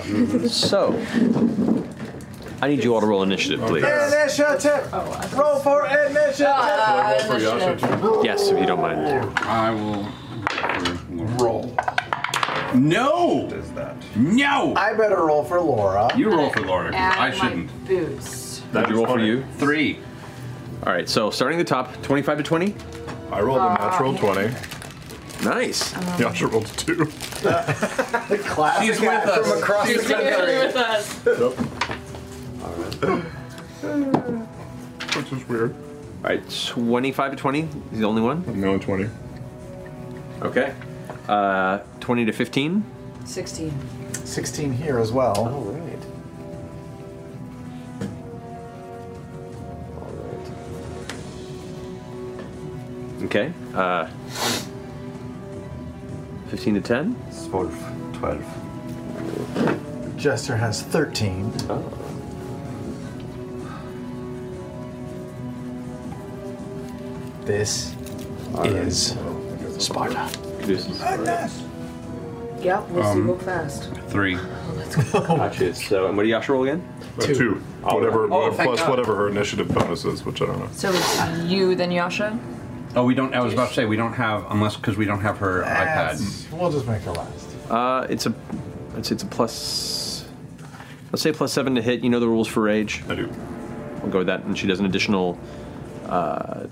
so, I need you all to roll initiative, please. Initiative! Roll for initiative! Yes, if you don't mind. I will roll. No! Does that? No! I better roll for Laura. You roll for Laura. 'cause Add I my shouldn't. Boots. Did you roll for you? Three. All right, so starting at the top, 25 to 20. I rolled a natural 20. Nice. Yasha rolled a two. Classic She's with act us. From across She's the country. with us. Hmm. Which is weird. All right, 25 to 20 is the only one? No, 20. Okay. Uh, 20 to 15. 16. 16 here as well. All right. Okay. Uh, 15 to 10. 12. 12. Jester has 13. Oh. This is Sparta. This is Yep, we'll Um, see real fast. three. Which is so. And what do you have to roll again? Two. Whatever, Oh, thank plus God. whatever her initiative bonus is, which I don't know. So it's you then, Yasha? Oh, we don't. I was about to say we don't have unless because we don't have her iPad. We'll just make it last. Uh, it's a, let's say it's a plus. Let's say plus seven to hit. You know the rules for rage. I do. We'll go with that, and she does an additional. Uh,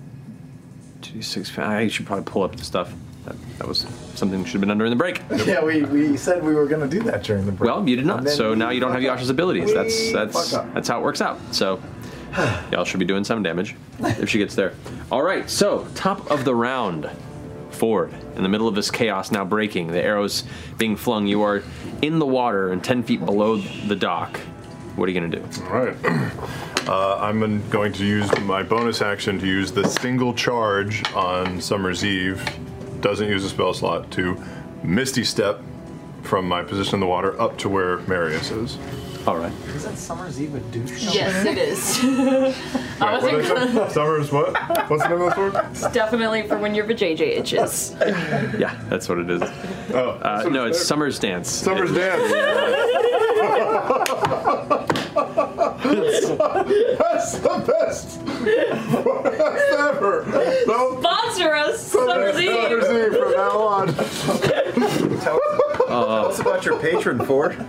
two six. I should probably pull up the stuff. That, that was something should have been under in the break. Yeah, we, we said we were going to do that during the break. Well, you did not. And then So we now you don't have fucked up. Yasha's abilities. We That's that's fucked up. that's how it works out. So y'all should be doing some damage if she gets there. All right. So top of the round, Ford. In the middle of this chaos now breaking, the arrows being flung. You are in the water and ten feet below the dock. What are you gonna do? All right. Uh, I'm gon- going to use my bonus action to use the single charge on Summer's Eve. Doesn't use a spell slot to Misty Step from my position in the water up to where Marius is. All right. Isn't Summer's Eve a douche? Yes, it is. I Wait, what did I say? wasn't. Summer's what? What's the name of the It's definitely for when your vajayjay itches. Yeah, that's what it is. Oh, uh, no, it's Summer's Dance. Summer's Dance. That's the best best ever. Sponsor us, Summer's Eve. Summer's Eve from now on. Um, Tell us about your patron, Ford. he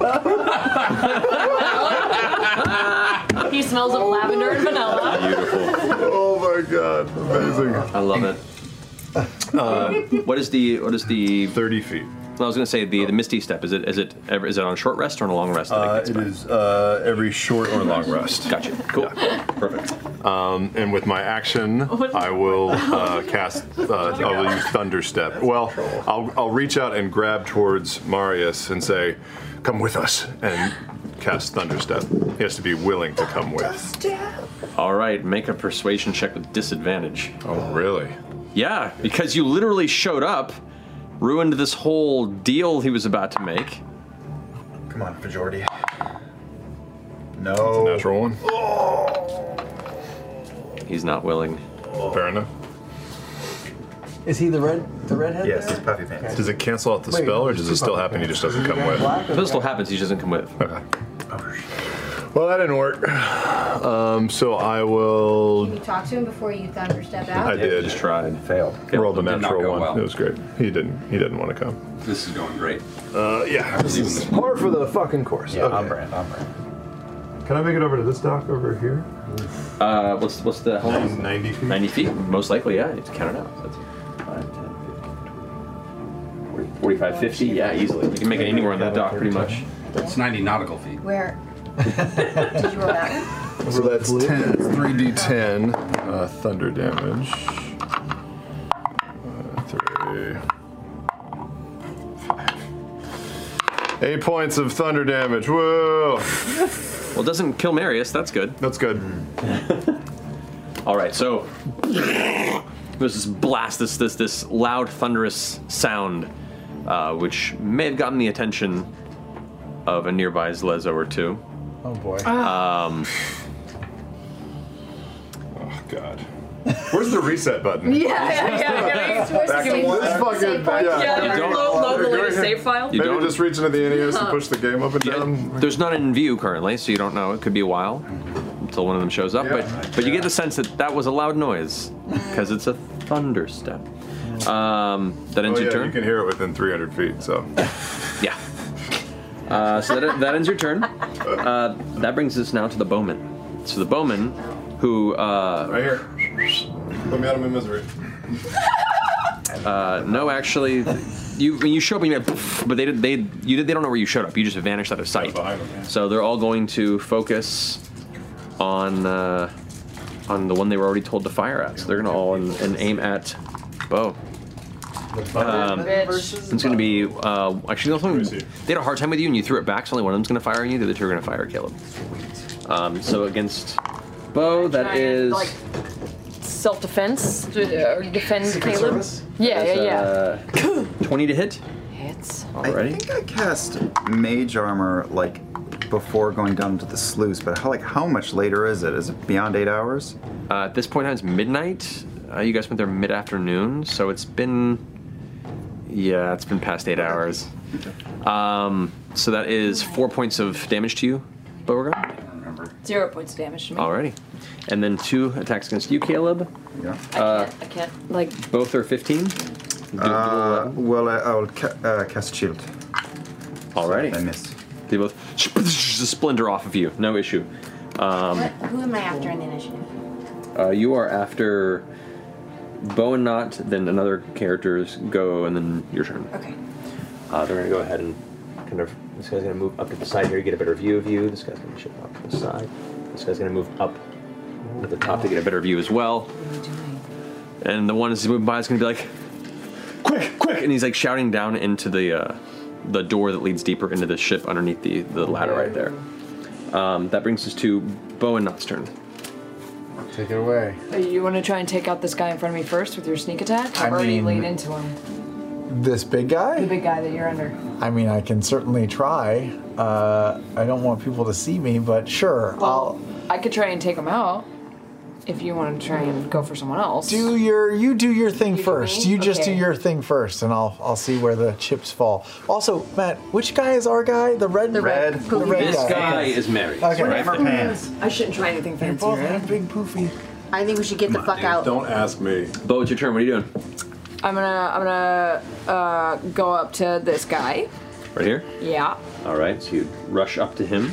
smells of lavender and vanilla. oh my god, amazing! I love it. Uh, what is the what is the thirty feet? I was gonna say the, the misty step. Is it is it ever, is it on a short rest or on a long rest? that Uh, gets it by? is uh, every short or long rest. Gotcha. Cool. Perfect. Um, and with my action, I will uh, cast. Uh, I will use Thunder Step. Well, I'll, I'll reach out and grab towards Marius and say, "Come with us," and cast Thunder Step. He has to be willing to come with. All right, make a persuasion check with disadvantage. Oh, really? Yeah, because you literally showed up, ruined this whole deal he was about to make. Come on, Pajordi. No. That's a natural one. He's not willing. Fair enough. Is he the red the redhead? Yes, it's Puffy Pants. Does it cancel out the Wait, spell, or does it it's still Puffy happen? He Pants. just doesn't come Is he with. black or If it still happens, he just doesn't come with. Okay. Well, that didn't work. Um, so I will. Can you talk to him before you thunder step out? I did. Just tried. Failed. Rolled a Did not natural go one. well. It was great. He didn't. He didn't want to come. This is going great. Uh, yeah. This is par for the fucking course. Yeah, on brand. On brand. Can I make it over to this dock over here? Uh, what's what's the how long? 90 feet. 90 feet, most likely, yeah. You have to count it out. That's 5, 10, 15, 45, 50, yeah, easily. You can make it anywhere on that dock, pretty much. It's 90 nautical feet. Where? did you roll that So that's 10, 3d10 uh, thunder damage. Uh, three. Five. Eight points of thunder damage. Whoa! Well, it doesn't kill Marius, that's good. That's good. All right, so there's this blast, this this this loud thunderous sound, uh, which may have gotten the attention of a nearby Zlezo or two. Oh boy. Um, oh God. Where's the reset button? yeah, yeah. Back to one. This fucking. Yeah, Don't- low, low the Go latest ahead. save file. You Maybe don't- just reach into the NES and push the game up and down. There's none in view currently, so you don't know. It could be a while until one of them shows up. But but you get the sense that that was a loud noise because it's a thunder step. Um, that ends oh, yeah, your turn. You can hear it within 300 feet, so. Yeah. Uh, so that, that ends your turn. Uh, that brings us now to the bowman. So the bowman, who uh, Right here. Let me out of my misery. Uh, no, actually, you when you show up, and you went, "Poof," but they did they you did they don't know where you showed up. You just vanished out of sight. So they're all going to focus on uh, on the one they were already told to fire at. So they're gonna all and, and aim at Bo. Um, it's gonna be uh, actually the only one- they had a hard time with you and you threw it back. So only one of them's gonna fire you. The other two are gonna fire at Caleb. Um, so against Bo, that is. Like self defense? Or defend Secret Caleb? Service? Yeah, yeah, uh, yeah. yeah. Uh, Twenty to hit. Hits. I think I cast mage armor like before going down to the sluice, but how like how much later is it? Is it beyond eight hours? Uh, at this point, it's midnight. Uh, you guys went there mid afternoon, so it's been. Yeah, it's been past eight hours. Um, so that is four points of damage to you, Beauregard. Zero points of damage to me. Alrighty. And then two attacks against you, Caleb. Yeah. Uh, I can't, like, both are 15. Uh, well, I, I will ca- uh, cast shield. Alrighty. I missed. They both splinter off of you, no issue. Um, What- who am I after in the initiative? uh, you are after Bow and Knot, then another character's go, and then your turn. Okay. Uh, they're gonna go ahead and kind of. This guy's gonna move up to the side here to get a better view of you. This guy's gonna shift off to the side. This guy's gonna move up to the top to get a better view as well. And the one that's moving by is gonna be like, "Quick, quick!" And he's like shouting down into the uh, the door that leads deeper into the ship underneath the the ladder right there. Um, that brings us to Bow and Knot's turn. Take it away. Uh, You want to try and take out this guy in front of me first with your sneak attack? I I've already mean- laid into him. This big guy? The big guy that you're under. I mean, I can certainly try. Uh, I don't want people to see me, but sure. Well, I could try and take him out if you want to try and go for someone I'll else. do your you do your thing first. me? You just do Okay. your thing first, and I'll I'll see where the chips fall. Also, Matt, which guy is our guy? The red, the red, the red this guy Okay. is married. Okay. right? Whatever. I shouldn't try anything They fancy, both right? have big poofy. I think we should get the fuck out. ask me. Bo, it's your turn. What are you doing? I'm gonna I'm gonna uh, go up to this guy. Right here. Yeah. All right. So you rush up to him.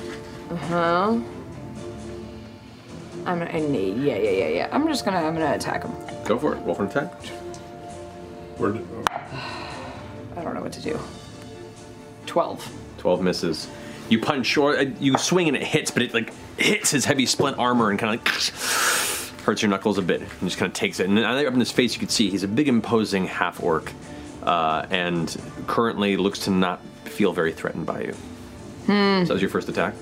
Uh huh. I'm gonna, I need, yeah, yeah, yeah, yeah. I'm just gonna, I'm gonna attack him. Go for it. Roll for an attack. Where did, I don't know what to do. Twelve. 12 misses. You punch or uh, you swing and it hits, but it like hits his heavy splint armor and kind of like hurts your knuckles a bit and just kind of takes it. And now that you're up in his face, you can see he's a big, imposing half orc uh, and currently looks to not feel very threatened by you. Hmm. So that was your first attack.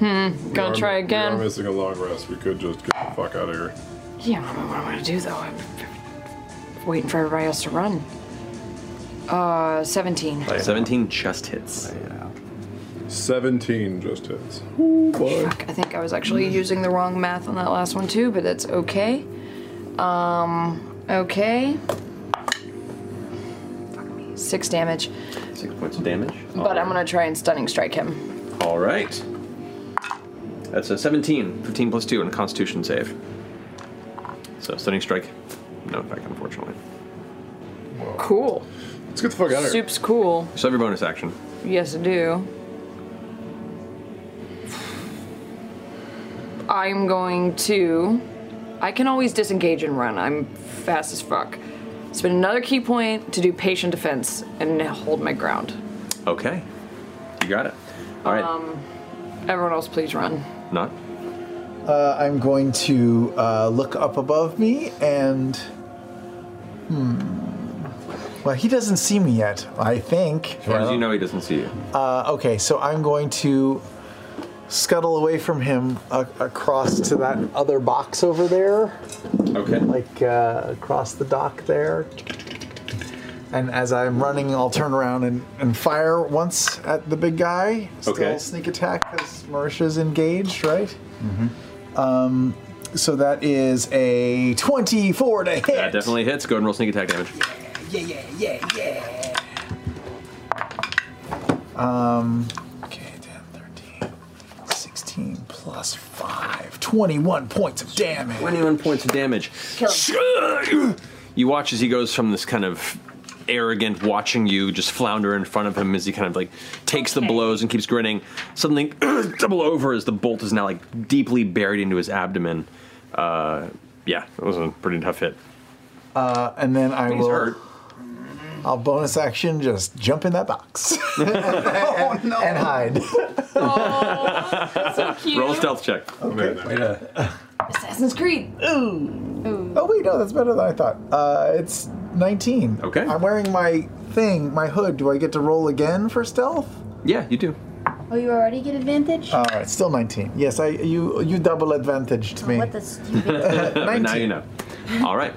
Hmm. Gonna try We are again. missing a long rest. We could just get the fuck out of here. Yeah, I don't know what I'm gonna do though. I'm waiting for everybody else to run. Uh, seventeen. 17 just hits. 17 just hits. Fuck, I think I was actually using the wrong math on that last one too, but that's okay. Um, okay. Fuck me. Six damage, Six points of damage. but I'm gonna try and stunning strike him. All right. That's a 17, 15 plus 2 and a constitution save. So stunning strike. No effect, unfortunately. Cool. Let's get the fuck out of here. Soup's cool. So every bonus action. Yes, I do. I'm going to. I can always disengage and run. I'm fast as fuck. Spend another key point to do patient defense and hold my ground. Okay. You got it. All right. Um, everyone else, please run. Not. Uh, I'm going to uh, look up above me and. Hmm. Well, he doesn't see me yet, I think. As far as you know, he doesn't see you. Uh, okay, so I'm going to scuttle away from him uh, across to that other box over there. Okay. Like uh, across the dock there. And as I'm running, I'll turn around and, and fire once at the big guy. Still Okay. sneak attack because Marisha's engaged, right? Um, so that is a 24 to hit. That definitely hits. Go ahead and roll sneak attack damage. Yeah, yeah, yeah, yeah. Um, okay, 10, 13, 16 plus 5, 21 points of damage. 21 points of damage. You watch as he goes from this kind of arrogant watching you just flounder in front of him as he kind of like takes the blows and keeps grinning. Suddenly, double over as the bolt is now like deeply buried into his abdomen. Uh, yeah, that was a pretty tough hit. Uh, and then I He's will. hurt. I'll bonus action just jump in that box. oh, no. And hide. so cute. Roll a stealth check. Assassin's Creed. Ooh. Oh, wait, no, that's better than I thought. Uh, it's 19. Okay. I'm wearing my thing, my hood. Do I get to roll again for stealth? Yeah, you do. Oh, you already get advantage? All right, still 19. Yes, I you you double advantaged me. What the But now 19. you know. All right.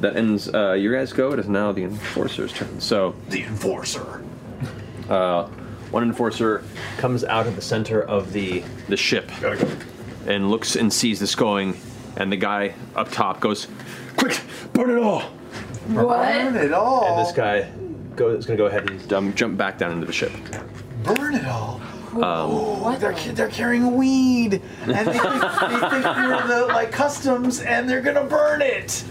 That ends uh, your guys' go. It is now the enforcer's turn. So the enforcer. Uh, one enforcer comes out of the center of the the ship and looks and sees this going, and the guy up top goes, "Quick, burn it all!" What? Burn it all. Oh. And this guy goes, is going to go ahead and um, jump back down into the ship. Burn it all. Um, Oh, they're, ca- they're carrying weed, and they think, they think you're the like customs, and they're gonna burn it.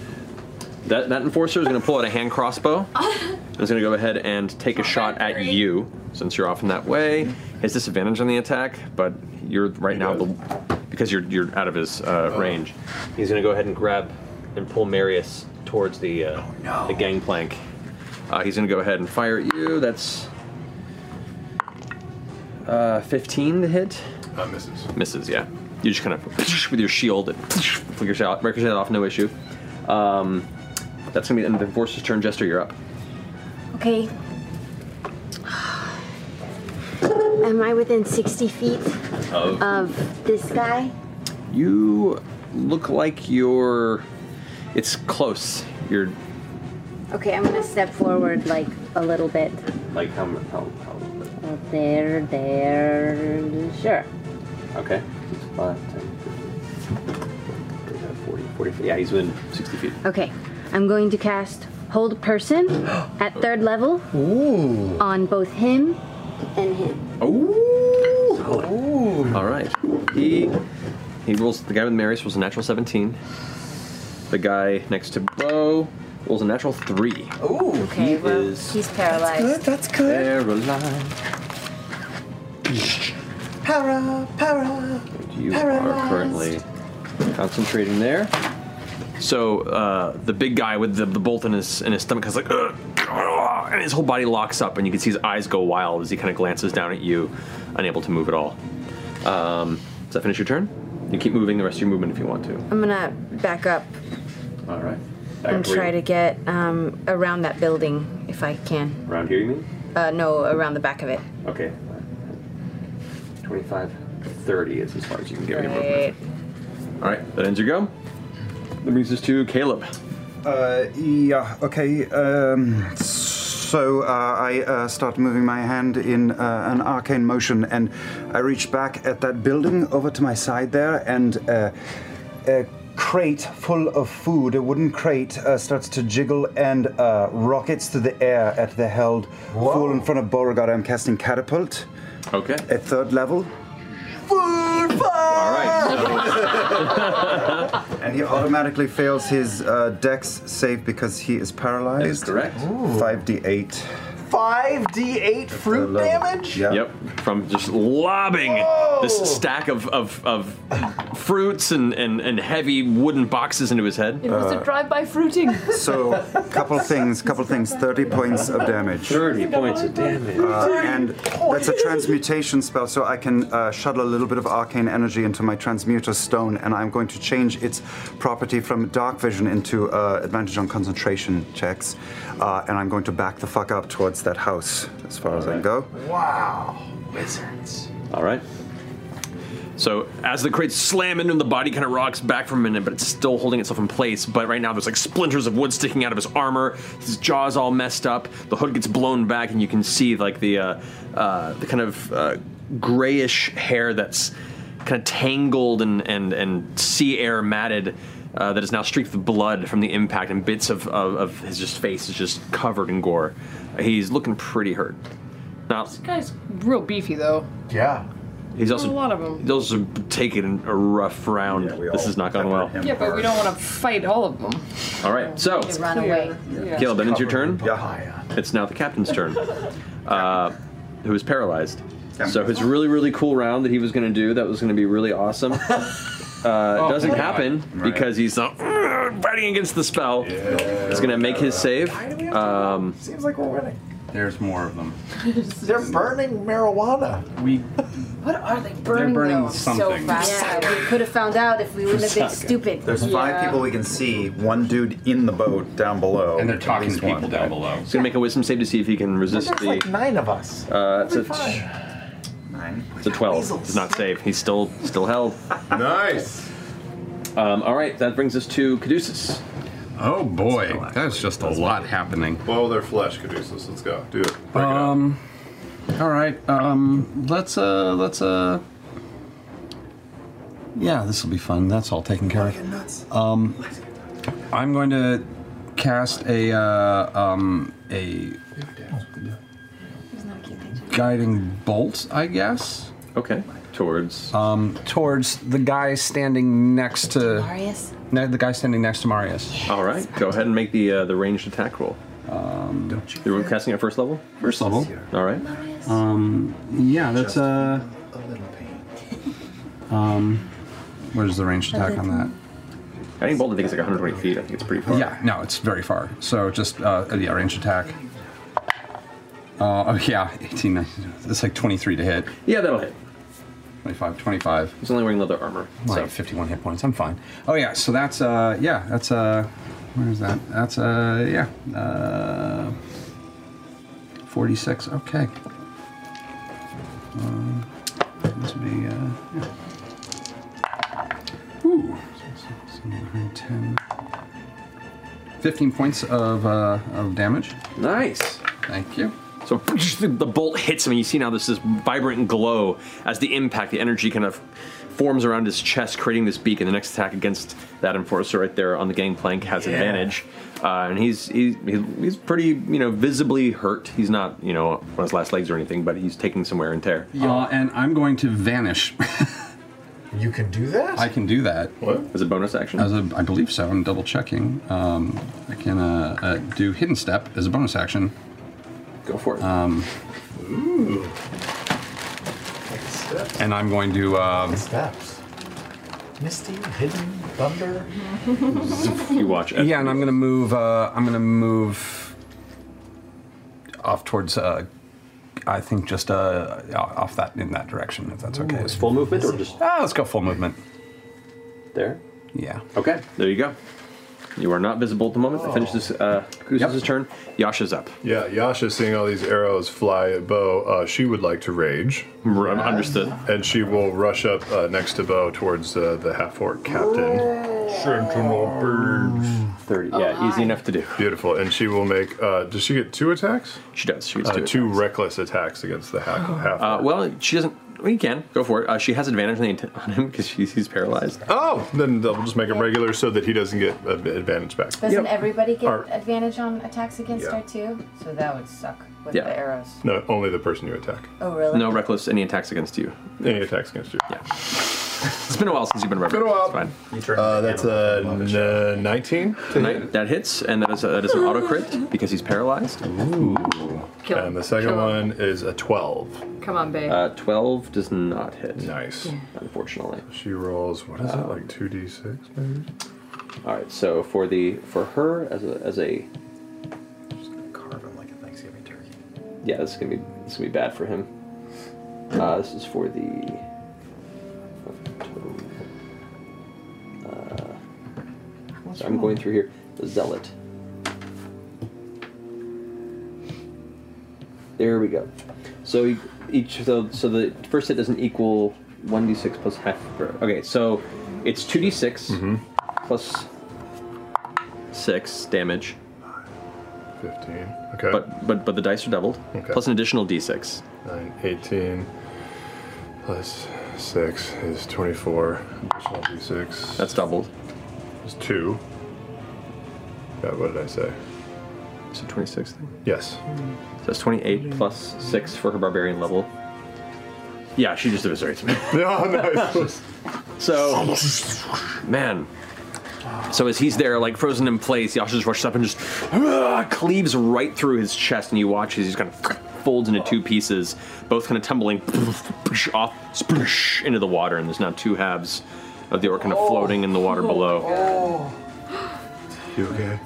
that that enforcer is going to pull out a hand crossbow. And is going to go ahead and take a shot at you since you're off in that way. He has disadvantage on the attack, but you're right now the, because you're you're out of his uh, range. He's going to go ahead and grab and pull Marius towards the uh, the gangplank. Uh, he's going to go ahead and fire at you. That's uh, 15 to hit. Uh, misses. Misses, yeah. You just kind of with your shield, it figures out, breaks it off, no issue. Um, that's gonna be the end of the enforcer's turn. Jester, you're up. Okay. Am I within 60 feet Of? of this guy? You look like you're. It's close. You're Okay, I'm gonna step forward like a little bit. like how? how, Oh, there, there. Sure. how okay. Six, five, 10, 15, 40, 40 feet. Yeah, he's within 60 feet. Okay, I'm going to cast Hold Person at third level Ooh. on both him and him. Ooh. All right. He he rolls. The guy with Marius rolls a natural 17. The guy next to Bo rolls a natural three. Ooh. he is He's paralyzed. That's paralyzed. Para, para. You Paralyzed. are currently concentrating there. So uh, the big guy with the, the bolt in his in his stomach is like, "Ugh, ugh," and his whole body locks up, and you can see his eyes go wild as he kind of glances down at you, unable to move at all. Um, does that finish your turn? You can keep moving the rest of your movement if you want to. I'm gonna back up All right. and try to get um, around that building if I can. Around here, you mean? Uh, no, around the back of it. Okay. 25, 30 is as far as you can get. your movement. Right. All right, that ends your go. That brings us to Caleb. Uh, yeah, okay. Um, so uh, I uh, start moving my hand in uh, an arcane motion and I reach back at that building over to my side there and uh, a crate full of food, a wooden crate, uh, starts to jiggle and uh, rockets to the air at the held full in front of Beauregard. I'm casting Catapult. Okay. At third level. Food right. And he automatically fails his uh, dex save because he is paralyzed. That is correct. Five d eight. Five d8 fruit level. damage. Yeah. Yep. From just lobbing this stack of, of, of fruits and, and, and heavy wooden boxes into his head. It was a drive-by fruiting. So, couple things, couple things. Thirty points of damage. Uh, Thirty points of damage. and that's a transmutation spell, so I can uh, shuttle a little bit of arcane energy into my transmuter stone, and I'm going to change its property from dark vision into uh, advantage on concentration checks, uh, and I'm going to back the fuck up towards that house as far as I can go. Wow, wizards. All right. So as the crates slam into him, the body kind of rocks back for a minute, but it's still holding itself in place. But right now, there's like splinters of wood sticking out of his armor. His jaw's all messed up. The hood gets blown back, and you can see like the uh, uh, the kind of uh, grayish hair that's kind of tangled and and and sea air matted. Uh, that is now streaked with blood from the impact, and bits of, of, of his just face is just covered in gore. He's looking pretty hurt. Now, This guy's real beefy though. Yeah. He's also a lot of 'em. He's also taking a rough round. this is not going well. Yeah, but we don't want to fight all of them. All right, so They run away. Yeah. Caleb, then it's your turn. It's now the captain's turn, uh, who is paralyzed. So his really really cool round that he was going to do that was going to be really awesome uh, doesn't right. happen Right. because he's uh, fighting against the spell. He's going to make his save. Um, Seems like we're winning. There's more of them. They're burning marijuana. We What are they burning? burning though? something. So fast. we could have found out if we wouldn't have been stupid. There's five people we can see. One dude in the boat down below. And they're talking to people down below. He's going to make a wisdom save to see if he can resist There's the. like nine of us. Uh, it's a We'll be fine. It's a 12. Does not save. He's still still held. nice. Um, all right, that brings us to Caduceus. Oh boy, that's just a lot happening. Well, they're flesh, Caduceus. Let's go. Do it. Um. Uh, All right. Um. Let's uh. Let's uh. Yeah, this will be fun. That's all taken care of. Um, I'm going to cast a uh, um, a guiding bolt, I guess. Okay. Towards um, towards the guy standing next to Marius. Ne- the guy standing next to Marius. All right, go ahead and make the uh, the ranged attack roll. Um, you were casting at first level. First level. All right. Um, yeah, that's uh, um, what is the ranged attack on that? I think Bolt, I think it's like 120 feet. I think it's pretty far. Yeah, no, it's very far. So just uh, yeah, ranged attack. Uh, oh yeah, 18, 19, It's like 23 to hit. Yeah, that'll hit. 25, 25. He's only wearing leather armor. Like so. 51 hit points. I'm fine. Oh yeah, so that's uh yeah, that's uh where is that? That's uh yeah. Uh 46. Okay. Um, this would be uh yeah. Ooh. 10. 15 points of uh of damage. Nice. Thank you. So the bolt hits him, and you see now this this vibrant glow as the impact, the energy kind of forms around his chest, creating this beak. And the next attack against that enforcer right there on the gangplank has Yeah. advantage, uh, and he's, he's he's he's pretty you know visibly hurt. He's not you know on his last legs or anything, but he's taking some wear and tear. Uh, and I'm going to vanish. You can do that? I can do that. What? As a bonus action? As a, I believe so. I'm double checking. Um, I can uh, uh, do hidden step as a bonus action. Go for it. Um, Ooh. and I'm going to. Um, Steps. Misty, hidden, thunder. you watch it. Yeah, and I'm going to move. Uh, I'm going to move off towards. Uh, I think just uh, off that in that direction, if that's okay. Ooh, is full movement or just- Ah, let's go full movement. There. Yeah. Okay. There you go. You are not visible at the moment. That finishes uh, Kuz's turn. Yasha's up. Yeah, Yasha, seeing all these arrows fly at Bo, uh, she would like to rage. Understood. And she will rush up uh, next to Bo towards uh, the half orc captain. Sentinel birds. 30, Oh, yeah, easy enough to do. Beautiful. And she will make, uh, does she get two attacks? She does. She gets uh, two reckless attacks against the Uh-huh. half, half Uh, well, she doesn't. Well, you can go for it. Uh, she has advantage on the int- on him because she's, he's paralyzed. Oh, then they'll just make him regular so that he doesn't get a- advantage back. Doesn't everybody get Or- advantage on attacks against Yeah. her too? So that would suck with Yeah. the arrows. No, only the person you attack. Oh really? No reckless. Any attacks against you? Any attacks against you? Yeah. It's been a while since you've been reckless. Been a while. It's fine. Uh, that's a n- 19 to Ni- That hits, and that is a, that is an auto crit because he's paralyzed. Ooh. Kill him. And the second Kill one is a 12. Come on, babe. Uh, 12 does not hit. Nice. Unfortunately. Uh, She rolls, what is it, like 2d6 maybe? All right, so for the for her as a as a Carve him like a Thanksgiving turkey. yeah, this is gonna be this is gonna be bad for him. Uh, this is for the. Uh, What's so Uh, I'm going through here. The zealot. There we go. So e- each so, so the first hit doesn't equal one d six plus half. or- Okay, so it's two d six Mm-hmm. plus six damage. 15. Okay. But but but the dice are doubled. Okay. Plus an additional d6. 9, 18 plus 6 is 24. Additional d6. That's doubled. It's 2. Yeah, Uh, what did I say? So 26 then? Yes. So that's 28 plus 6 for her barbarian level. Yeah, she just eviscerates me. nice. so, man. So as he's there, like frozen in place, Yasha just rushes up and just ah, cleaves right through his chest, and you watch as he's kind of folds into two pieces, both kind of tumbling off splish, into the water, and there's now two halves of the orc kind of floating in the water below. You okay?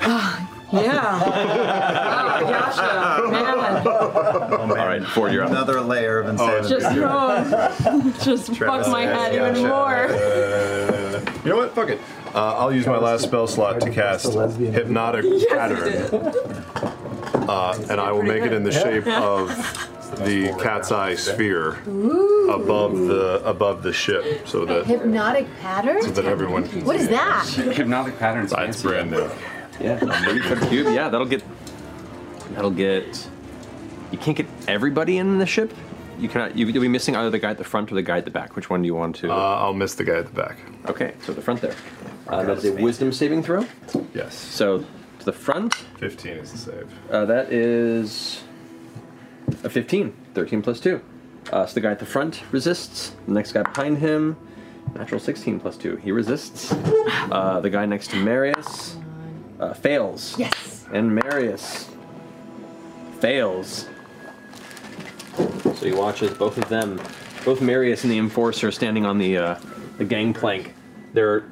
Oh. yeah. wow, Yasha, man. All right, Ford, you're up. Another layer of insanity. Just wrong. Just fuck my head even more. Uh, you know what? Fuck it. Uh, I'll use my last spell slot to cast Hypnotic Pattern. Uh, and I will make it in the Yeah. shape Yeah. of the cat's eye sphere above the above the ship, so that Hypnotic pattern? so that everyone. Can What is see it. that? Hypnotic patterns. That's brand new. Yeah, maybe for the cube. Yeah, that'll get. That'll get. You can't get everybody in the ship, You cannot. You, you'll be missing either the guy at the front or the guy at the back. Which one do you want to? Uh, I'll miss the guy at the back. Okay, so the front there. Uh, that is a wisdom saving throw. Yes. So to the front. Fifteen is the save. Uh, that is a fifteen. Thirteen plus two. Uh, so the guy at the front resists. The next guy behind him, natural sixteen plus two. He resists. Uh, the guy next to Marius uh, fails. Yes. And Marius fails. So he watches both of them, both Marius and the Enforcer, standing on the uh, the gangplank. Their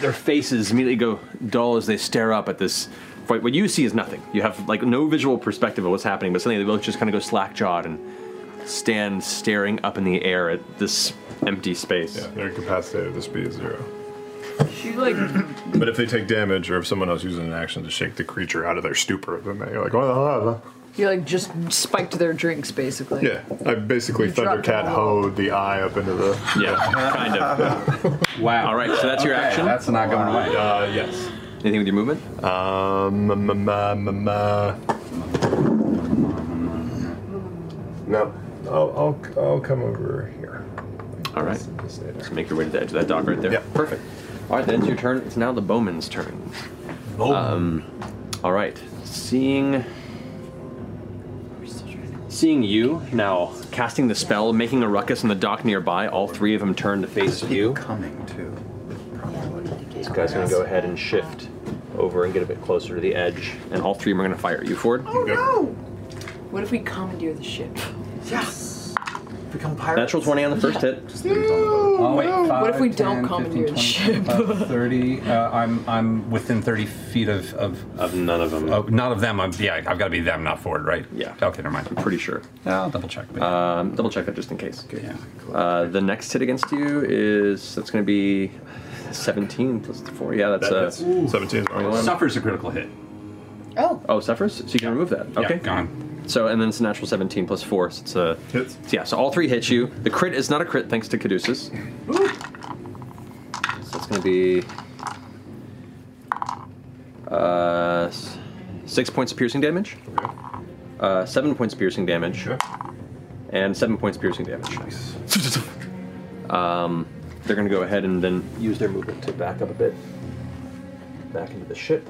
their faces immediately go dull as they stare up at this. What what you see is nothing. You have like no visual perspective of what's happening, but suddenly they both just kind of go slack jawed and stand staring up in the air at this empty space. Yeah, they're incapacitated. The speed is zero. She like But if they take damage or if someone else uses an action to shake the creature out of their stupor, then they're like, oh, You like just spiked their drinks, basically. yeah. I basically Thundercat hoed the eye up into the. Yeah, kind of. wow. All right, so that's your Okay, action. that's not going away. Uh, yes. Anything with your movement? Um, No, I'll, I'll, I'll come over here. All right. Just make your way to the edge of that dock right there. Yeah. Perfect. All right, then it's your turn. It's now the bowman's turn. Um, all right. Seeing. Seeing you now casting the spell, making a ruckus in the dock nearby, all three of them turn to face you. Coming too. This guy's gonna go ahead and shift over and get a bit closer to the edge, and all three of them are gonna fire at you, Ford. What if we commandeer the ship? Yes. Become Natural 20 on the first hit. Oh, wait, five, what if we don't 10, commandeer the 15, ship? 25, Thirty. Uh, I'm I'm within thirty feet of of, of none of them. Oh, not of them. I'm, yeah, I've got to be them, not Ford, right? Yeah. Okay, never mind. I'm pretty sure. I'll double check. Um, double check that just in case. Uh, the next hit against you is that's going to be 17 plus the four. Yeah, that's, That uh, hits. Ooh. 17 is normal. Suffers a critical hit. Oh. Oh, suffers. So you can remove that. Okay. gone. So and then it's a natural 17 plus four. So it's a hits. Yeah. So all three hit you. The crit is not a crit thanks to Caduceus. So it's going to be uh, s- six points of piercing damage. Uh, seven points of piercing damage. And seven points of piercing damage. um, they're going to go ahead and then use their movement to back up a bit. Back into the ship.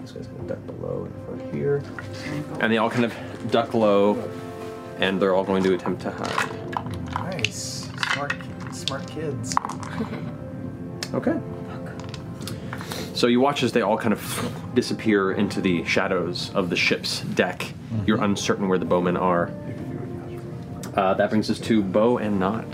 This guy's going to duck below in front here. And they all kind of duck low, and they're all going to attempt to hide. Nice. Smart, smart kids. Okay. So you watch as they all kind of disappear into the shadows of the ship's deck. You're uncertain where the bowmen are. Uh, that brings us to bow and knot.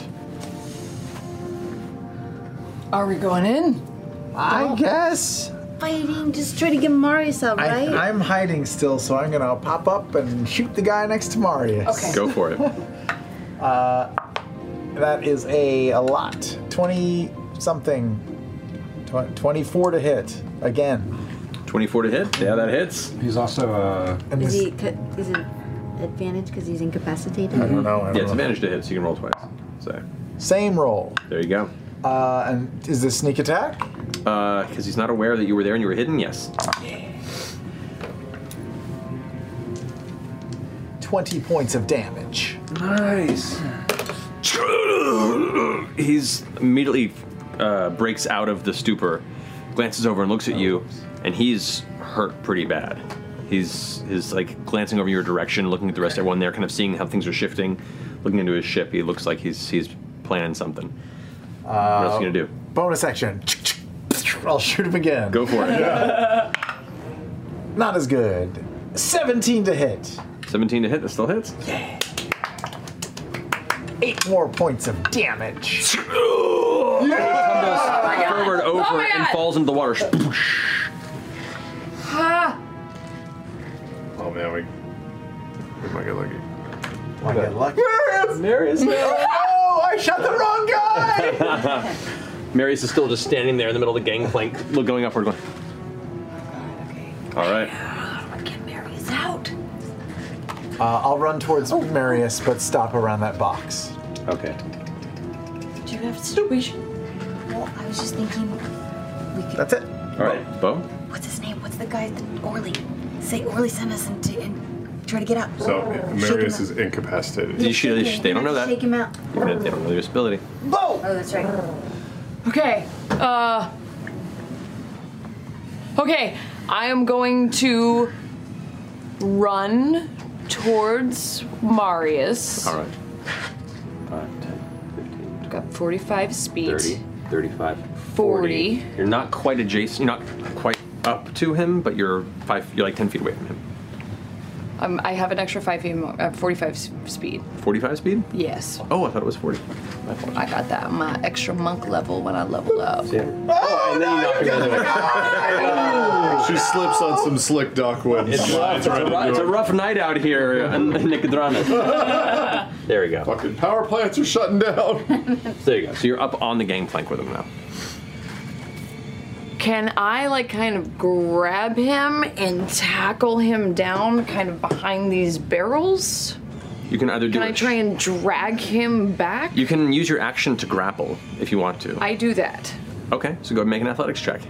Are we going in? I guess. Fighting, just try to get Marius out, right? I, I'm hiding still, so I'm gonna pop up and shoot the guy next to Marius. Okay. Go for it. uh, that is a, a lot. 20 something. Tw- 24 to hit. Again. 24 to hit. Yeah, that hits. He's also uh, a. is he? ca- Is it advantage because he's incapacitated? yeah, it's advantage to hit, so you can roll twice. So Same roll. there you go. Uh, and is this sneak attack? Because he's not aware that you were there and you were hidden. Yes. 20 points of damage. Uh, Nice. He's immediately uh, breaks out of the stupor, glances over and looks at you, and he's hurt pretty bad. He's he's like glancing over your direction, looking at the rest of everyone there, kind of seeing how things are shifting, looking into his ship. He looks like he's he's planning something. what else are you gonna do? Bonus action. I'll shoot him again. Go for it. Not as good. 17 to hit. 17 to hit. That still hits. Eight more points of damage. Forward over Oh my and falls into the water. Ha! Oh man, we we might get lucky. Might get lucky. Marius. Oh, I shot the wrong guy. Marius is still just standing there in the middle of the gangplank, look going upward, going. All right. He's out. Uh, I'll run towards Marius, but stop around that box. Okay. Do you have a situation? Well, I was just thinking. That's it. All right, Bo. What's his name? What's the guy? The Orly. Say, Orly sent us and, t- and try to get out. So Oh, Shake Marius him is incapacitated. You should- they don't know out. that. Shake him out. You bet They don't know your ability. Whoa! Oh, that's right. Okay. Uh. Okay. I am going to run towards Marius. All right. 5, 10, I've got 45 speed. 30, 35, 40. You're not quite adjacent. You're not quite up to him, but you're five. You're like ten feet away from him. Um, I have an extra 5 feet, more, uh, 45 s- speed. Forty-five speed. Yes. Oh, I thought it was forty. I got that on my extra monk level when I level up. Oh, and then you knock him out of the way. She slips on some slick dockwood. and It's rough. It's slides a, right rough, into it's a it. rough night out here in in Nicodranas. there we go. Fucking power plants are shutting down. There you go. So you're up on the gangplank with him now. Can I like kind of grab him and tackle him down kind of behind these barrels? You can either do. Can I it- try and drag him back? You can use your action to grapple if you want to. I do that. Okay, so go ahead and make an athletics check.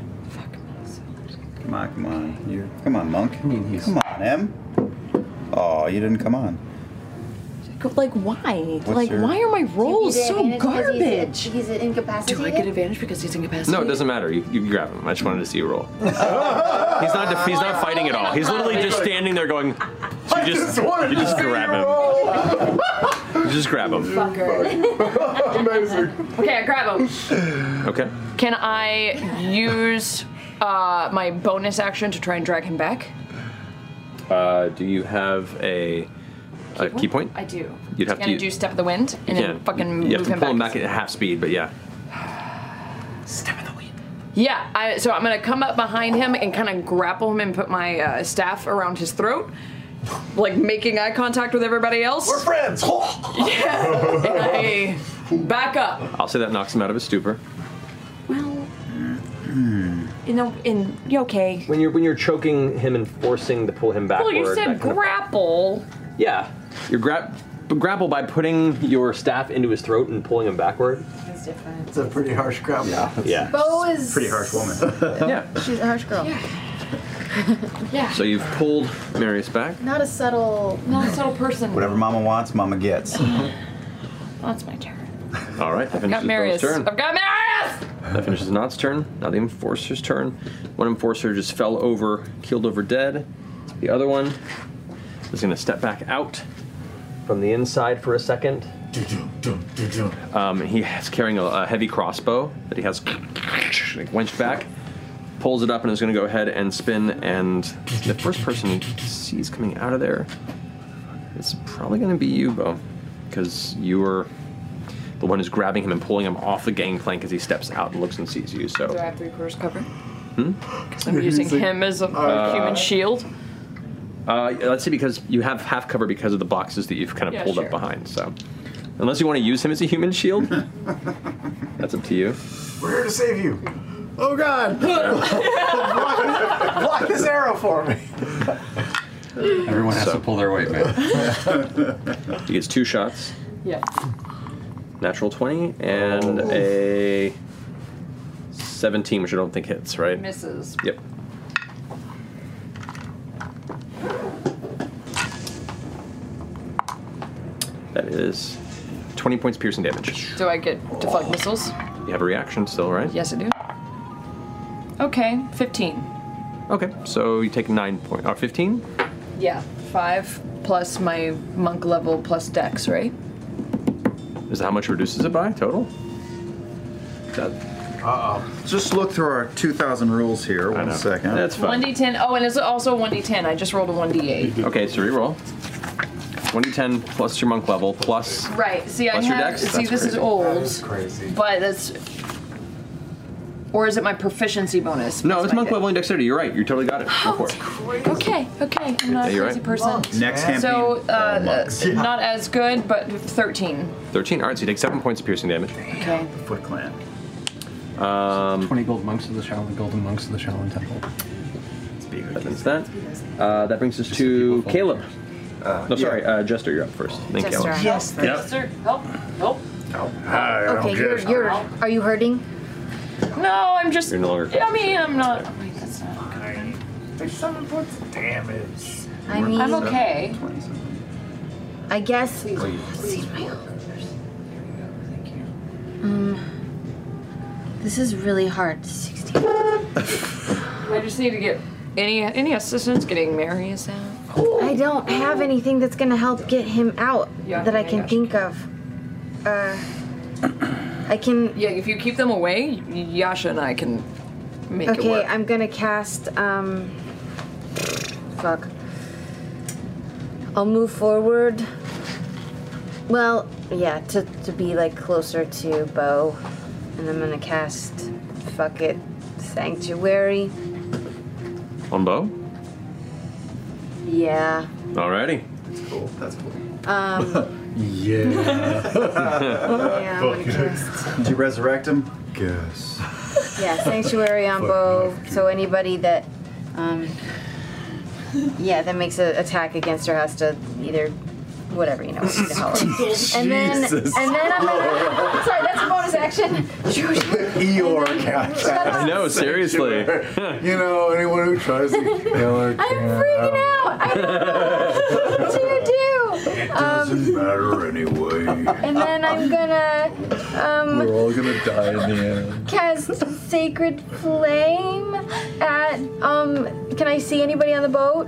Come on, come on. You, come on, monk. Come on, Em. Oh, you didn't come on. Like why? What's like your- why are my rolls Did you so get advantage because garbage? He's, he's Do incapacitated. I get advantage because he's incapacitated? No, it doesn't matter. You, you can grab him. I just wanted to see you roll. he's not. Def- he's not fighting at all. He's literally just standing there going. So you just, you just grab him. You just grab him. Fucker. Amazing. Okay, I grab him. Okay. Can I use uh, my bonus action to try and drag him back? Uh, do you have a a Uh, key point? I do. You'd have Can to I use- do step of the wind You can. and then fucking You have move to him pull back? him back at half speed, but yeah. Yeah, I, so I'm gonna come up behind him and kind of grapple him and put my uh, staff around his throat, like making eye contact with everybody else. We're friends. yeah. And I back up. I'll say that knocks him out of his stupor. You know, in you okay? When you're when you're choking him and forcing to pull him backward. Well, you said that kind of- grapple. yeah. You're grab grapple by putting your staff into his throat and pulling him backward. That's different. It's a pretty harsh grapple. Yeah. Yeah. Bo is. woman. yeah. She's a harsh girl. Yeah. So you've pulled Marius back. Not a subtle. Not a subtle person. Whatever Mama wants, Mama gets. That's my turn. All right. That I've finishes got his Marius. turn. I've got Marius. That finishes Nott's turn. Now the enforcer's turn. One enforcer just fell over, killed over dead. The other one is going to step back out from the inside for a second. Um, he is carrying a, a heavy crossbow that he has like, winched back. Pulls it up and is going to go ahead and spin. And the first person he sees coming out of there is probably going to be you, Bo, because you were the one who's grabbing him and pulling him off the gangplank as he steps out and looks and sees you. So Do I have three quarters cover? Hmm? Because I'm using him as a Uh, human shield. Uh, let's see, because you have half cover because of the boxes that you've kind of Yeah, pulled sure. up behind. So, unless you want to use him as a human shield, that's up to you. We're here to save you. Oh God! block, block this arrow for me. Everyone has to pull their weight, man. he gets two shots, Yeah. natural twenty and a seventeen, which I don't think hits. Right? Misses. Yep. That is twenty points piercing damage. Do I get deflect missiles? You have a reaction still, right? Yes, I do. Okay, 15. Okay, so you take nine point or fifteen. Yeah, five plus my monk level plus dex, right? Is that how much reduces it by total? Uh oh. Just look through our 2,000 rules here. One second. That's 1d10. Oh, and it's also 1d10. I just rolled a 1d8. Okay, so reroll. 1d10 plus your monk level plus. Right. See, Plus I your have. dex? See, That's this is crazy. old. That is crazy. But that's. Or is it my proficiency bonus? No, it's monk level and dexterity. You're right. You totally got it. Oh. Go for it. Okay. Okay. I'm not Yeah, a you're crazy right. person. Next campaign, So, uh, all monks. uh, not as good, but 13. 13. All right, so you take seven points of piercing damage. Okay. Foot clan. Um, 20 gold monks of the Shaolin, golden monks of the Shaolin Temple. That ends that. Uh, that brings us to Caleb. no, sorry, uh, Jester, you're up first. Then Jester, Caleb. help. Yes, Yep. Jester, help, help. Hi, Okay, you're, you're. Are you hurting? No, I'm just. You're no longer- I mean, I'm not. Wait, that's not. Seven points of damage. I mean- I'm okay. I guess. Please, Um, this is really hard. 16. I just need to get any any assistance getting Marius out. I don't have anything that's gonna help get him out Yeah, that I yeah, can yeah. think of. Uh, I can. Yeah, if you keep them away, Yasha and I can make it okay, work. I'm gonna cast. Um, fuck. I'll move forward. Well, yeah, to, to be like closer to Bo, and I'm gonna cast. Fuck it, sanctuary. On bow? Yeah. Alrighty. That's cool. That's cool. Um, yeah. I'm gonna cast- Did you resurrect him? Yes. Yeah, sanctuary on bow. So anybody that, um, yeah, that makes an attack against her has to either, whatever you know, what the hell. it is. And then, and Jesus. then I'm gonna. Sorry, that's a bonus action. Eeyore cast. I know, seriously. you know, anyone who tries to kill her. I'm freaking out. I don't know what to do. It Um, doesn't matter anyway. and then I'm gonna, um, We're all gonna die in the end. cast sacred flame at. Um, can I see anybody on the boat?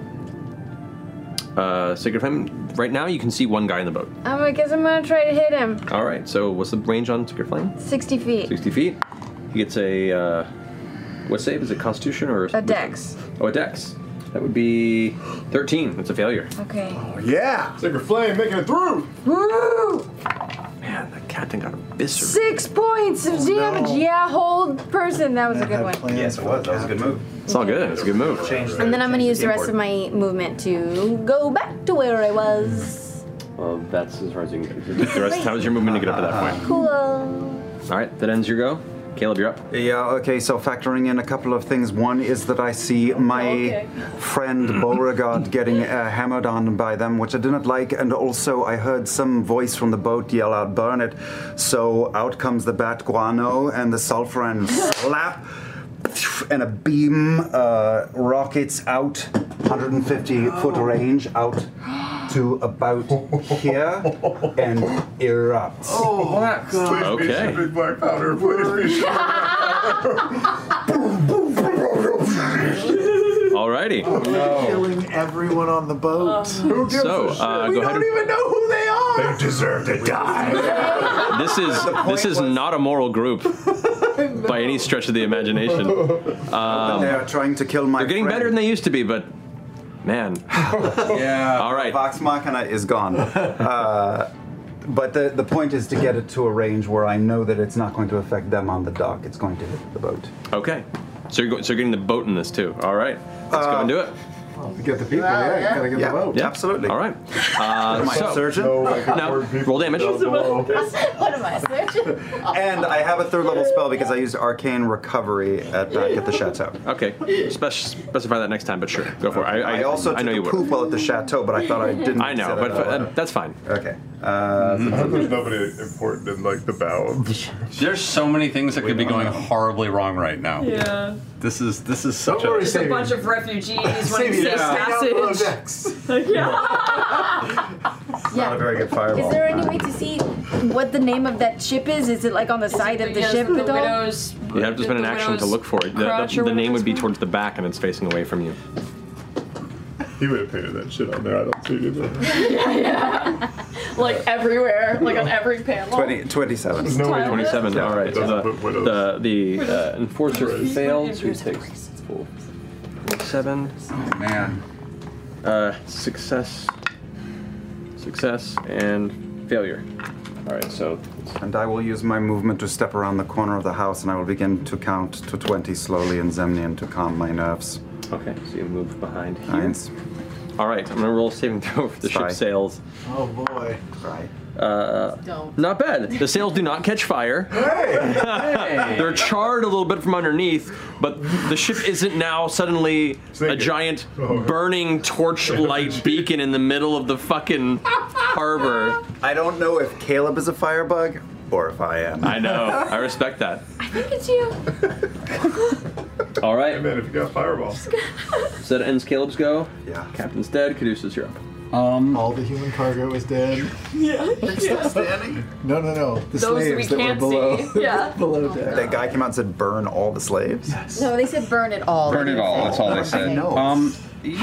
Uh, Sacred Flame, right now you can see one guy in the boat. Um, I guess I'm gonna try to hit him. Alright, so what's the range on Sacred Flame? 60 feet. 60 feet. He gets a. Uh, what save? Is it Constitution or. A dex. Oh, a Dex. That would be 13. That's a failure. Okay. Yeah! Sacred Flame making it through! Woo! That cat thing got eviscerated. Six points of damage. Oh, Yeah, hold person. That was a good one. Yes, it was. That was a good move. It's all good. It's a good move. And then I'm gonna use the rest of my movement to go back to where I was. Well, that's as far as you can get. The rest, how was your movement to get up to that point? Cool. All right, that ends your go. Caleb, you're up. Yeah, okay, so factoring in a couple of things. One is that I see my friend Beauregard getting uh, hammered on by them, which I didn't like, and also I heard some voice from the boat yell out, burn it. So out comes the bat guano and the sulfur and slap, and a beam uh, rockets out, 150 foot range out to about here, and erupts. Oh, black. God. Please Okay. Be some big black powder. Please be some Alrighty. Killing everyone on the boat. Who gives So, a shit? uh, we go don't ahead and- even know who they are. They deserve to die. This is this is not a moral group by any stretch of the imagination. Um, they are trying to kill my. They're getting better than they used to be, but man, yeah. All right. Vox Machina is gone. Uh, but the, the point is to get it to a range where I know that it's not going to affect them on the dock. It's going to hit the boat. okay. So you're go- so you're getting the boat in this too. All right, let's go and do it. Uh, Get the people. yeah, you gotta get the boat. Absolutely. All right. Uh, Am I a so, surgeon? No, I can No. afford Roll damage. what am I, surgeon? And I have a third level spell because I used Arcane Recovery at back at the chateau. Okay. Spec- specify that next time, but sure, go for it. I, I, I also I know took you a would. poop while at the chateau, but I thought I didn't. I know, set but it up. uh, that's fine. Okay. Uh, I hope there's nobody important in like the bow. There's so many things that could be going horribly wrong right now. Yeah. This is this is such a, Just a bunch of refugees wanting Save to you. safe Yeah. Take out passage. Like, it's not a very good Is fireball. there any way to see what the name of that ship is? Is it like on the side of the yes, ship the at all? widow's- You have to spend an The action to widow's look for it. The, crotch the, or the name whatever would be towards the back, and it's facing away from you. He would have painted that shit on there. I don't see it. either. yeah, yeah. Like everywhere, like on every panel. 20, 27. No way. 27. All right. So the, the, the uh, enforcer failed. Who takes four, seven? Oh man. Uh, success, success, and failure. All right. So. And I will use my movement to step around the corner of the house, and I will begin to count to 20 slowly in Zemnian to calm my nerves. Okay, so you move behind here. Eins. All right. I'm gonna roll a saving throw for the Spy. ship sails. Oh boy. Right. Uh, not bad. The sails do not catch fire. They're charred a little bit from underneath, but the ship isn't now suddenly a giant Oh. burning torchlight beacon in the middle of the fucking harbor. I don't know if Caleb is a firebug or if I am. I know. I respect that. Look at you. All right. And then if you got fireball. So that ends Caleb's go. Yeah. Captain's dead. Caduceus, you're up. Um, All the human cargo is dead. Yeah. still standing? No, no, no. The Those we slaves that were can't below, see. Yeah. below deck. That guy came out and said, "Burn all the slaves." No, they said burn it all. Burn it all, They that's said. all they said. Okay. Um,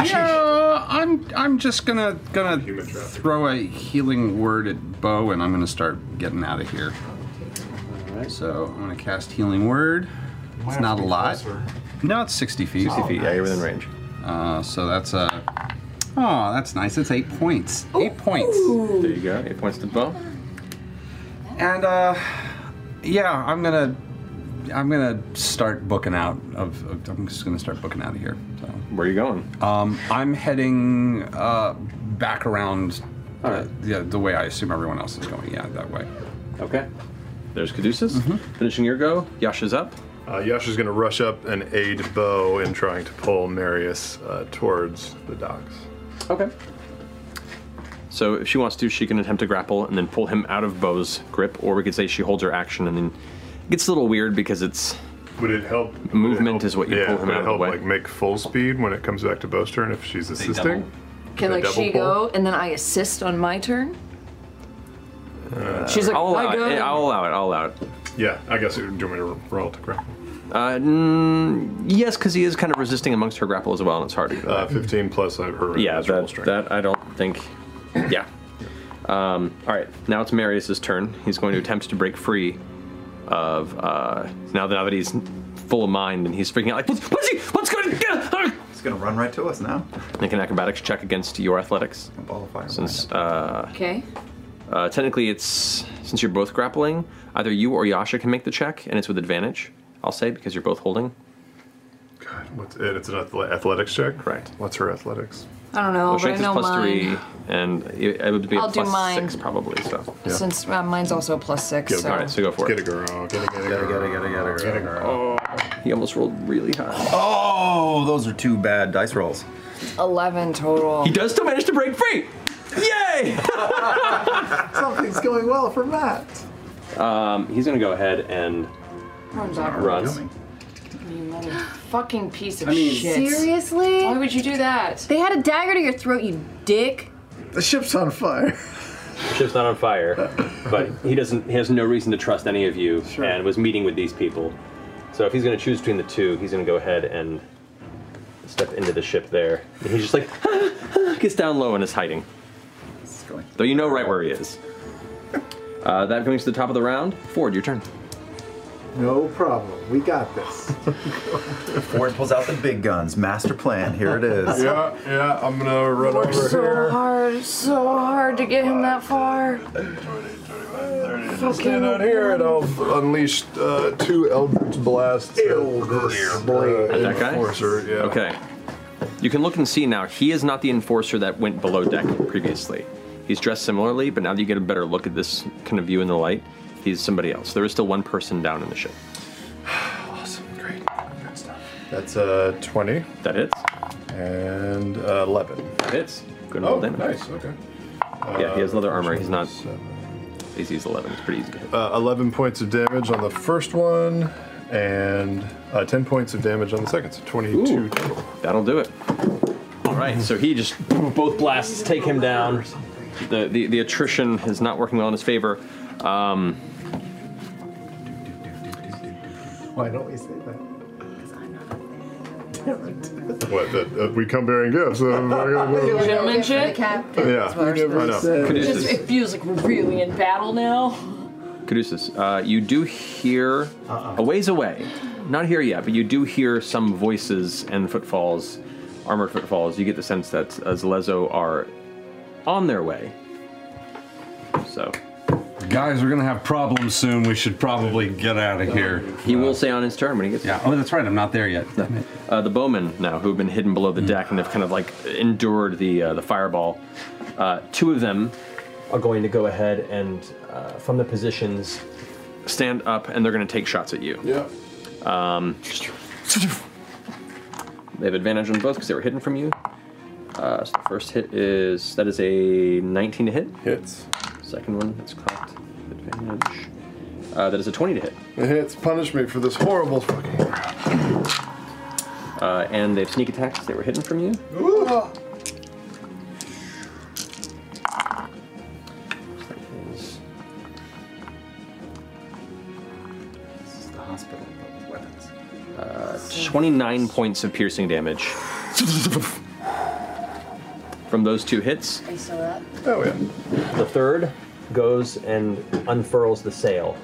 yeah, Uh, I'm I'm just gonna gonna throw a healing word at Bo, and I'm gonna start getting out of here. So I'm gonna cast healing word. It's not a lot. No, it's 60 feet. Oh, 60 feet, yeah, you're within range. Uh, so that's a. Oh, that's nice. It's eight points. Eight points. There you go. Eight points to Bo. And uh, yeah, I'm gonna I'm gonna start booking out of, of- I'm just gonna start booking out of here. So. Where are you going? Um, I'm heading uh, back around. Uh, yeah, the way I assume everyone else is going. Yeah, that way. Okay. There's Caduceus. Finishing your go. Yasha's up. Uh, Yasha's going to rush up and aid Bo in trying to pull Marius uh, towards the docks. Okay. So if she wants to, she can attempt to grapple and then pull him out of Bo's grip, or we could say she holds her action and then it gets a little weird because it's. Would it help? Movement is what you yeah, pull him would out of it the help way. like make full speed when it comes back to Bo's turn if she's assisting? Can They like double she pull? go and then I assist on my turn? Uh, She's like, I'll allow "I it. got it." Yeah, I'll allow it. I'll allow it. Yeah, I guess. Do you want me to roll to grapple? Uh, mm, yes, because he is kind of resisting amongst her grapple as well, and it's hard to get Uh, 15 plus her. Yeah, that, that I don't think. Yeah. Um, all right, now it's Marius's turn. He's going to attempt to break free of. Uh, now, that, now that he's full of mind and he's freaking out, like, what's, what's he? What's going to. He's gonna run right to us now. Make an acrobatics check against your athletics. Since. Uh, Okay. Uh, technically, it's since you're both grappling, either you or Yasha can make the check, and it's with advantage. I'll say because you're both holding. What's it? It's an athle- athletics check? Correct. What's her athletics? I don't know, Oh, but well, I strength is know plus mine. three, and it, it would be a I'll do plus mine. six probably. So Since uh, mine's also a plus six. so. All right, so go for Get it. a girl. Get a girl. Get a girl. Get a girl. Get a girl. Oh, he almost rolled really high. Oh, those are two bad dice rolls. 11 total. He does still manage to break free! Yay! Something's going well for Matt. Um, he's gonna go ahead and Runs off. run. You little Fucking piece of I mean- shit. Seriously? Why would you do that? They had a dagger to your throat, you dick. The ship's on fire. Ship's not on fire, but he doesn't. He has no reason to trust any of you, and was meeting with these people. So if he's gonna choose between the two, he's gonna go ahead and step into the ship there. And he's just like gets down low and is hiding. Though you know right where he is. Uh, that brings us to the top of the round. Ford, your turn. No problem. We got this. Ford pulls out the big guns. Master plan. Here it is. Yeah, yeah. I'm gonna run Worked over so here. hard, so hard to get him that far. Stand out here and I'll unleash uh, two Eldritch Blasts. Eldritch Blast. At that guy? Enforcer, yeah. Okay. You can look and see now, he is not the enforcer that went below deck previously. He's dressed similarly, but now that you get a better look at this kind of view in the light, he's somebody else. There is still one person down in the ship. Awesome, great. Good stuff. That's uh, a 20. That hits. And uh, 11. That hits. Good oh, roll damage. nice, okay. yeah, he has leather armor. He's not. He's he's 11. It's pretty easy to hit. Uh, 11 points of damage on the first one, and uh, 10 points of damage on the second, so 22 total. That'll do it. All right, so he just both blasts take him down. The the, the attrition is not working well in his favor. Um, Why don't we say that? What? That, uh, we come bearing gifts. So I'm not gonna go- Gentleman The shit? captain. yeah, I know. It just- it feels like we're really in battle now. Caduceus, uh, you do hear Uh-uh. a ways away, not here yet, but you do hear some voices and footfalls, armored footfalls. You get the sense that uh, Zalezo are on their way. So Guys, we're gonna have problems soon. We should probably get out of here. he will say on his turn when he gets. Uh, Yeah. Oh, that's right. I'm not there yet. Mm. Uh, the bowmen now, who have been hidden below the deck and have kind of like endured the uh, the fireball, uh, two of them are going to go ahead and uh, from the positions stand up and they're going to take shots at you. Yeah. Um, they have advantage on both because they were hidden from you. Uh, so the first hit is that is a 19 to hit. Hits. Second one, that's cracked. Advantage. Uh, that is a 20 to hit. It hits. Punish me for this horrible fucking. Uh, and they have sneak attacks that were hidden from you. This is the hospital, but with weapons. Uh, 29 points of piercing damage from those two hits. Are you still up? Oh, yeah. The third goes and unfurls the sail.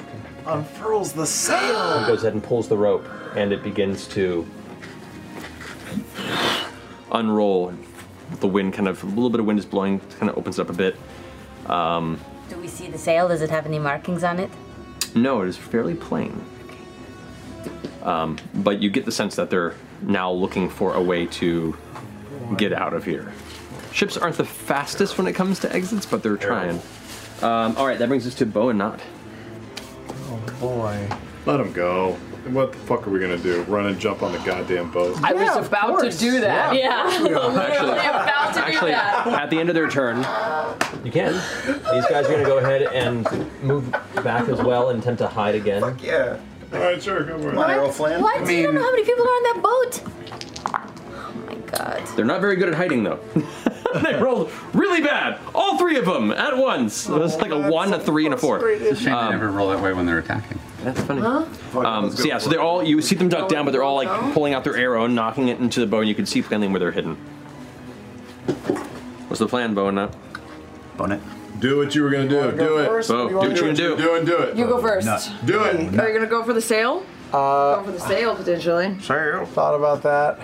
Unfurls the He sail. goes ahead and pulls the rope, and it begins to unroll. The wind kind of, a little bit of wind is blowing, kind of opens up a bit. Um, Do we see the sail? Does it have any markings on it? no, it is fairly plain. Um, but you get the sense that they're now looking for a way to get out of here. Ships aren't the fastest when it comes to exits, but they're trying. Um, all right, that brings us to Bow and Knot. Oh boy. Let him go. What the fuck are we gonna do? Run and jump on the goddamn boat? I was about to do that. Yeah, Yeah. of course we are. Actually- Literally about to Actually, do that. at the end of their turn, you can. These guys are going to go ahead and move back as well and attempt to hide again. Fuck yeah. All right, sure, go for it. What? What? you don't know how many people are on that boat. They're not very good at hiding, though. they rolled really bad. All three of them at once. it was like a one, a three, and a four. It's a shame they never roll that way when they're attacking. That's funny. Um, so yeah, so they're all. You see them duck down, but they're all like pulling out their arrow and knocking it into the bow, and you can see plainly where they're hidden. What's the plan, Uh, bow and not? Bonnet. Do what you were gonna do. Do it. first, or do you wanna do do. Do and do it. You go first. Do it. Are you gonna go for the sail? Uh, go for the sail potentially. Sail. Thought about that.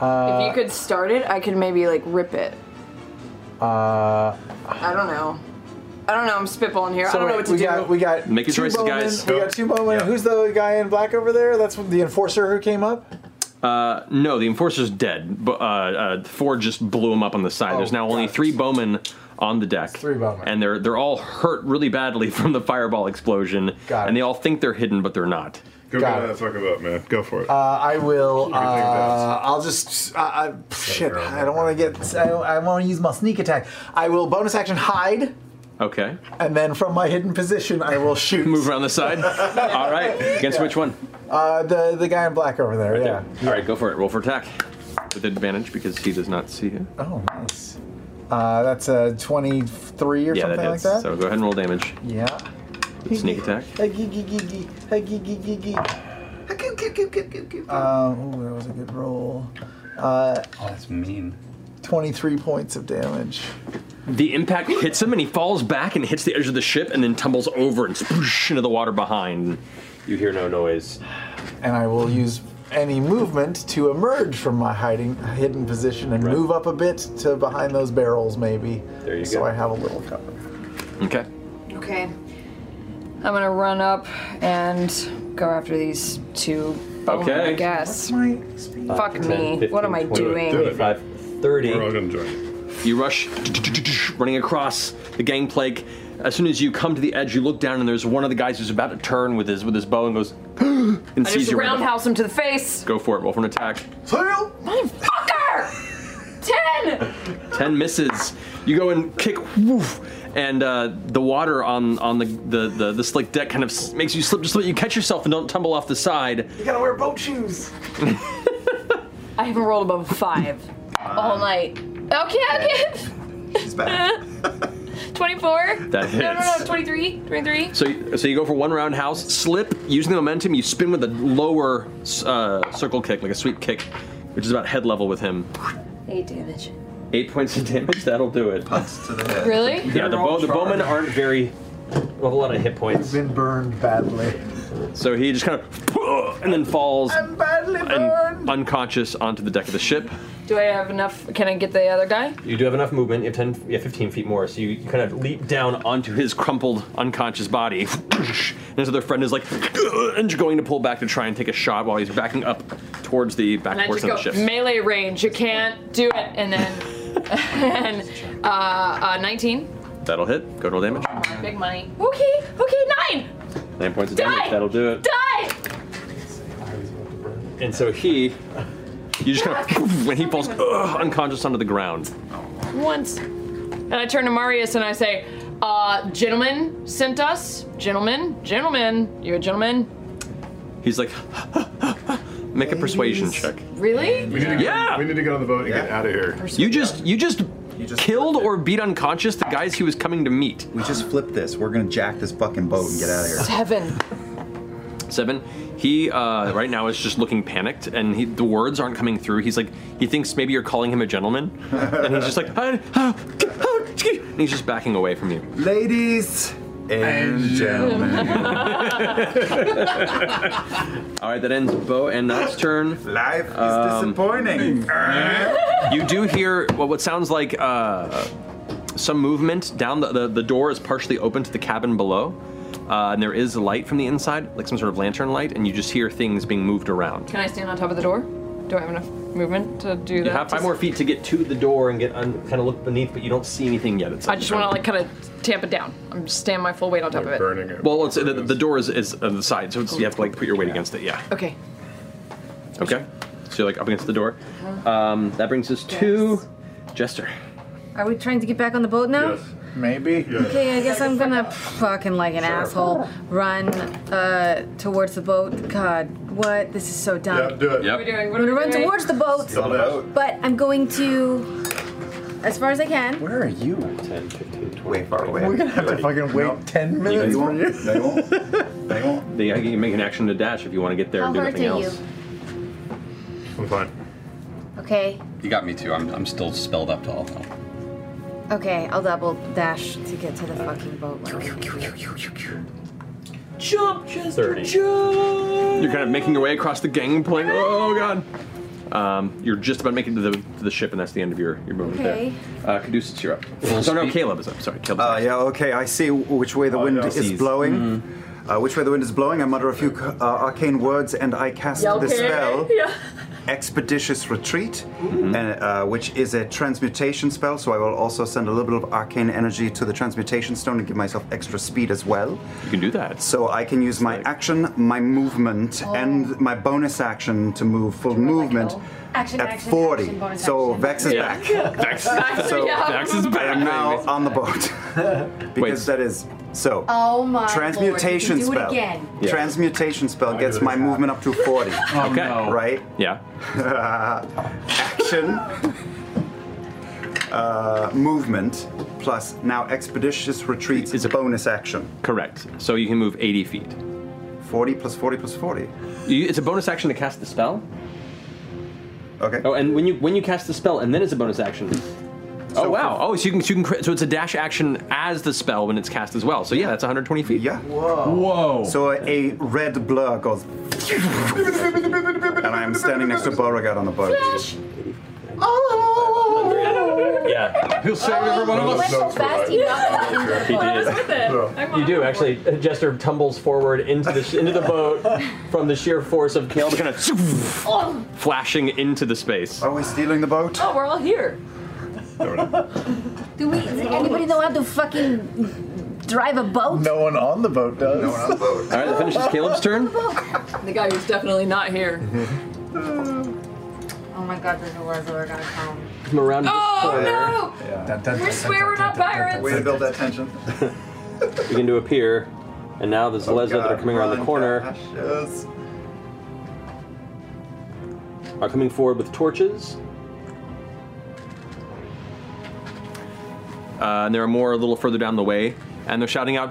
Uh, if you could start it, I could maybe like rip it. Uh, I don't know. I don't know. I'm spitballing here. so I don't wait, know what to we do. got we got Make your two choices, bowmen- guys. We got two bowmen. Who's the guy in black over there? That's the enforcer who came up. Uh, no, the enforcer's dead. But uh, uh, four just blew him up on the side. Oh, There's now only three bowmen on the deck. three bowmen, and they're they're all hurt really badly from the fireball explosion. Got it. And they all think they're hidden, but they're not. Go Got get that fucker up, man. Go for it. Uh, I will. What do you think, Uh, Babs? I'll just. I, I, shit. I don't want to get. I, I want to use my sneak attack. I will bonus action hide, Okay. and then from my hidden position, I will shoot. Move around the side. all right. Against Yeah. which one? Uh, the the guy in black over there. yeah. All right, go for it. Roll for attack with advantage because he does not see you. Oh, nice. Uh, that's a twenty-three or yeah, something that like hits. that. So go ahead and roll damage Yeah. with sneak attack. Hey, gee, gee, gee, gee. Hey, gee, gee, gee, gee. Um, ooh, that was a good roll. Uh, oh, that's mean. 23 points of damage. The impact hits him, and he falls back and hits the edge of the ship, and then tumbles over and sploosh into the water behind. You hear no noise. And I will use any movement to emerge from my hiding hidden position and move up a bit to behind those barrels, maybe. There you so go. I have a little cover. Okay. Okay. I'm gonna run up and go after these two. bowmen, Okay. I guess. Fuck 10, me. 15, what am I 20, doing? 25, 30. We're all gonna join. You rush, running across the gangplank. As soon as you come to the edge, you look down, and there's one of the guys who's about to turn with his with his bow and goes I and sees just you. right above. roundhouse him to the face. Go for it. Roll for an attack. Motherfucker! Ten. Ten misses. You go and kick, woof, and uh, the water on on the the, the the slick deck kind of s- makes you slip just so that you catch yourself and don't tumble off the side. You gotta wear boat shoes. I haven't rolled above a five all night. Okay, okay. She's Twenty-four. That No, no, hits. no. Twenty-three. Twenty-three. So, you- so you go for one roundhouse, slip, using the momentum, you spin with a lower uh, circle kick, like a sweep kick, which is about head level with him. Eight damage. Eight points of damage, that'll do it. Punts to the head. Really? Yeah, the, bow, the bowmen aren't very. With a lot of hit points. Been burned badly. So he just kind of. and then falls badly and unconscious onto the deck of the ship. Do I have enough? Can I get the other guy? You do have enough movement. You have 10, you have 15 feet more, so you, you kind of leap down onto his crumpled, unconscious body. And his other friend is like, and you're going to pull back to try and take a shot while he's backing up towards the back And I just portion go of the ship. melee range. You can't do it. And then, and uh, uh, 19. That'll hit. Go roll damage. Big money. Okay. Okay. Nine. Nine points of Die! damage. That'll do it. Die. And so he, you just kind of, when he falls ugh, unconscious onto the ground. Once. And I turn to Marius and I say, uh, gentlemen sent us. Gentlemen, gentlemen, you a gentleman? He's like, Make a persuasion check. Really? We need to get, Yeah. we need to get on the boat and get out of here. You just you just killed or beat unconscious the guys he was coming to meet. We just flipped this. We're gonna jack this fucking boat and get out of here. Seven. Seven. He uh, right now is just looking panicked, and he, the words aren't coming through. He's like, he thinks maybe you're calling him a gentleman, and he's just like, "Ah, ah, ah, excuse-" and he's just backing away from you. Ladies and All right, that ends Bo and Not's turn. Life is disappointing. you do hear what, what sounds like uh, some movement down the, the the door is partially open to the cabin below, uh, and there is light from the inside, like some sort of lantern light, and you just hear things being moved around. Can I stand on top of the door? Do I have enough movement to do You that? have five more feet to get to the door and get un- kind of look beneath, but you don't see anything yet. It's I just want to like kind of tamp it down. I'm just stand my full weight on top of it. Well, it's, the, the door is, is on the side, so it's, you have to like put your weight against it. Yeah. Okay. Okay. So you're like up against the door. Uh-huh. Um, that brings us to Jester. Are we trying to get back on the boat now? Maybe. Okay, I guess I'm gonna fucking like an asshole run uh, towards the boat. God, what? This is so dumb. Yep, do it. What are Yep. we doing? What are we I'm gonna run doing? towards the boat, It's on the boat. but I'm going to, as far as I can. Where are you? 10, 15, 20, Way far away. We're gonna have to fucking wait 10 minutes you for you. They won't. They won't. They, you can make an action to dash if you want to get there How and do hurt nothing are else. you? I'm fine. Okay, You got me too. I'm, I'm still spelled up to all hell. okay, I'll double dash to get to the fucking boat. What are we gonna do? Jump, Chester, 30. jump! You're kind of making your way across the gangplank. Oh god. Um, you're just about making it to the, to the ship, and that's the end of your your movement Okay. there. Uh, Caduceus, you're up. So no, Caleb is up. Sorry, Caleb's Uh, up. yeah, okay, I see which way the wind yeah. is Seas. blowing. Uh, which way the wind is blowing, I mutter a few uh, arcane words and I cast Yeah, the okay. spell Yeah. Expeditious Retreat, Mm-hmm. and, uh, which is a transmutation spell, so I will also send a little bit of arcane energy to the transmutation stone and give myself extra speed as well. You can do that. So I can use my action, my movement, and my bonus action to move full movement. Action, at action, 40. action, bonus so action. Vex is Yeah. back. Vex- Vex- so yeah. Vex is I am now on the boat. because that is so. Oh my lord, you can transmutation do it spell. again. Yeah. Transmutation spell gets my movement up to 40. okay. Right? Yeah. Uh, action. Uh, movement plus now expeditious retreat is a bonus action. Correct. So you can move 80 feet. 40 plus 40 plus 40. You, it's a bonus action to cast the spell. Okay. Oh, and when you when you cast the spell, and then it's a bonus action. oh wow! Oh, so you can so you can cre- so it's a dash action as the spell when it's cast as well. So yeah, that's 120 feet. Yeah. Whoa. Whoa. So a red blur goes, and I'm standing next to Beauregard on the boat. oh, Oh! Yeah. He'll save oh. everyone else. went so fast, he knocked me into the pool. I was with it. I'm You do actually. Jester tumbles forward into the sh- into the boat from the sheer force of Caleb, kind of Oh, flashing into the space. Are we stealing the boat? oh, we're all here. Do we? Does anybody know how to fucking drive a boat? No one on the boat does. No one on the boat. All right, that finishes Caleb's turn. The guy who's definitely not here. Hmm. Oh my god, there's no words that we're gonna come. Come around. to this Oh, corner. no! We're swearing up pirates. Way to build that tension. You can do a pier, and now Oh, there's Lesnar that are coming around the corner. Are coming forward with torches. Uh, and there are more a little further down the way, and they're shouting out,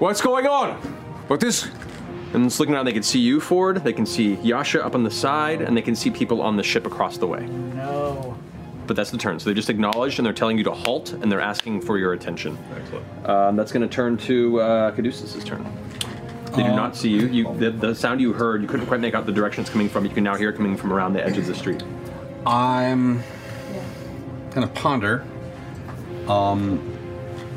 "What's going on? What this?" And just looking around, they can see you, Ford. They can see Yasha up on the side, and they can see people on the ship across the way. No. But that's the turn. So they just acknowledged, and they're telling you to halt, and they're asking for your attention. Excellent. Um, that's going to turn to uh, Caduceus' turn. They Uh, do not see you. You the, the sound you heard, you couldn't quite make out the direction it's coming from. but You can now hear it coming from around the edge of the street. I'm gonna ponder. Um,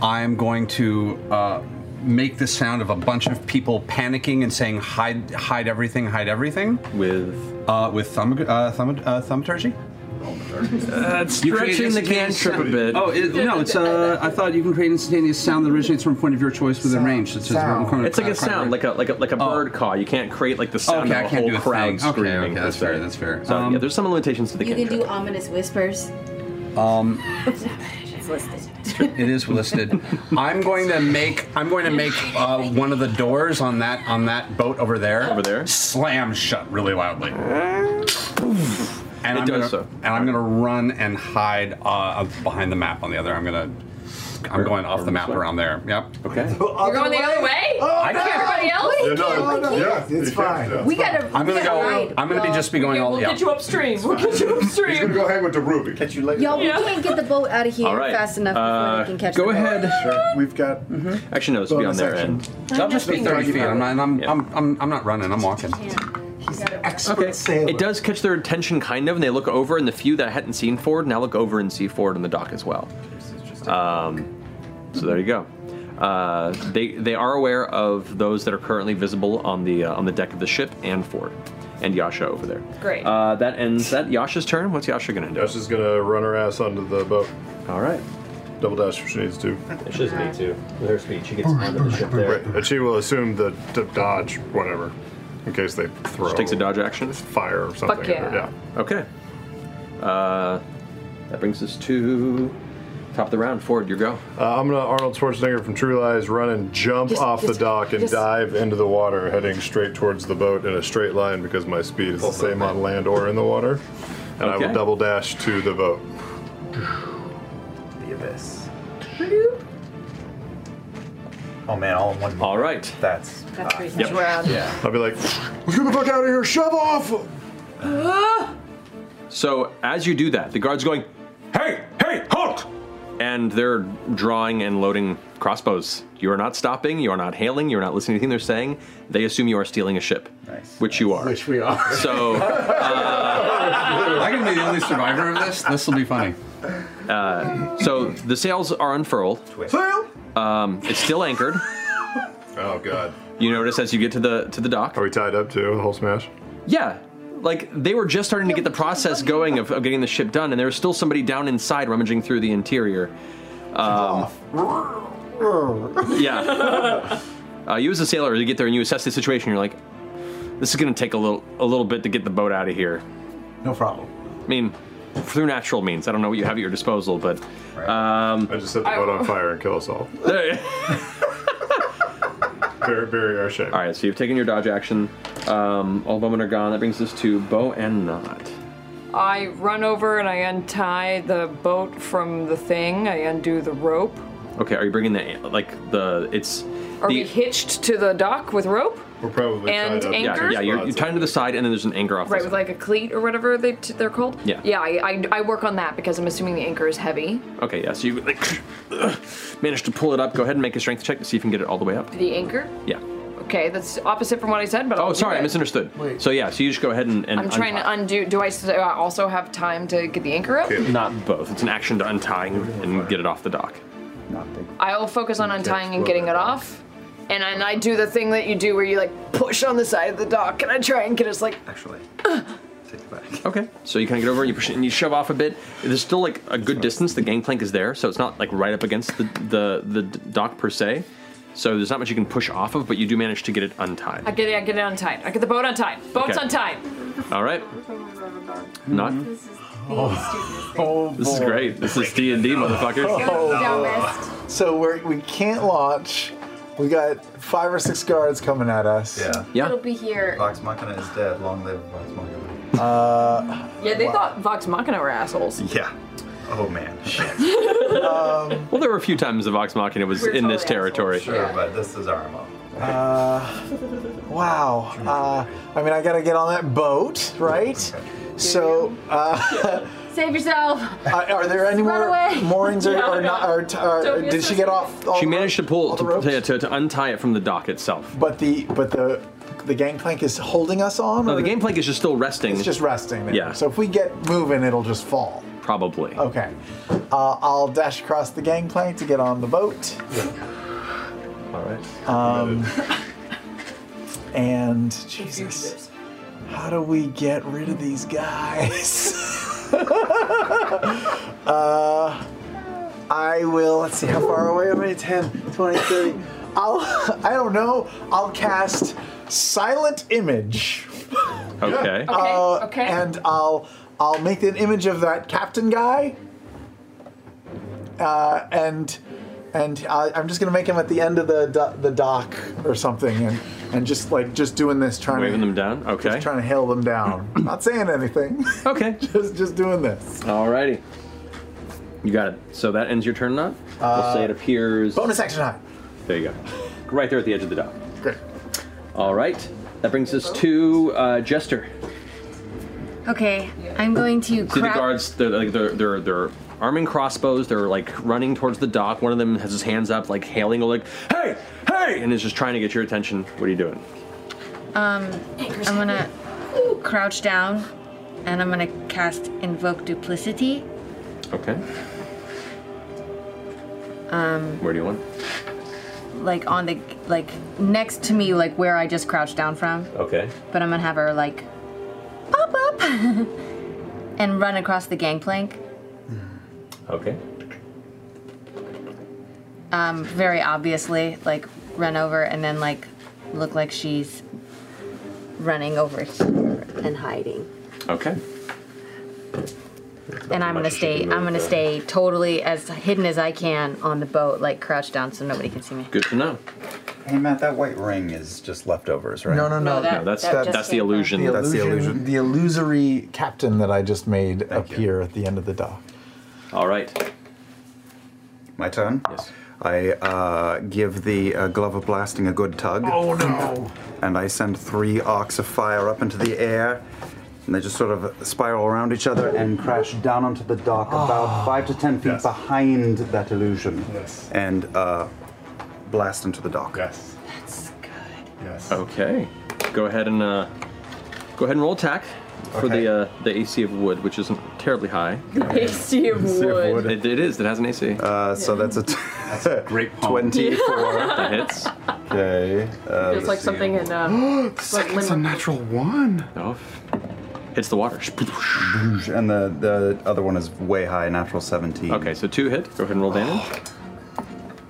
I'm going to uh, make the sound of a bunch of people panicking and saying "hide, hide everything, hide everything." With uh, with thumb uh, thumb uh, thaumaturgy? Uh, it's stretching the cantrip a bit. Oh it, no! It's uh, I thought you can create instantaneous sound that originates from a point of your choice within range. Such as It's like a sound, like a like a like a bird call. You can't create like the sound Oh. Okay, I of a can't whole do a crowd thing. Okay, screaming. okay, per that's se. fair, that's fair. Um, So yeah, there's some limitations to the You cantrip. can do ominous whispers. Um, listed. It is listed. I'm going to make I'm going to make uh, one of the doors on that on that boat over there over there slam shut really loudly. And It I'm does gonna, so. And I'm going to run and hide uh, behind the map on the other. I'm going to I'm going off the map around there. Yep. Okay. You're going the other way? I Like can't. Everybody else? Yeah, no, no, yeah, it's fine. We gotta. I'm gonna we go. gotta ride. I'm gonna be just be going all. We'll yeah. get you upstream. We'll get you upstream. He's gonna go hang with the Ruby. Catch you later. Y'all, we can't get the boat out of here All right. fast enough before we Uh, can catch go the boat. ahead. We've got. Actually, no, this will be on Bonus their action. end. I'll just be 30 feet. I'm, not, I'm, I'm, I'm, I'm not running. I'm walking. Expert sailor. It does catch their attention, kind of, and they look over, and the few that hadn't seen Ford now look over and see Ford on the dock as well. Um, so there you go. Uh, they they are aware of those that are currently visible on the uh, on the deck of the ship and Ford and Yasha over there. Great. Uh, that ends that Yasha's turn. What's Yasha gonna do? Yasha's gonna run her ass onto the boat. All right. Double dash if she needs to. She doesn't need to. With her speed, she gets onto the ship there. And she will assume the to dodge whatever, in case they throw. She takes a dodge action. Fire or something. yeah. Okay. Uh, that brings us to top of the round. Ford, your go. Uh, I'm gonna Arnold Schwarzenegger from True Lies run and jump Yes, off yes, the dock and yes. dive into the water, heading straight towards the boat in a straight line because my speed is the same on land or in the water. And I Okay. will double dash to the boat. The abyss. Oh man, all in one. All right. That's. That's pretty Yep. round. I'll be like, Let's get the fuck out of here. Shove off. Ah! So as you do that, the guard's going, "Hey, hey, halt!" And they're drawing and loading crossbows. You are not stopping. You are not hailing. You are not listening to anything they're saying. They assume you are stealing a ship, which you are. Which we are. So I can be the only survivor of this. This will be funny. Uh, so the sails are unfurled. Sail. Um, it's still anchored. Oh God. You notice as you get to the to the dock. Are we tied up too? The whole smash. Yeah. Like they were just starting to get the process going of, of getting the ship done, and there was still somebody down inside rummaging through the interior. Um, yeah. Uh, you as a sailor, you get there and you assess the situation. You're like, this is going to take a little a little bit to get the boat out of here. No problem. I mean, through natural means. I don't know what you have at your disposal, but um, I just set the boat on fire and kill us all. Very, very our shape. All right, so you've taken your dodge action. Um, all bowmen are gone. That brings us to bow and knot. I run over and I untie the boat from the thing. I undo the rope. Okay, are you bringing the like the it's Are the we hitched to the dock with rope? We're probably And tied up. Yeah, anchor? yeah, you're, you're tied to the side, and then there's an anchor off. Right, the with side. like a cleat or whatever they t- they're called. Yeah. Yeah, I, I, I work on that because I'm assuming the anchor is heavy. Okay, yeah. So you like manage to pull it up. Go ahead and make a strength check to see if you can get it all the way up. The anchor. Yeah. Okay, that's opposite from what I said, but Oh, I'll do sorry, I it. misunderstood. So yeah, so you just go ahead and, and I'm trying untie. to undo. Do I s- uh, also have time to get the anchor up? Not both. It's an action to untie and get it off the dock. I'll focus on untying and getting it off. And then I do the thing that you do where you like push on the side of the dock and I try and get us like. Actually. Okay. So you kind of get over and you push it and you shove off a bit. There's still like a good distance. The gangplank is there, so it's not like right up against the the, the d- dock per se. So there's not much you can push off of, but you do manage to get it untied. I get it, I get it untied. I get the boat untied. Boat's Okay. untied. All right. Not. Oh, oh This is boy. great. This is D and D, Oh. motherfuckers. Oh. So we're, we can't launch. We got five or six guards coming at us. Yeah. It'll be here. Vox Machina is dead. Long live Vox Machina. Uh, Yeah, they thought Vox Machina were assholes. Yeah. Oh man. Um, well, there were a few times the Vox Machina was We're in this totally territory. Sure, but this is our MO. uh, wow. Uh, I mean, I gotta get on that boat, right? So, uh, Save yourself. uh, are there any more away. moorings or, No, or no. not? Or, or, Don't be Uh, did she get off? All She the- managed to pull to, to, to untie it from the dock itself. But the but the the gangplank is holding us on. No, or- the gangplank is just still resting. It's just resting there. Yeah. So if we get moving, it'll just fall. Probably. Okay. Uh, I'll dash across the gangplank to get on the boat. All right. Um, and Jesus, how do we get rid of these guys? uh, I will. Let's see how far away am I? 10, 20, 30. I'll. I don't know. I'll cast silent image. Okay. Uh, And I'll. I'll make an image of that captain guy. uh, and and I, I'm just gonna make him at the end of the do- the dock or something, and and just like just doing this, trying Waving to them down. Okay. just trying to hail them down, not saying anything. Okay. just just doing this. Alrighty. You got it. So that ends your turn, not. Uh, we'll say it appears. bonus action high. There you go. Right there at the edge of the dock. Great. All right. That brings us to uh, Jester. Okay, I'm going to See the crouch. guards. They're like they're they're they're arming crossbows. They're like running towards the dock. One of them has his hands up, like hailing, like "Hey, hey!" and is just trying to get your attention. What are you doing? Um, I'm gonna crouch down, and I'm gonna cast Invoke Duplicity. Okay. Um, Where do you want? like on the like next to me, like where I just crouched down from. Okay. But I'm gonna have her like pop up and run across the gangplank. Okay. Um, very obviously, like run over and then like look like she's running over here and hiding. Okay. and I'm gonna stay. I'm gonna stay totally as hidden as I can on the boat, like crouched down, so nobody can see me. Good to know. Hey Matt, that white ring is just leftovers, right? No, no, no. That's the illusion. The illusory captain that I just made appear at the end of the dock. All right. My turn. Yes. I uh, give the uh, glove of blasting a good tug. Oh no! And I send three arcs of fire up into the air, and they just sort of spiral around each other and crash down onto the dock about five to ten feet behind that illusion. Yes. And uh, blast into the dock. Yes. That's good. Yes. Okay. Go ahead and uh, go ahead and roll attack for the uh, the AC of wood, which isn't terribly high. AC of wood. It, it is. It has an AC. Uh, so that's a, t- that's a great twenty-four. that hits. Okay. Uh, It's like something in uh, like It's a limbo. natural one. No. Hits the water. And the, the other one is way high, natural 17. Okay, so two hit. Go ahead and roll damage.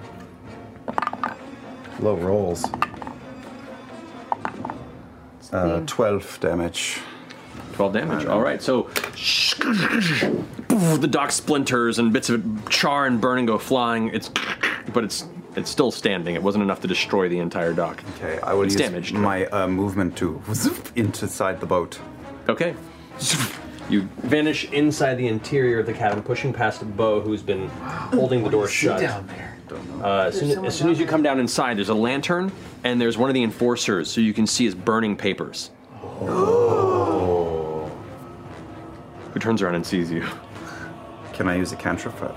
Low rolls. Uh, 12 damage. 12 damage. All right, so the dock splinters and bits of it char and burn and go flying. It's but it's it's still standing. It wasn't enough to destroy the entire dock. Okay, I will it's use damaged. my uh, movement to inside the boat. Okay. You vanish inside the interior of the cabin, pushing past Bo, who's been holding the door shut. there. Uh, as soon, as, soon as you come down inside, there's a lantern and there's one of the enforcers, so you can see his burning papers. Who turns around and sees you? Can I use a cantrip for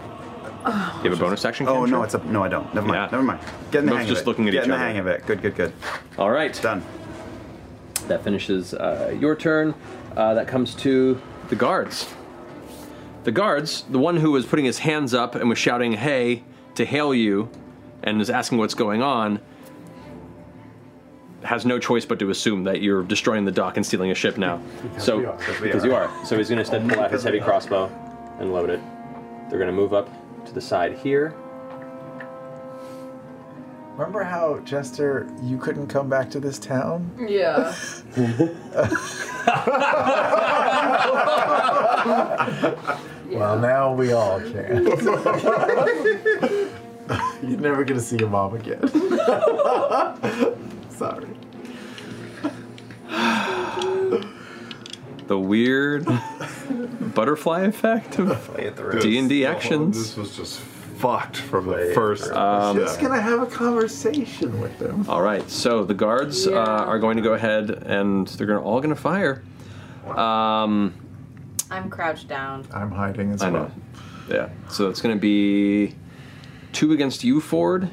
Oh. You have a bonus action. Oh, cantrip? no, it's a, no, I don't. Never mind. Never mind. Get in the Both hang just of it. looking at Get each in the other. hang of it. Good, good, good. All right. Done. That finishes uh, your turn. Uh, that comes to the guards. The guards, the one who was putting his hands up and was shouting, hey, to hail you, and is asking what's going on, has no choice but to assume that you're destroying the dock and stealing a ship now. so, we are. Because we because are. you are. So he's going to step Only pull out his because we heavy are. crossbow and load it. They're going to move up to the side here. Remember how Jester, you couldn't come back to this town? Yeah. Well, now we all can. You're never gonna see your mom again. Sorry. The weird butterfly effect of D&D actions. This was just fucked from the first. Um, Just gonna have a conversation with them. All right, so the guards uh, are going to go ahead and they're gonna, all going to fire. Um, I'm crouched down. I'm hiding as I know. Yeah, so it's going to be two against you, Ford,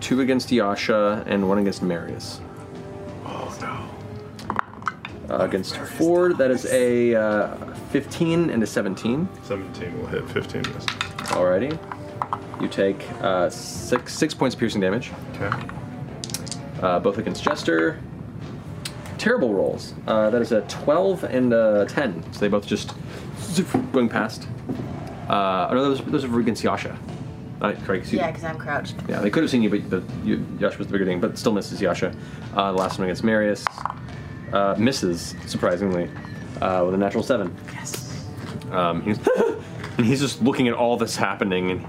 two against Yasha, and one against Marius. Oh no. Uh, against Ford, that is a uh, 15 and a 17. 17 will hit, 15 misses. Alrighty. You take uh, six six points of piercing damage. Okay. Uh, both against Jester. Terrible rolls. Uh, that is a 12 and a 10. So they both just zoof, going past. Uh, oh no, those, those are against Yasha. Not Craig, excuse me. Yeah, because I'm crouched. Yeah, they could have seen you, but the, you, Yasha was the bigger thing, but still misses Yasha. Uh, the last one against Marius uh, misses, surprisingly, uh, with a natural seven. Yes. Um, he's, and he's just looking at all this happening, and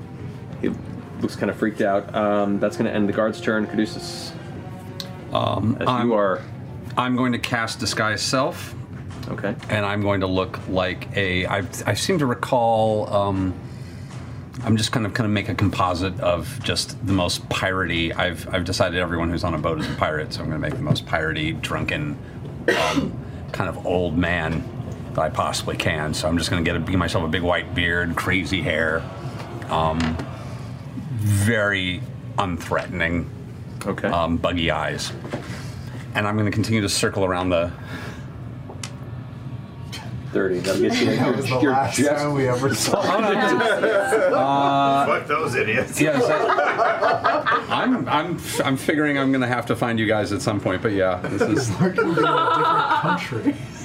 looks kind of freaked out. Um, that's going to end the guard's turn. Caduceus. Um, As I'm, you are. I'm going to cast Disguise Self. Okay. And I'm going to look like a. I, I seem to recall. Um, I'm just kind of kind of make a composite of just the most piratey. I've I've decided everyone who's on a boat is a pirate, so I'm going to make the most piratey, drunken, um, kind of old man that I possibly can. So I'm just going to get a, give myself a big white beard, crazy hair, um, very unthreatening, okay, um, buggy eyes, and I'm going to continue to circle around the. 30. That'll get you- That was the last time we ever saw Fuck those idiots. Uh, yeah, I'm I'm f- I'm figuring I'm gonna have to find you guys at some point, but yeah, this is Country.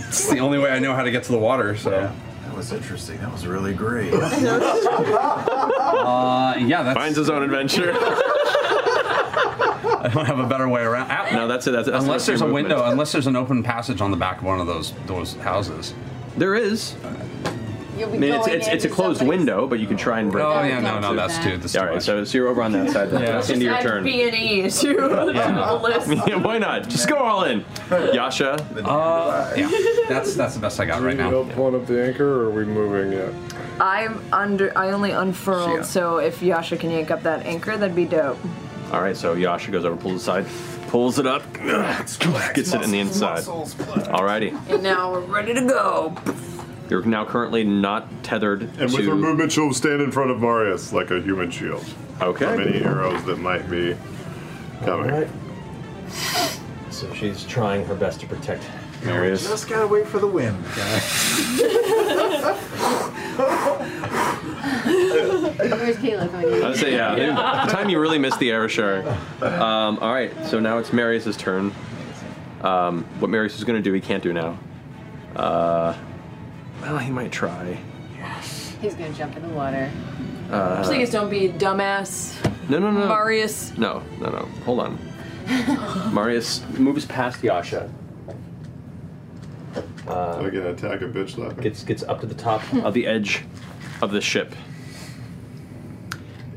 it's the only way I know how to get to the water. So That was interesting. That was really great. uh, yeah, that's Finds his own adventure. I don't have a better way around. Ow. No, that's it. That's, that's unless that's your there's a movement. window, unless there's an open passage on the back of one of those those houses. There is. You'll I mean, it's, it's, it's a closed window, but you can try and break Oh, it. yeah, no, no, Too that's bad. too- that's All right, so, so you're over on that side. Then. Yeah. That's into your I'd turn. Be an E too. Yeah. the list. Yeah, why not? Just go all in. Yasha. Uh, yeah, that's that's the best I got right now. pulling up the anchor, or are we moving yet? I'm under. I only unfurled, so if Yasha can yank up that anchor, that'd be dope. All right, so Yasha goes over, pulls aside, pulls it up, gets it in the inside. Alrighty, And now we're ready to go. you're now currently not tethered And to. with her movement, she'll stand in front of Marius like a human shield. Okay. From any arrows that might be coming. So she's trying her best to protect Just gotta wait for the wind. Where's Kayla going? I'd say yeah. The time you really missed the Aerishar. Um, all right, so now it's Marius' turn. Um, what Marius is going to do, he can't do now. Uh, well, he might try. He's gonna jump in the water. Uh, Please don't be dumbass. no, no, no. Marius. No, no, no. Hold on. Marius moves past Yasha. Uh, I get attack a bitch slap. Gets gets up to the top of the edge of the ship,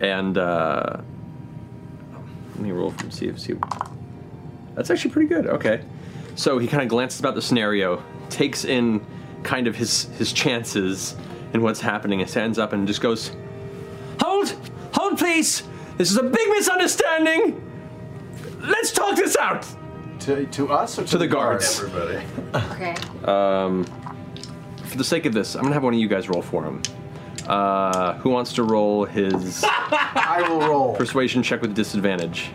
and uh, let me roll from see if see. That's actually pretty good. Okay, so he kind of glances about the scenario, takes in kind of his his chances and what's happening, and stands up and just goes, "Hold, hold, please! This is a big misunderstanding. Let's talk this out." To, to us or to, To the guards. Everybody. Okay. Um, for the sake of this, I'm gonna have one of you guys roll for him. Uh, who wants to roll his I will roll. persuasion check with disadvantage?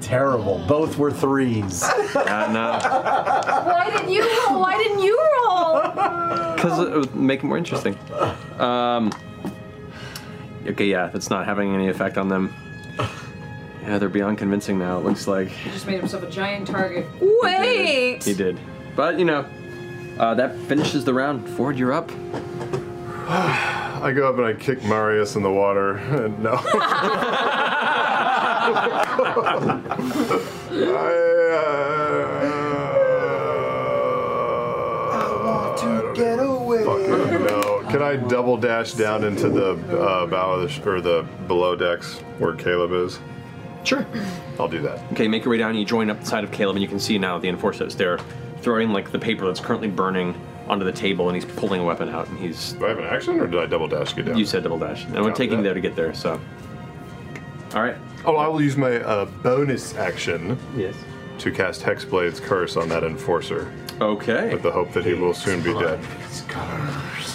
Terrible. Both were threes. Uh, Why didn't you roll? Why didn't you roll? no, because it would make it more interesting. Um, okay, yeah, that's not having any effect on them. Yeah, they're beyond convincing now. It looks like He just made himself a giant target. Wait. he did, but you know, uh, that finishes the round. Ford, you're up. I go up and I kick Marius in the water. And no. Get away. no. Can I double dash down into the uh, bow of the sh- or the below decks where Caleb is? Sure. I'll do that. Okay, make your way down. You join up the side of Caleb, and you can see now the enforcers. They're throwing like the paper that's currently burning onto the table, and he's pulling a weapon out, and he's. Do I have an action, or did I double dash get down? You said double dash, and I'm Copy taking that. there to get there. So. All right. Oh, I will use my uh, bonus action. Yes. To cast Hexblade's Curse on that enforcer. Okay. With the hope that he will soon be dead.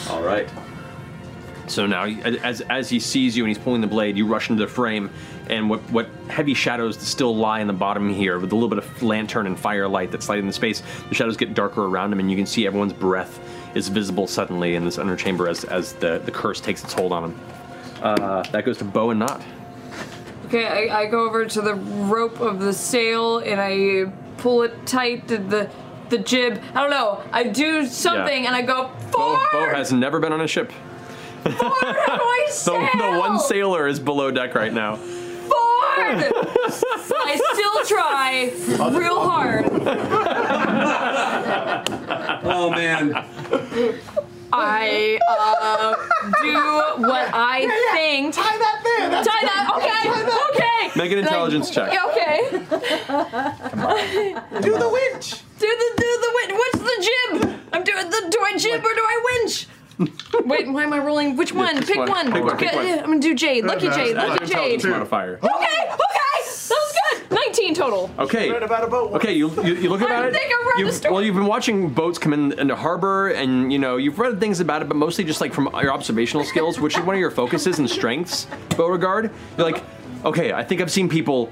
All right. So now, as as he sees you and he's pulling the blade, you rush into the frame, and what what heavy shadows still lie in the bottom here, with a little bit of lantern and firelight that's lighting the space. The shadows get darker around him, and you can see everyone's breath is visible suddenly in this inner chamber as as the the curse takes its hold on him. Uh, that goes to bow and knot. Okay, I, I go over to the rope of the sail and I pull it tight to the the jib. I don't know. I do something and I go Bo, Bo has never been on a ship. the, the one sailor is below deck right now. forward. I still try real hard. Oh man. I uh, do what I think. Tie that man, that's tie that. Okay, Tie that. okay. Make an And I- intelligence check. Yeah, Okay. do the winch. Do the do the winch. What's the jib? I'm doing the. Do I jib or do I winch? Wait, why am I rolling? Which one? just Pick one. one. Pick one, pick Okay, one. yeah, I'm gonna do Jade. Lucky Uh, Jade. that's Lucky an Jade. intelligence modifier. Okay, okay, that was good. 19 total. Okay. Okay, you, you, you look I about it. think I read the you've- story. Well, you've been watching boats come in into harbor, and you know you've read things about it, but mostly just like from your observational skills, which is one of your focuses and strengths, Beauregard. You're like, okay, I think I've seen people,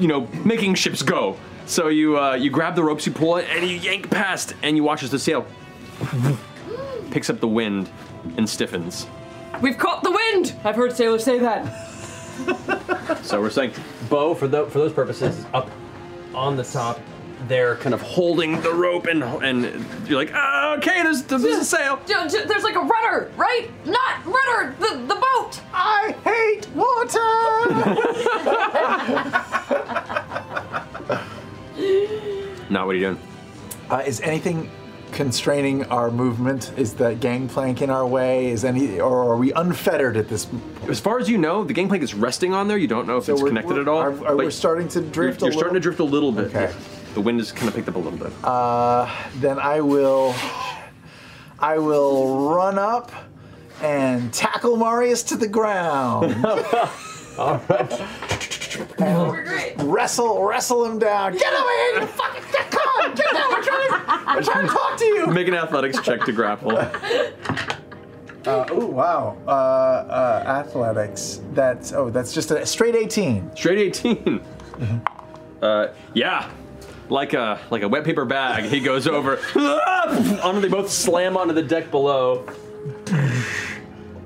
you know, making ships go. So you uh, you grab the ropes, you pull it, and you yank past, and you watch as the sail picks up the wind and stiffens. We've caught the wind. I've heard sailors say that. So we're saying, Bo, for, tho- for those purposes, is up on the top. They're kind of holding the rope, and and you're like, ah, okay, there's, there's a sail. Ju- ju- There's like a rudder, right? Not rudder. The the boat. I hate water. Not what are you doing? Uh, is anything constraining our movement? Is the gangplank in our way? Is any, or are we unfettered at this? As far as you know, the gangplank is resting on there. You don't know if So it's we're- connected we're- at all. are- are we starting to drift a You're, you're little? starting to drift a little bit. yeah. The wind has kind of picked up a little bit. Uh, then I will, I will run up and tackle Marius to the ground. All right. wrestle, wrestle him down. Get over here, you fucking dickhead! Get down! We're trying, to- we're trying to talk to you. Make an athletics check to grapple. Uh, oh wow! Uh, uh, athletics. That's oh, that's just a straight eighteen. Straight 18. Uh, yeah. Like a like a wet paper bag, he goes over. Ah! onto they both slam onto the deck below.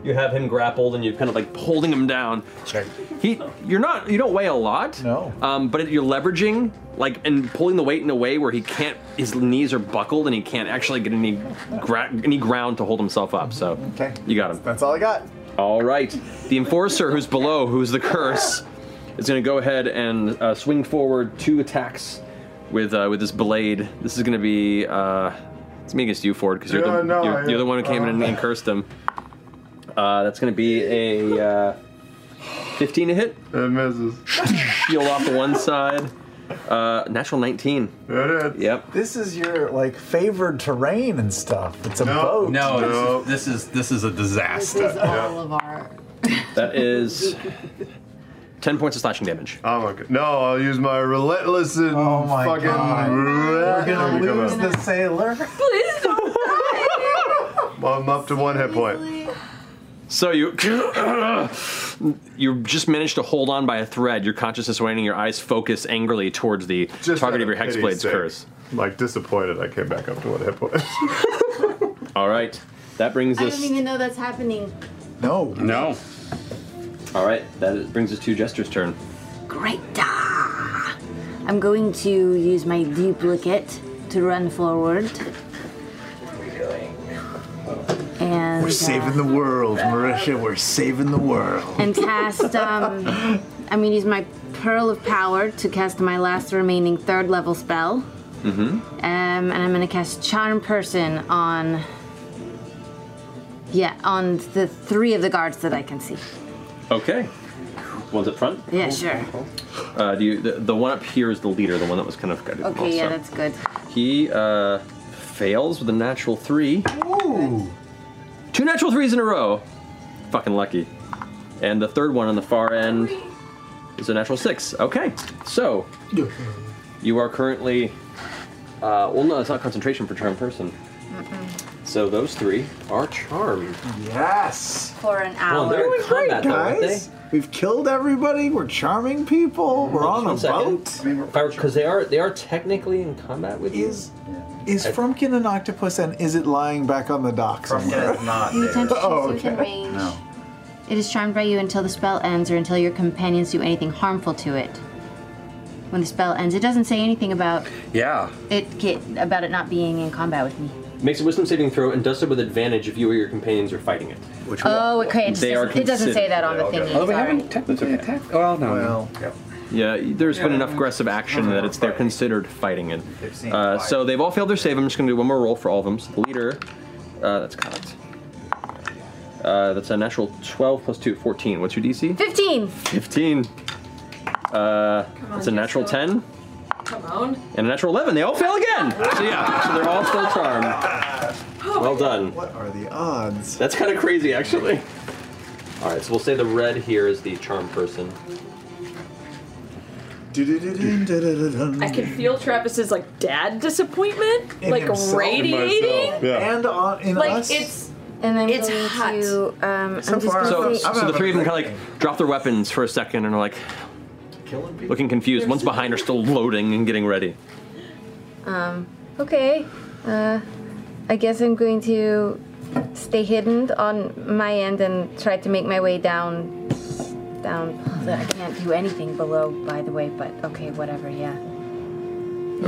You have him grappled, and you're kind of like holding him down. He, you're not, you don't weigh a lot. No. Um, but you're leveraging, like, and pulling the weight in a way where he can't. His knees are buckled, and he can't actually get any gra- any ground to hold himself up. So okay. you got him. That's all I got. All right. The enforcer who's below, who's the curse, is going to go ahead and uh, swing forward two attacks with uh, with this blade. This is going to be uh, it's me against you, Ford, because you're, Yeah, the no, you're, I- you're the one who came in and, and cursed them. Uh, that's going to be a uh, 15 to hit. That misses. Shield off to one side. Uh, natural 19. Yep. This is your like favored terrain and stuff. It's a boat. No, This, is, this is this is a disaster. of our. That is 10 points of slashing damage. Oh my god. No, I'll use my relentless and oh my fucking. God. We're There gonna we go. lose the sailor. Please don't I'm up to one hit point. So you you just managed to hold on by a thread. Your consciousness waning, your eyes focus angrily towards the target of your Pity's hexblade's sake. curse. Like disappointed, I came back up to one hit point. All right, that brings I don't us. even know that's happening. No. No. All right, that is- brings us to Jester's turn. Great. Ah. I'm going to use my duplicate to run forward. And We're saving the world, Marisha. We're saving the world. uh, and cast. Um, I'm going to use my Pearl of Power to cast my last remaining third level spell. Mm-hmm. Um, and I'm going to cast Charm Person on. Yeah, on the three of the guards that I can see. Okay, one's up front. Yeah, sure. Uh, do you, the, the one up here is the leader, the one that was kind of guided. Okay, yeah, that's good. He uh, fails with a natural three. Ooh. Two natural threes in a row. Fucking lucky. And the third one on the far end is a natural six. Okay, so you are currently. Uh, well, no, it's not concentration for charm person. So those three are charmed. Yes. For an Well, hour. they're in We're doing great, combat though, aren't guys. We've killed everybody. We're charming people. We're on a boat. Because they are they are technically in combat with Is is Frumpkin an octopus and is it lying back on the dock somewhere? is not You there. attempt to oh, choose within okay. range. It is charmed by you until the spell ends or until your companions do anything harmful to it. When the spell ends, it doesn't say anything about Yeah. it get, about it not being in combat with me. Makes a wisdom saving throw and does so with advantage if you or your companions are fighting it. Which Oh, okay. It, just doesn't, it doesn't say that on the thingy. Oh, sorry. technically attacked. Oh no. Well, yeah, there's been enough aggressive action that it's they're considered fighting it. seen Uh, so they've all failed their save. I'm just going to do one more roll for all of them. So the leader, uh, that's correct. Uh, that's a natural 12 plus 2, 14. What's your DC? 15. 15. Uh, that's a natural 10 Come on. and a natural 11. They all fail again. So yeah, so they're all still Oh, charmed. Well done. What are the odds? That's kind of crazy, actually. All right, so we'll say the red here is the charm person. I can feel Travis's like dad disappointment, In like himself. In radiating, myself. Yeah. And on in like us? it's And I'm It's going hot. to. Um, I'm just gonna So, say- so the three of them kind of like drop their weapons for a second and are like looking confused. One's behind, are still loading and getting ready. Um, okay. Uh, I guess I'm going to stay hidden on my end and try to make my way down. Down. I can't do anything below, by the way, but okay, whatever, yeah.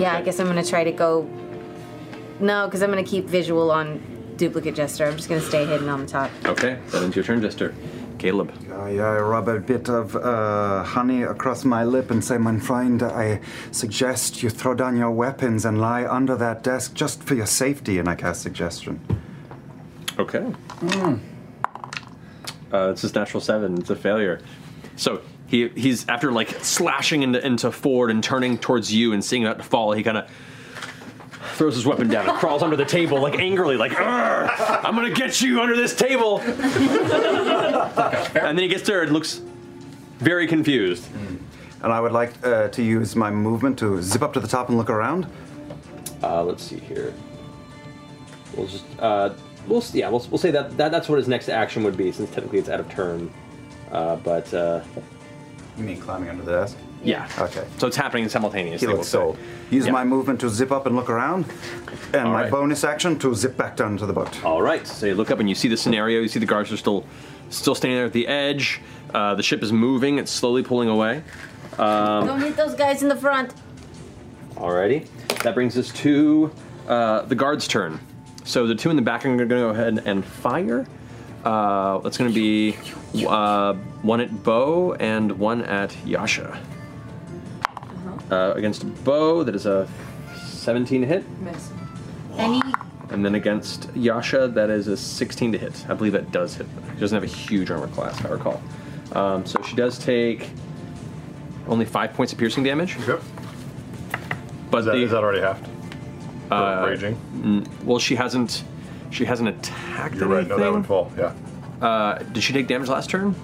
Yeah, I guess I'm going to try to go. No, because I'm going to keep visual on duplicate jester. I'm just going to stay hidden on the top. Okay, that ends your turn, Jester. Caleb. I uh, rub a bit of uh, honey across my lip and say, My friend, I suggest you throw down your weapons and lie under that desk just for your safety. And I cast suggestion. Okay. Mm. Uh, it's his natural seven. It's a failure. So he he's after like slashing into, into Ford and turning towards you and seeing you about to fall. He kind of throws his weapon down and crawls under the table like angrily, like "Arr, I'm gonna get you under this table. and then he gets there and looks very confused. Mm. And I would like uh, to use my movement to zip up to the top and look around. Uh, let's see here. We'll just uh, we'll yeah we'll, we'll say that, that that's what his next action would be since technically it's out of turn, uh, but. Uh, you mean climbing under the desk? Yeah. Okay. So it's happening simultaneously. Helix we'll say. soul. Use Yeah. my movement to zip up and look around, and All my right. bonus action to zip back down to the boat. All right. So you look up and you see the scenario. You see the guards are still still standing there at the edge. Uh, the ship is moving. It's slowly pulling away. Don't Um, hit those guys in the front. alrighty. That brings us to uh, the guards' turn. So the two in the back are going to go ahead and fire. Uh, that's going to be uh, one at Bo and one at Yasha. Uh, against Bo, that is a 17 hit. miss. Any And then against Yasha, that is a 16 to hit. I believe that does hit. She doesn't have a huge armor class, if I recall. Um, so she does take only five points of piercing damage. Yep. But is that, already halved? Uh, raging. well, she hasn't. She hasn't attacked. You're right, no, that would fall. Yeah. Uh, did she take damage last turn?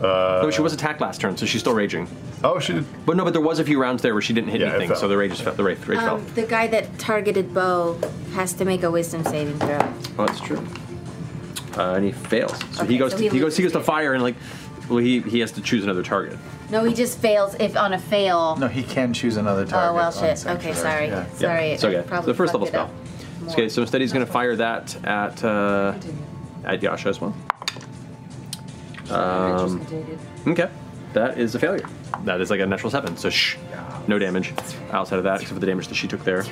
Uh, no, she was attacked last turn, so she's still raging. Oh, she did. But no, but there was a few rounds there where she didn't hit Yeah, it anything, fell. so the rage just fell. The rage, rage um, the guy that targeted Bo has to make a wisdom saving throw. fell. Well, Oh, that's true. Uh, and he fails, so he goes. so to, he he, goes. He goes to fire, and like, well, he he has to choose another target. No, he just fails if on a fail. No, he can choose another target. oh well, on shit. sanctuary. Okay, sorry, Yeah. sorry. It's okay. I It's probably the first level fucked it up. spell. It's okay, so instead he's going to fire that at uh, at Yasha as well. Um, okay, that is a failure. That is like a natural seven. So shh, no damage outside of that, except for the damage that she took there.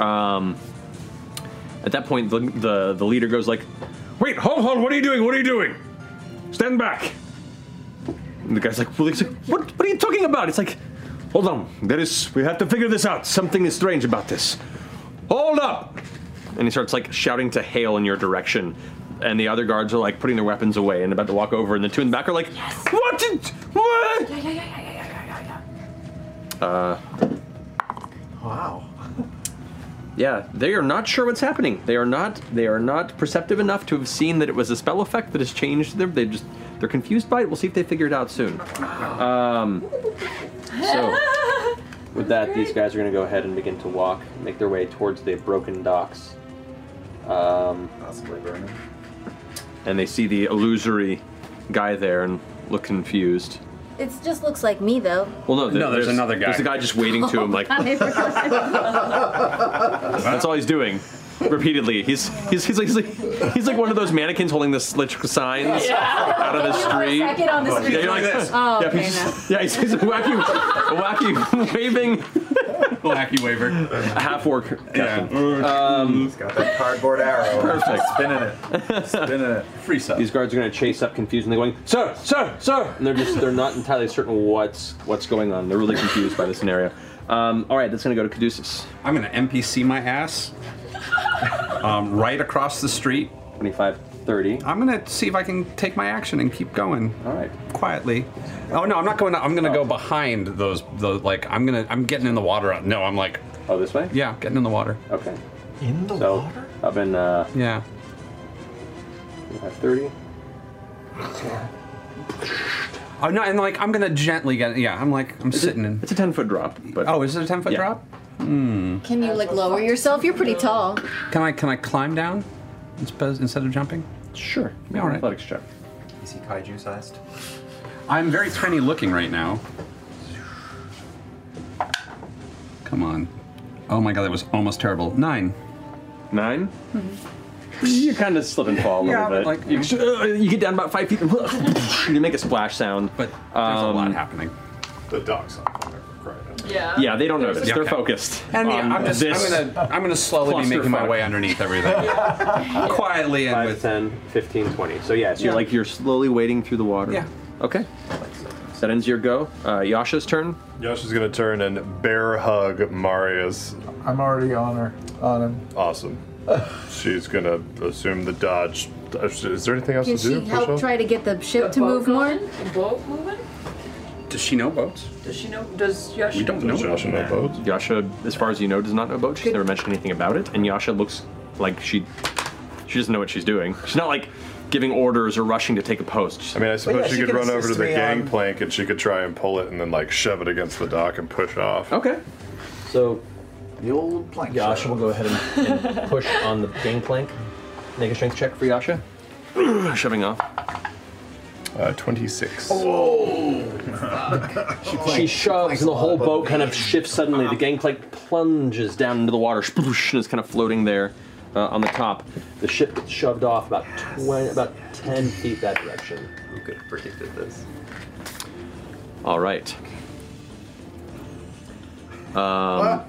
Um, at that point, the, the the leader goes like, "Wait, hold, hold! What are you doing? What are you doing? Stand back!" And the guy's like, well, he's like, what, what are you talking about? It's like, hold on, there is, we have to figure this out. Something is strange about this. Hold up! And he starts like shouting to hail in your direction. And the other guards are like putting their weapons away and about to walk over. And the two in the back are like, What? Did, what? Yeah, yeah, yeah, yeah, yeah, yeah, yeah, yeah. uh, Wow. yeah, they are not sure what's happening. They are not, they are not perceptive enough to have seen that it was a spell effect that has changed them. They just, they're confused by it. We'll see if they figure it out soon. Um, so. With that, these guys are going to go ahead and begin to walk, make their way towards the broken docks. Um, Possibly burning. And they see the illusory guy there and look confused. It just looks like me though. Well, no, No, there's another guy. There's a guy just waiting to him, like I forgot. that's all he's doing. Repeatedly, he's he's he's like, he's like he's like one of those mannequins holding the slit signs Yeah. out of the You know, a street. second on the street. Yeah, you're like Like this. this. Oh, yeah, okay, he's, yeah, he's, he's a wacky, a wacky waving, wacky waver, a half orc. Yeah. Um, Got that cardboard arrow. Perfect. Spinning it. Spinning it. Free stuff. These guards are going to chase up, confused, and they're going, "Sir, sir, sir!" And they're just—they're not entirely certain what's what's going on. They're really confused by the scenario. Um, all right, that's going to go to Caduceus. I'm gonna NPC my ass um, right across the street. 25. thirty. I'm gonna see if I can take my action and keep going. All right, quietly. Oh no, I'm not going. I'm gonna go behind those. Those like I'm gonna. I'm getting in the water. No, I'm like. Oh, this way? Yeah, getting in the water. Okay. In the so, water? I've been, uh, Yeah. at 30. Oh no, and like I'm gonna gently get. Yeah, I'm like I'm sitting in. It's a ten foot drop. But oh, is it a ten foot drop? Hmm. Can you like lower yourself? You're pretty tall. Can I can I climb down inspe- instead of jumping? Sure. Yeah, all right. athletics check. Is he kaiju sized? I'm very tiny looking right now. Come on. Oh my god, that was almost terrible. Nine. Nine? You kind of slip and fall a Yeah, little bit. but, like, you, uh, you get down about five feet and you make a splash sound. Um, But there's a lot happening. The dogs. Yeah. Yeah, they don't There's notice. a- They're Okay. focused. And yeah, on I'm just this I'm gonna I'm gonna slowly be making my clusterfuck. way underneath everything. Quietly and 5, with- 10, 15, 20. So yeah, so Yeah. you're like you're slowly wading through the water. Yeah. Okay. That ends your go. Uh, Yasha's turn. Yasha's gonna turn and bear hug Marius. I'm already on her. On him. Awesome. She's gonna assume the dodge. Is there anything else Can to do? she Push help up? try to get the ship to move more? Boat moving? Does she know boats? Does she know? Does Yash? Yasha know boats. Yasha, as far as you know, does not know boats. She's never mentioned anything about it. And Yasha looks like she she doesn't know what she's doing. She's not like giving orders or rushing to take a post. She's- I mean, I suppose she, could run over to the gangplank and she could try and pull it and then like shove it against the dock and push off. Okay. So the old plank. Yasha will go ahead and, and push on the gangplank. Make a strength check for Yasha. Shoving off. Uh, 26. she, she shoves, and the whole boat kind of shifts suddenly. The gangplank plunges down into the water, sploosh, and is kind of floating there uh, on the top. The ship gets shoved off about 20, about 10 feet that direction. Who could have predicted this? All right. Um,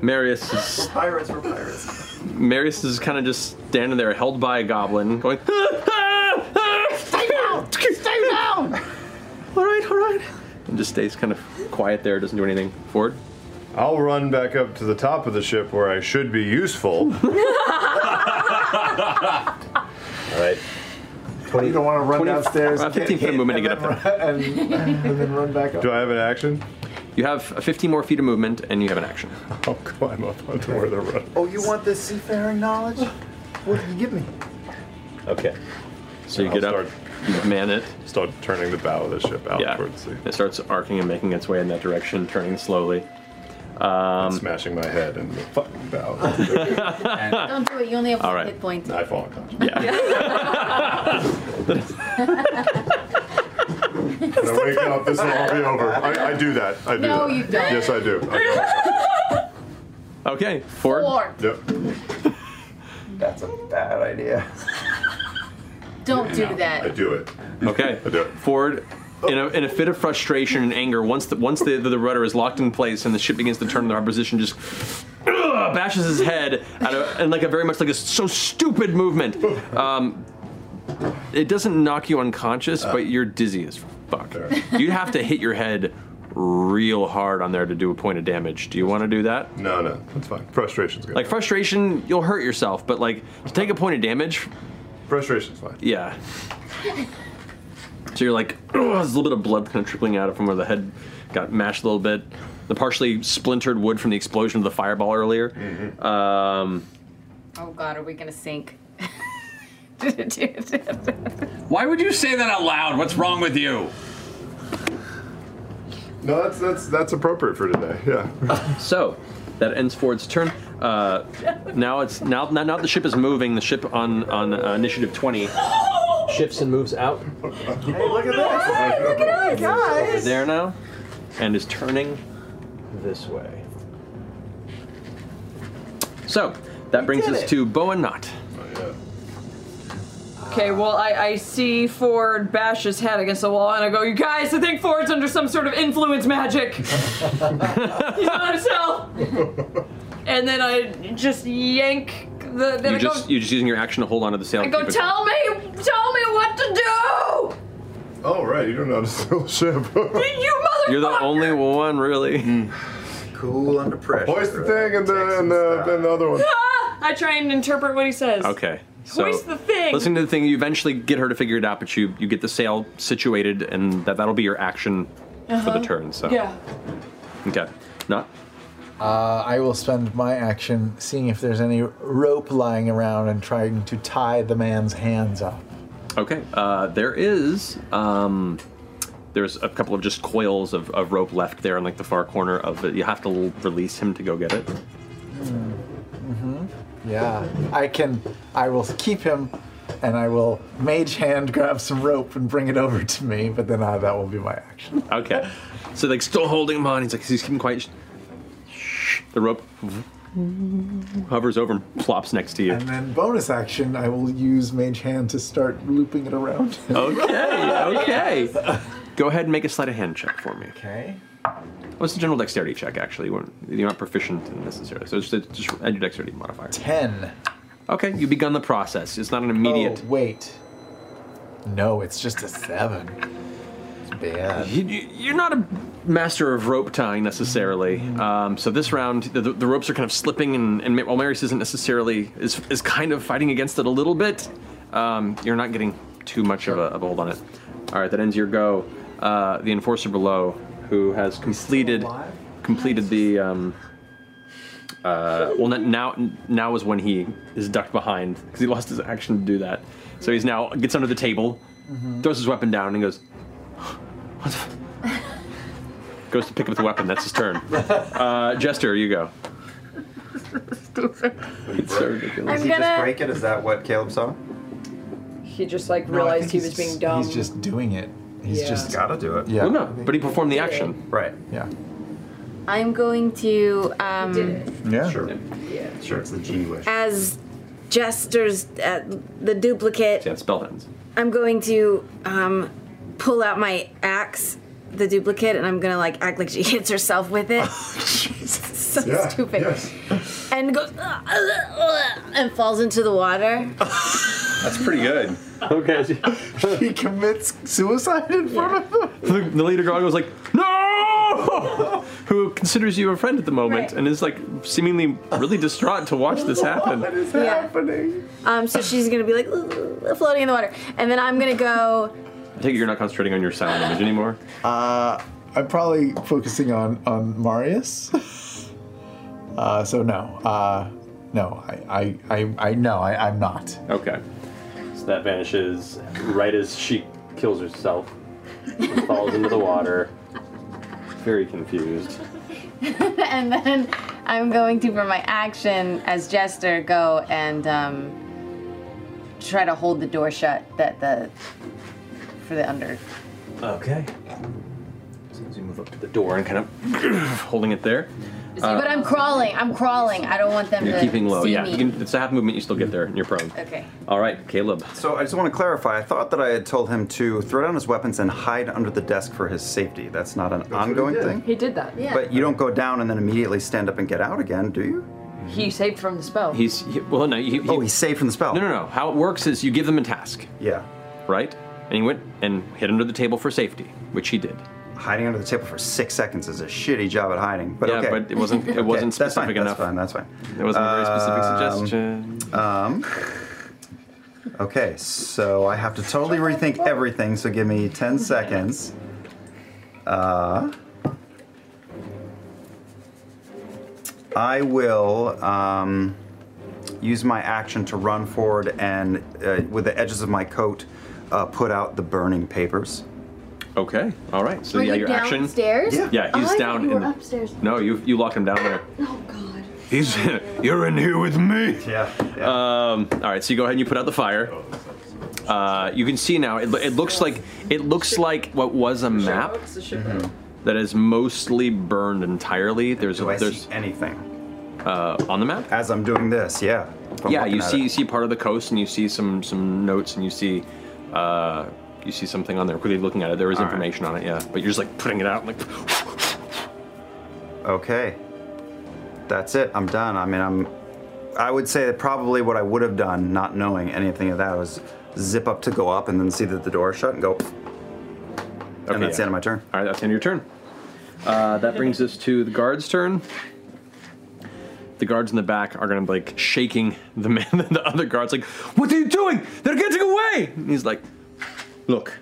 Marius is pirates were pirates. Marius is kind of just standing there, held by a goblin, going. Stay down! Stay down! all right, all right. and just stays kind of quiet there, doesn't do anything. Ford? I'll run back up to the top of the ship where I should be useful. All right. You don't want to run 20 downstairs. uh, 15 foot movement to get up there. And, and then run back up. Do I have an action? You have 15 more feet of movement, and you have an action. I'll climb up onto where they're running. Oh, you want this seafaring knowledge? What did you give me? Okay. So you get up, you man it. Start turning the bow of the ship out towards the. It starts arcing and making its way in that direction, turning slowly. Um, smashing my head in the fucking bow. Don't do it. You only have All one right. hit point. I fall unconscious. When I wake up, this will all be over. I, I do that. I do No, that. you don't. Yes, I do. I Okay, Ford. Ford. do. Yep. That's a bad idea. Don't do that. do it. Okay. Ford, in a, in a fit of frustration and anger, once the, once the, the, rudder is locked in place and the ship begins to turn in the right position, just ugh, bashes his head at a, in like a very much like a so stupid movement. Um, it doesn't knock you unconscious, Uh, but you're dizzy as fuck. You'd have to hit your head real hard on there to do a point of damage. Do you want to do that? No, no, that's fine. Frustration's good. Like frustration, you'll hurt yourself, but like to take a point of damage. Frustration's fine. Yeah. So you're like, "Ugh," there's a little bit of blood kind of trickling out from where the head got mashed a little bit. The partially splintered wood from the explosion of the fireball earlier. Um, Oh God, are we gonna sink? Why would you say that out loud? What's wrong with you? No, that's that's that's appropriate for today. Yeah. so that ends Ford's turn. Uh, now it's now, now now the ship is moving. The ship on on uh, initiative 20 shifts and moves out. Hey, look at that. look at Over there now, and is turning this way. So that brings did us it. to Boa Knot. Okay, well, I, I see Ford bash his head against the wall, and I go, You guys, I think Ford's under some sort of influence magic. He's not himself. And then I just yank the. Then You I just go, you're just using your action to hold onto the sail. I and go keep it Tell me, tell me what to do! Oh right, you don't know how to sail a ship. You mother. You're the only one, really. Mm. Cool under pressure. Hoist uh, the thing and the and the, and the other one. Ah, I try and interpret what he says. Okay. Hoist the thing. Listen to the thing. You eventually get her to figure it out, but you you get the sail situated, and that that'll be your action for Uh-huh. the turn. So Yeah. Okay. Not. Uh, I will spend my action seeing if there's any rope lying around and trying to tie the man's hands up. Okay. Uh, there is um, there's a couple of just coils of, of rope left there in like the far corner of it. You have to l- release him to go get it. hmm Yeah, I can. I will keep him, and I will mage hand grab some rope and bring it over to me. But then uh, that will be my action. Okay. So like still holding him on. He's like he's keeping quiet. The rope hovers over and plops next to you. And then bonus action, I will use mage hand to start looping it around. him. Okay. Okay. Go ahead and make a sleight of hand check for me. Okay. Well, it's a general dexterity check, actually. You weren't- You're not proficient in necessarily, so it's just, just add your dexterity modifier. Ten. Okay, you've begun the process. It's not an immediate. Oh, wait. No, it's just a seven. It's bad. You, are not a master of rope tying necessarily. Um, so this round, the, the, the ropes are kind of slipping, and, and Ma- while Mary's isn't necessarily is, is kind of fighting against it a little bit, um, you're not getting too much of, a, of a hold on it. All right, that ends your go. Uh, the enforcer below, who has completed completed the. Um, uh, well, n- now now is when he is ducked behind because he lost his action to do that. So he's now gets under the table, throws his weapon down, and goes. Goes to pick up the weapon. That's his turn. Uh, Jester, you go. It's so ridiculous. Does he gonna- just break it? Is that what Caleb saw? He just like realized he was being dumb. doing it. He's Yeah. just- gotta do it. Yeah. Well, no, but he performed the action. Right. Yeah. I'm going to, um, Yeah. Sure. Yeah. Sure. It's the genie wish. as Jester's uh, the duplicate, Yeah, spell ends. I'm going to um, pull out my axe, the duplicate, and I'm gonna like act like she hits herself with it. so Yeah, stupid. And goes "Ugh, ugh, ugh," and falls into the water. That's pretty good. Okay. she commits suicide in front of them. The, the leader girl goes like, "No!" Who considers you a friend at the moment and is like seemingly really distraught to watch this happen. is happening? Um, so she's gonna be like "Ugh, ugh," floating in the water, and then I'm gonna go. I take it you're not concentrating on your sound image anymore. Uh, I'm probably focusing on on Marius. Uh, so no, uh, no, I, I, I, I no, I, I'm not. Okay. So that vanishes right as she kills herself, and falls into the water. Very confused. and then I'm going to, for my action as Jester, go and um, try to hold the door shut that the for the under. Okay. So as you move up to the door and kind of holding it there. Uh, but I'm crawling. I'm crawling. I don't want them You're to keeping low. see Yeah, me. you can, it's a half movement. You still get there, and you're prone. okay. All right, Caleb. So I just want to clarify. I thought that I had told him to throw down his weapons and hide under the desk for his safety. That's not an ongoing thing. He did that. But you don't go down and then immediately stand up and get out again, do you? he saved from the spell. He's he, well, no. He, oh, he's saved from the spell. No, no, no. How it works is you give them a task, Yeah. right? And he went and hid under the table for safety, which he did. Hiding under the table for six seconds is a shitty job at hiding. But yeah, okay. but it wasn't. It Okay, wasn't that's fine, specific enough. That's fine. That's fine. It wasn't a very specific Um, suggestion. Um. Okay, so I have to totally rethink everything. So give me ten seconds. Uh. I will um, use my action to run forward and, uh, with the edges of my coat, uh, put out the burning papers. Okay. All right. So Are yeah, you your downstairs? action. Yeah, Oh, I he's thought down you in were the- upstairs. No, you you locked him down there. Oh God. He's you're in here with me. Yeah. Um, all right, so you go ahead and you put out the fire. Uh, you can see now. It, lo- it looks like it looks like what was a map Hmm. Mm-hmm. that is mostly burned entirely. There's Do I see there's anything uh, on the map as I'm doing this. Yeah. if I'm Yeah, looking you at see it. you see part of the coast and you see some some notes and you see uh, you see something on there. Quickly looking at it, there is All right. information on it. Yeah, but you're just like putting it out and like. Okay. That's it. I'm done. I mean, I'm. I would say that probably what I would have done, not knowing anything of that, was zip up to go up and then see that the door is shut and go. and that's the end of my turn. All right, that's the end of your turn. Uh, that brings us to the guard's turn. The guards in the back are gonna be like shaking the man, the other guards, like, "What are you doing? They're getting away!" And he's like, "Look,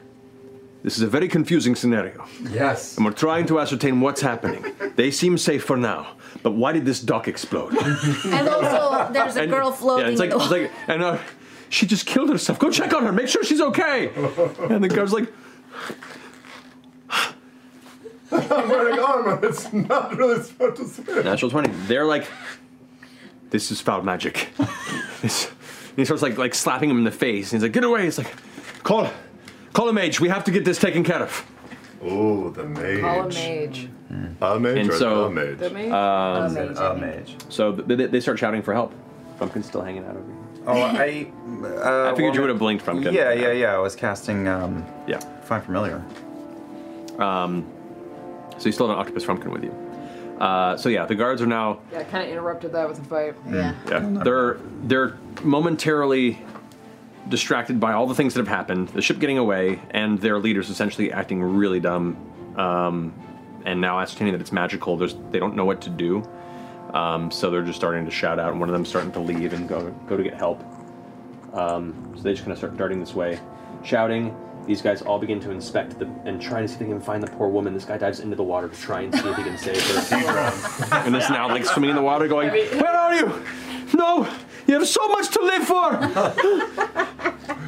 this is a very confusing scenario. Yes. And we're trying to ascertain what's happening. They seem safe for now, but why did this dock explode? And also, there's a And- girl floating. Yeah, it's like, in the it's like and uh, she just killed herself. Go check on her. Make sure she's okay. And the guard's like, I'm wearing armor. It's not really supposed to say. natural 20. They're like, this is foul magic. This- and he starts like like slapping him in the face. And he's like, get away. He's like, call, call a mage. We have to get this taken care of. Oh, the mage. Call a mage. A mage and or so, a mage? The mage? Um, A mage, I think. So th- they, they start shouting for help. Pumpkin's still hanging out over here. Oh, I. Uh, I figured you would have blinked, Pumpkin. Yeah, yeah, yeah. I was casting. Um, yeah. Find familiar. Um, so you still have an octopus pumpkin with you. Uh, so yeah, the guards are now. Yeah, I kind of interrupted that with a fight. Mm, Yeah, they're they're momentarily distracted by all the things that have happened, the ship getting away, and their leaders essentially acting really dumb, um, and now ascertaining that it's magical. There's, they don't know what to do, um, so they're just starting to shout out, and one of them's starting to leave and go go to get help. Um, so they just kind of start darting this way, shouting. These guys all begin to inspect the and try to see if they can find the poor woman. This guy dives into the water to try and see if he can save her. and is now like swimming in the water, going, "Where are you? No, you have so much to live for."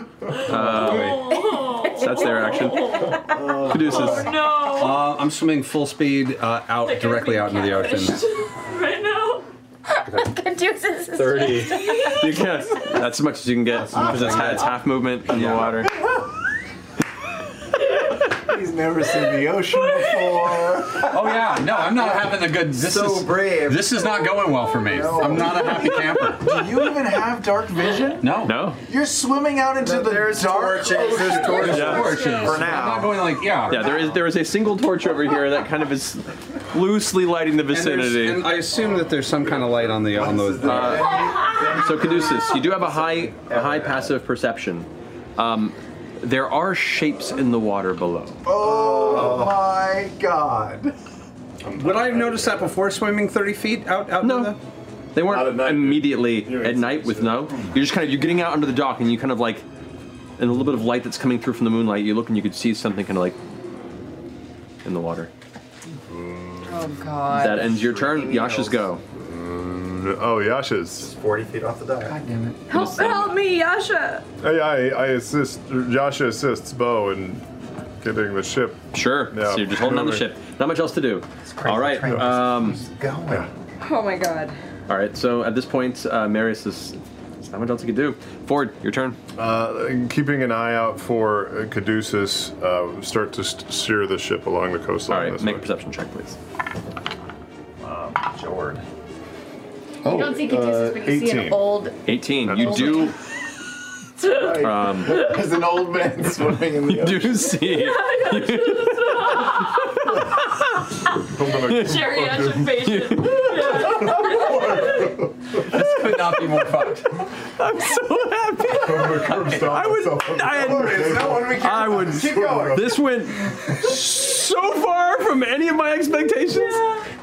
Um, so that's their action. Caduceus. Oh, Uh, I'm swimming full speed uh, Oh, out directly out into the ocean. right now. Caduceus is 30. just- You can, that's as much as you can get because it's, it's half movement in the water. He's never seen the ocean before. Oh yeah, no, I'm not having a good. This So is, brave. This is not going well for me. I'm not a happy camper. Do you even have dark vision? No. No. You're swimming out into the dark ocean. not going like yeah. Yeah, there is there is a single torch over here that kind of is loosely lighting the And, there's- vicinity. and I assume that there's some kind of light on the on those. Uh, so Caduceus, you do have a high a high passive perception. Um, there are shapes in the water below. Oh my god. Would I have noticed that before swimming 30 feet out out? No. The, They weren't immediately at night with no. You're just kind of you're getting out under the dock and you kind of like and a little bit of light that's coming through from the moonlight. You look and you could see something kind of like in the water. Oh god. that ends your turn. Yasha's go. Oh, Yasha's. 40 feet off the dock. God damn it. Help, help me, Yasha! Hey, I, I assist. Yasha assists Bo in getting the ship. Sure. Yeah. So you're just holding on the ship. Not much else to do. All right. train just Um, Oh my god. All right. So at this point, uh, Marius is. there's Not much else you can do. Ford, your turn. Uh, keeping an eye out for uh, Caduceus, uh, start to st- steer the ship along the coastline. All right, make a perception check, please. Um, Jord. you don't see Caduceus, but you see Oh, uh, an old. 18. You do. Um, There's an old man swimming in the you do see. Sherry Yasha patient. this could not be more fucked. I'm so happy. I would. I, had, I would. Keep going. This went so far from any of my expectations.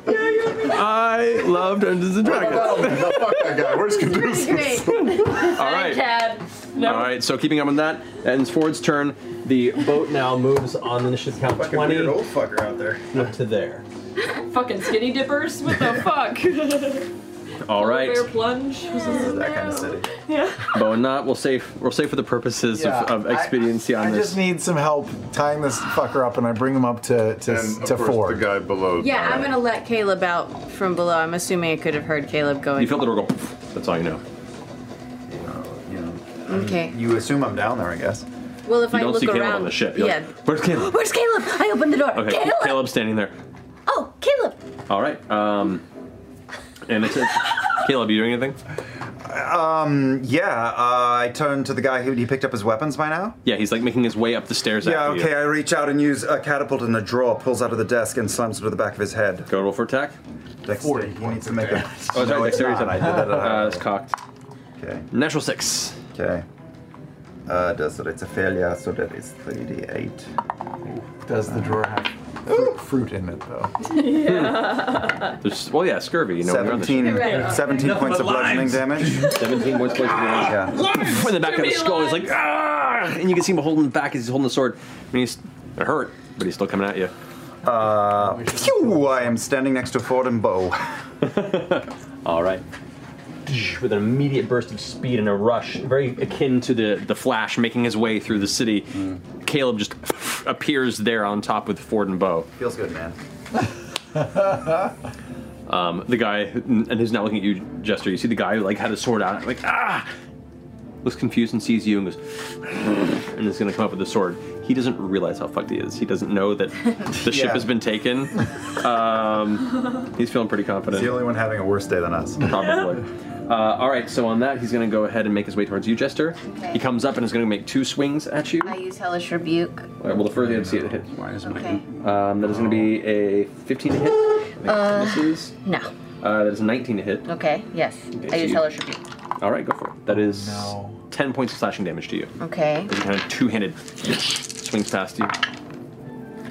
I love Dungeons and Dragons. fuck that guy. Where's Great. All right. All right, so keeping up on that, that ends Ford's turn. The boat now moves on the initiative count Fucking 20. weird old fucker out there. Up to there. Fucking skinny dippers? What the fuck? All right, Bear plunge? That kind of city. Yeah. Bow and Knot, we'll save, we'll save for the purposes Yeah, of, of I- expediency on I this. just need some help tying this fucker up, and I bring him up to to, And, of to course, four. the guy below. Yeah, I'm gonna let Caleb out from below. I'm assuming I could have heard Caleb going. You felt the door go, "Pff," that's all you know. Okay. You assume I'm down there, I guess. Well, if you I don't look see Caleb around, on the ship. You're yeah. like, Where's Caleb? Where's Caleb? I opened the door. Okay, Caleb. Caleb's standing there. Oh, Caleb. All right, um, and it's Caleb, you doing anything? Um, yeah, uh, I turn to the guy who he picked up his weapons by now. Yeah, he's like making his way up the stairs Yeah, after okay, you. I reach out and use a catapult and a drawer, pulls out of the desk and slams it to the back of his head. Go roll for attack. Dexterity. He needs to make a. Oh, sorry, No, it's dexterity's not. up. I did that at Uh, it's cocked. Okay. Natural six. Okay. Uh, does it? It's a failure, so that is 38. Does the drawer have Uh, fruit, fruit in it, though. Hmm. There's, well, yeah, scurvy. You know, when you're on the 17 ship. 17 Nothing points but of bludgeoning limes. damage. 17 points of bludgeoning damage. Yeah. In the back of his skull, he's like, ah! And you can see him holding back as he's holding the sword. And he's it hurt, but he's still coming at you. Uh, phew, I am standing next to Ford and Bow. All right. With an immediate burst of speed and a rush, very akin to the, the Flash making his way through the city, Hmm. Caleb just appears there on top with Ford and Bow. Feels good, man. Um, the guy, and who's now looking at you, Jester, you see the guy who like had his sword out, like, ah! Looks confused and sees you and goes, and is gonna come up with the sword. He doesn't realize how fucked he is. He doesn't know that the ship Yeah. has been taken. Um, he's feeling pretty confident. He's the only one having a worse day than us. Probably. Uh, all right, so on that, he's going to go ahead and make his way towards you, Jester. Okay. He comes up and is going to make two swings at you. I use Hellish Rebuke. All right, well, the further you see it hit. Why is Okay. Um, that is going to be a 15 to hit. I think Uh, it misses. No. Uh, that is a 19 to hit. Okay. Yes. I use you- Hellish Rebuke. All right, go for it. That is 10 points of slashing damage to you. Okay. As he kind of two-handed swings past you.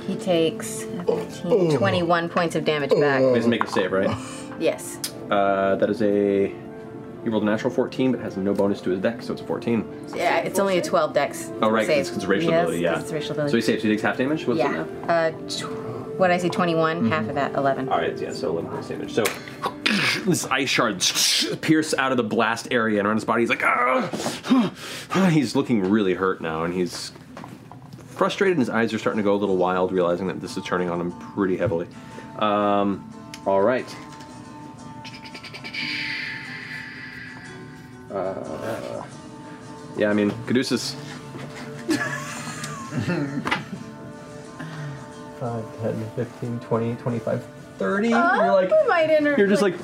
He takes Oh, 15, 21 points of damage back. He doesn't make a save, right? Yes. Uh, that is a... He rolled a natural 14, but has no bonus to his deck, so it's a 14. Yeah, it's only a 12 dex. Oh, right, 'cause save. it's, 'cause it's racial yes, ability, yeah. 'cause It's racial ability. So he saves, he takes half damage? What's it yeah. now? Uh, tw- what did I say? 21. Half of that. 11. All right, yeah, so 11 points damage. So this ice shard pierce out of the blast area and around his body. He's like, ah! he's looking really hurt now, and he's frustrated, and his eyes are starting to go a little wild, realizing that this is turning on him pretty heavily. Um, all right. Uh, yeah, I mean, Caduceus 5, 10, 15, 20, 25. 30. Oh, you're like, you're just like,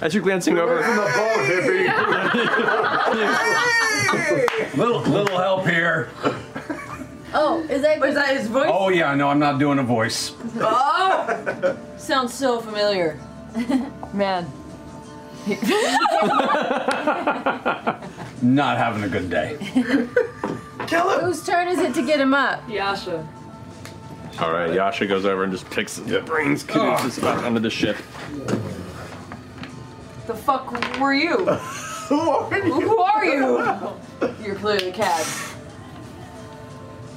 as you're glancing over. little little help here. Oh, is that was that his voice? Oh yeah, no, I'm not doing a voice. Oh, sounds so familiar, man. Not having a good day. Kill him. Whose turn is it to get him up? Yasha. All right, Yasha goes over and just picks, brings Caduceus back onto the ship. The fuck were you? Who are you? Who are you? You're clearly a cad.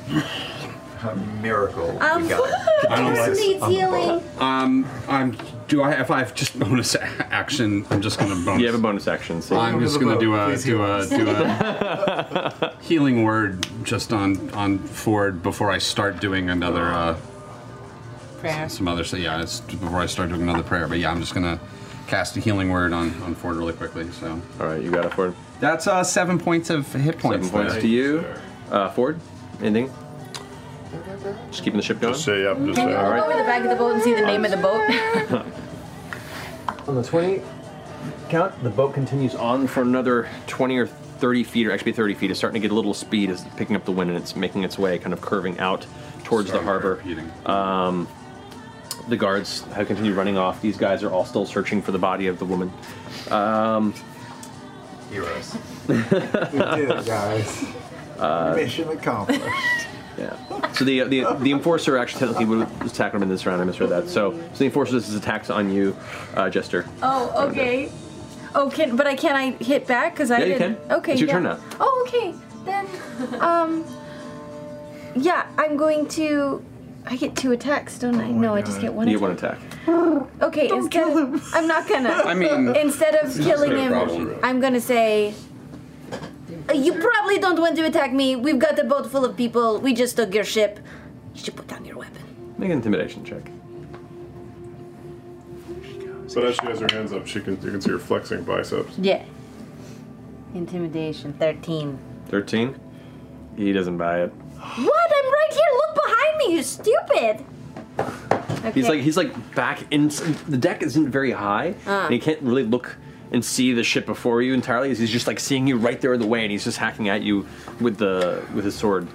A miracle. Um, Caduceus needs healing. Um, I'm. Do I? If I have just bonus a- action, I'm just gonna bonus. You have a bonus action. So I'm just gonna do a Please do heal a us. do a healing word just on on Ford before I start doing another uh, Prayer. some other. So yeah, it's before I start doing another prayer. But yeah, I'm just gonna cast a healing word on on Ford really quickly. So. All right, you got it, Ford. That's uh seven points of hit points. Seven points there. to you. Uh, Ford, anything? Just keeping the ship going? Just say, yeah, Can we All look over right. the back of the boat and see the name of the boat? On the 20 count, the boat continues on for another 20 or 30 feet, or actually 30 feet. It's starting to get a little speed as it's picking up the wind and it's making its way, kind of curving out towards the harbor. Um, the guards have continued running off. These guys are all still searching for the body of the woman. Um, Heroes. we did it, guys. uh, Mission accomplished. Yeah. So the the, the enforcer actually technically would attack him in this round. I misread that. So, so the enforcer does his attacks on you, uh, Jester. Oh, okay. Oh, can but I can I hit back because I Yeah, you didn't. can. Okay. It's your yeah. turn now. Oh, okay. Then, um, yeah, I'm going to. I get two attacks, don't I? no, I just get one. Oh You get one attack. Okay, instead of, I'm not gonna. I mean, instead of it's not killing gonna be a him, problem. I'm gonna say, "Uh, "You probably don't want to attack me. We've got a boat full of people. We just took your ship. You should put down your weapon." Make an intimidation check. But as she has her hands up, she can you can see her flexing biceps. Yeah. Intimidation, thirteen. Thirteen. He doesn't buy it. What? I'm right here. Look behind me. You stupid. Okay. He's like he's like back in. The deck isn't very high, Ah. and he can't really look and see the ship before you entirely. He's just like seeing you right there in the way, and he's just hacking at you with the with his sword.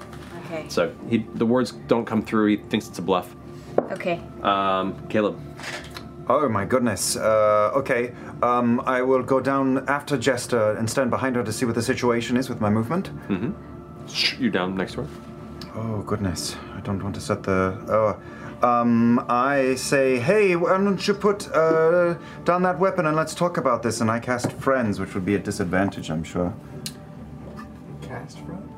Okay. So he, the words don't come through. He thinks it's a bluff. Okay. Um, Caleb. Oh my goodness. Uh, okay, um, I will go down after Jester and stand behind her to see what the situation is with my movement. Mm-hmm. You down next to her. Oh goodness. I don't want to set the. Oh, um, I say, hey, why don't you put uh, down that weapon and let's talk about this? And I cast friends, which would be a disadvantage, I'm sure. Cast from.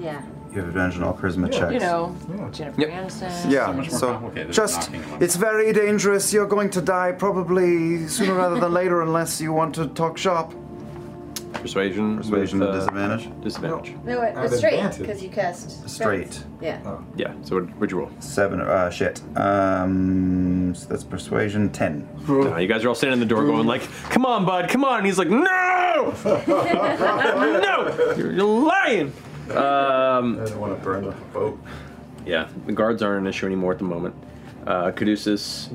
Yeah. You have advantage on all charisma checks. You know, Jennifer Aniston. Yeah, so, just, it's very dangerous. You're going to die probably sooner rather than later unless you want to talk shop. Persuasion. Persuasion with, at uh, disadvantage? Disadvantage. No, it, I have it's straight advantage. because you cast Straight. Oh. Yeah. Yeah, so what, what'd you roll? Seven, uh, shit. Um, so that's persuasion, ten. Uh, you guys are all standing in the door going like, come on, bud, come on. And he's like, no! no! You're, you're lying! Um, I don't want to burn the boat. Yeah, the guards aren't an issue anymore at the moment. Uh, Caduceus,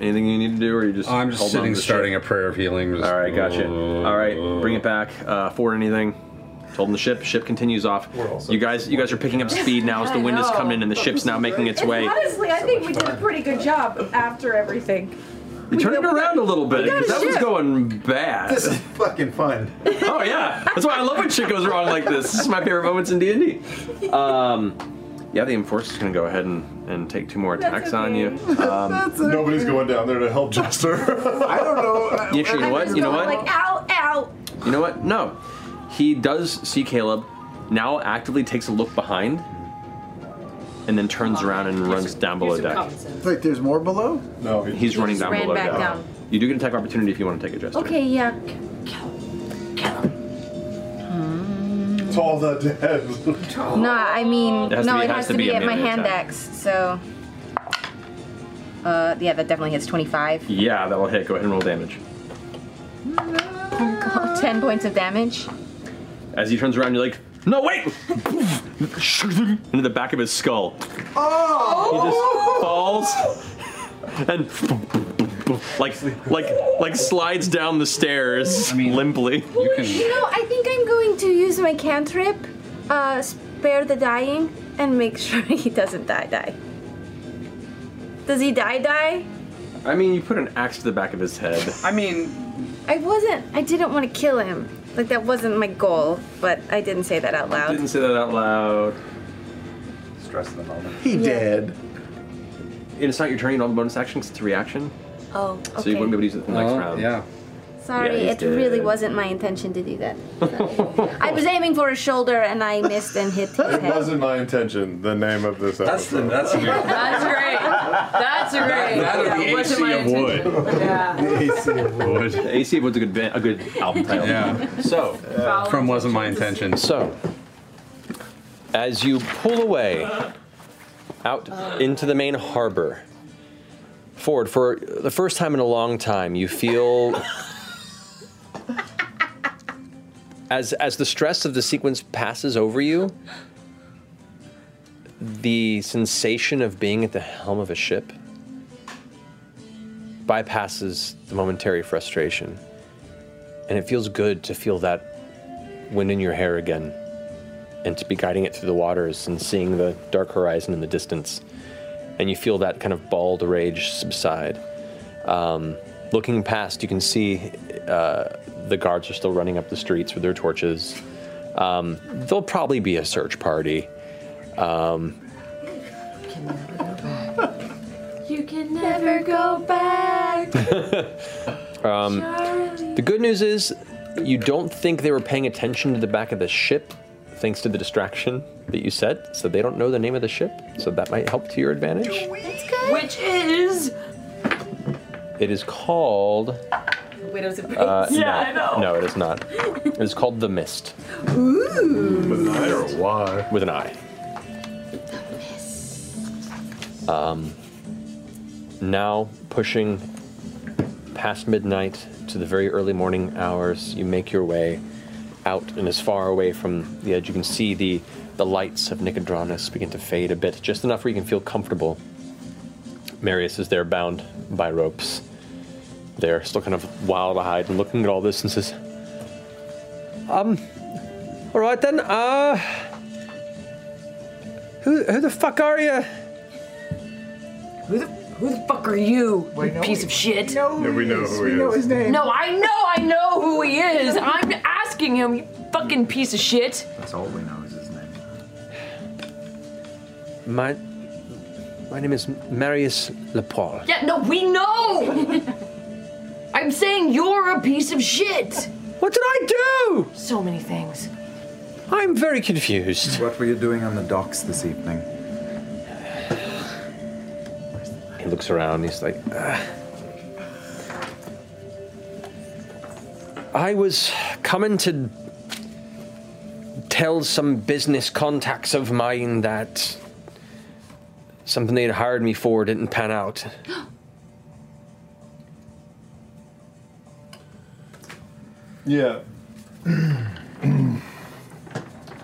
anything you need to do, or you just I'm just holding on sitting, to the starting ship? a prayer of healing. All right, gotcha. All right, bring it back. Uh, forward anything. Told him the ship. Ship continues off. You guys, you guys are picking up speed now as the I wind is know. coming in, and the ship's now making its And way. Honestly, I think we did a pretty good job after everything. You turned it around a little bit we got because a that was ship. going bad. This is fucking fun. oh yeah, that's why I love when shit goes wrong like this. This is my favorite moments in D and D. Um, yeah, the enforcer's gonna go ahead and, and take two more That's attacks on you. okay. Um, That's okay. Nobody's going down there to help Jester. I don't know. Actually, you know what? You know what? Like, ow, ow. You know what? No. He does see Caleb, now actively takes a look behind, and then turns around and runs down below deck. Wait, there's more below? No, he's running down ran below back deck. down. You do get an attack of opportunity if you want to take it, Jester. Okay, yeah. It's all the dead. No, I It mean, has to no, be- it has to be, a at my melee hand attack. axe, so. Uh, yeah, that definitely hits 25. Yeah, that will hit. Go ahead and roll damage. Oh God, 10 points of damage. As he turns around, you're like, no, wait! Into the back of his skull. Oh! Falls. And like like like slides down the stairs limply. You You know, I think I'm going to use my cantrip, uh, spare the dying, and make sure he doesn't die. Die. Does he die? Die? I mean, you put an axe to the back of his head. I mean, I wasn't. I didn't want to kill him. Like that wasn't my goal, but I didn't say that out loud. Didn't say that out loud. Stress of the moment. He Yeah. did. And it's not your turn. You don't have a bonus action. 'cause It's a reaction, Oh, so you okay. wouldn't be able to use it the Uh-huh. next Oh, round. yeah. Sorry, Yeah, it he's really dead. wasn't my intention to do that. Sorry. I was aiming for his shoulder and I missed and hit his It head. wasn't my intention. The name of this That's the- episode. that's the- That's great. That's a great. yeah, wasn't my intention. Yeah. AC of Wood. AC of Wood's a good band, a good album title. Yeah. So from wasn't my intention. So as you pull away out into the main harbor, Ford, for the first time in a long time, you feel as as the stress of the sequence passes over you, the sensation of being at the helm of a ship bypasses the momentary frustration. And it feels good to feel that wind in your hair again and to be guiding it through the waters and seeing the dark horizon in the distance. And you feel that kind of bald rage subside. Um, looking past, you can see uh, the guards are still running up the streets with their torches. Um, there'll probably be a search party. Um, You can never go back. Um, the good news is you don't think they were paying attention to the back of the ship thanks to the distraction that you set, so they don't know the name of the ship, so that might help to your advantage. Which is. It is called. Widows of Uh, Grace. no, No, it is not. It is called The Mist. Ooh. With an I or a Y? With an I. Um, now, pushing past midnight to the very early morning hours, you make your way out and as far away from the edge. You can see the, the lights of Nicodranus begin to fade a bit, just enough where you can feel comfortable. Marius is there, bound by ropes. There, still kind of wild eyed and looking at all this and says, Um, all right then. Uh, who who the fuck are you? Who the, who the fuck are you, you piece of shit? Yeah, we know who he is. No, I know, I know who he is. I'm asking him, you fucking piece of shit. That's all we know is his name. My My name is Marius Lepore. Yeah, no, we know! I'm saying you're a piece of shit! What did I do? So many things. I'm very confused. What were you doing on the docks this evening? He looks around. He's like, uh, "Ugh." I was coming to tell some business contacts of mine that something they'd hired me for didn't pan out. Yeah. Do,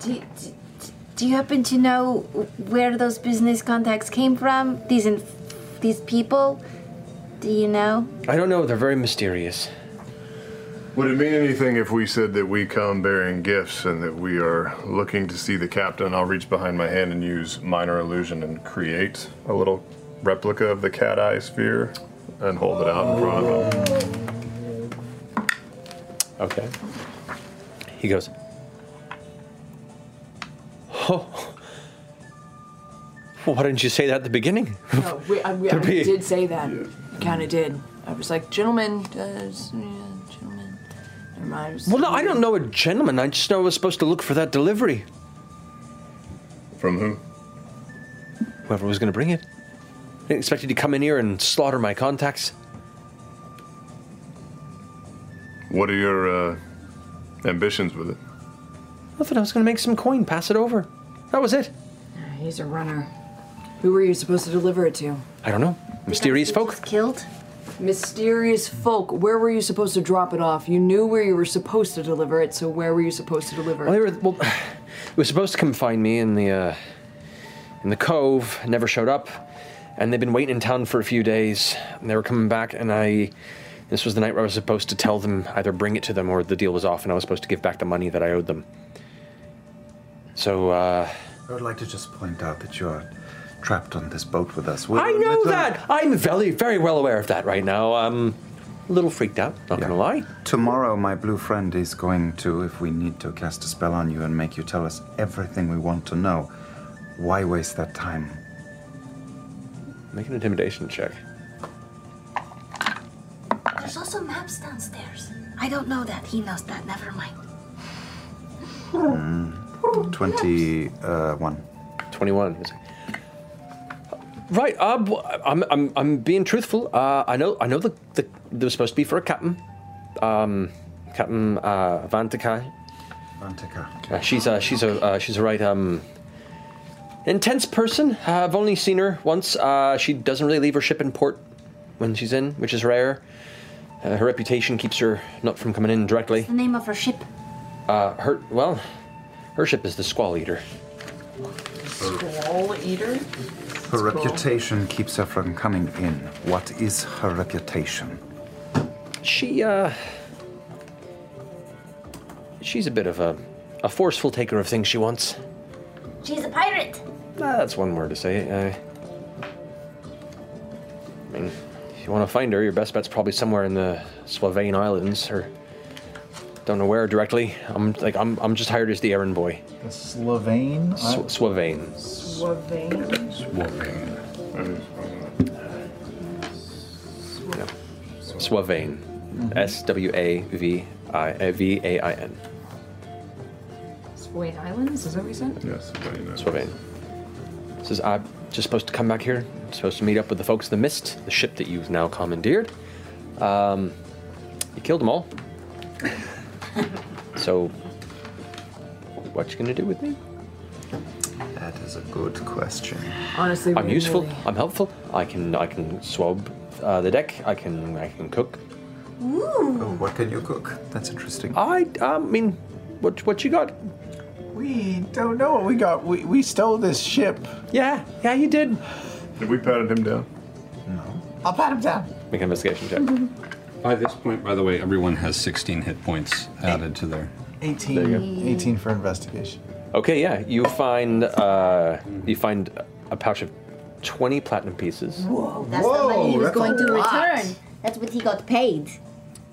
do, do you happen to know where those business contacts came from? These inf- these people? Do you know? I don't know. They're very mysterious. Would it mean anything if we said that we come bearing gifts and that we are looking to see the captain? I'll reach behind my hand and use minor illusion and create a little replica of the cat eye sphere and hold it out in front of him. Okay. He goes, Oh, why didn't you say that at the beginning? No, We, I, we, I Could be. did say that. I kind of did. I was like, gentlemen, does, yeah, gentlemen. Never mind. I was- Well, no, I don't know a gentleman. I just know I was supposed to look for that delivery. From who? Whoever was going to bring it. I didn't expect you to come in here and slaughter my contacts. What are your uh, ambitions with it? I thought I was going to make some coin, pass it over. That was it. He's a runner. Who were you supposed to deliver it to? I don't know. Mysterious folk. Killed? Mysterious folk. Where were you supposed to drop it off? You knew where you were supposed to deliver it, so where were you supposed to deliver Well, they it? were. Well, it was supposed to come find me in the uh, in the cove. Never showed up, and they've been waiting in town for a few days. And they were coming back, and I. This was the night where I was supposed to tell them either bring it to them or the deal was off, and I was supposed to give back the money that I owed them. So uh, I would like to just point out that you are trapped on this boat with us. We're I a know little- that. I'm very, very well aware of that right now. Um, a little freaked out. Not gonna lie. Tomorrow, my blue friend is going to, if we need to, cast a spell on you and make you tell us everything we want to know. Why waste that time? Make an intimidation check. There's also maps downstairs. I don't know that. He knows that. Never mind. Hmm. 21. 21. Right. Uh, w- I'm, I'm, I'm being truthful. Uh, I know. I know. The, the there was supposed to be for a captain, um, Captain uh, Vantika. Vantika. Uh, she's a she's a uh, she's a right um, intense person. Uh, I've only seen her once. Uh, she doesn't really leave her ship in port when she's in, which is rare. Uh, her reputation keeps her not from coming in directly. The name of her ship. Uh, her well, her ship is the Squall Eater. Squall eater? Her reputation keeps her from coming in. What is her reputation? She uh she's a bit of a a forceful taker of things she wants. She's a pirate. Ah, that's one word to say. it. I mean, if you want to find her, your best bet's probably somewhere in the Slovene Islands or don't know where directly. I'm like I'm I'm just hired as the errand boy. The Slovene? Sw- Slovene. Yeah. Swavane. S W A V I V A I N. Swain Islands? Is that what you said? Yes, Sylvain. Says, I'm just supposed to come back here, supposed to meet up with the folks of the Mist, the ship that you've now commandeered. Um, you killed them all. so, what you gonna do with me? That is a good question. Honestly, I'm we useful. really- I'm helpful. I can I can swab uh, the deck. I can I can cook. Oh, what can you cook? That's interesting. I I mean, what what you got? We don't know what we got. We, we stole this ship. Yeah, yeah, you did. Have we patted him down? I'll pat him down. Make an investigation check. By this point, by the way, everyone has 16 hit points added to their. 18. There you go. 18 for investigation. Okay, yeah, you find uh, you find a pouch of twenty platinum pieces. Whoa, that's the money he was that's going a to lot. return. That's what he got paid.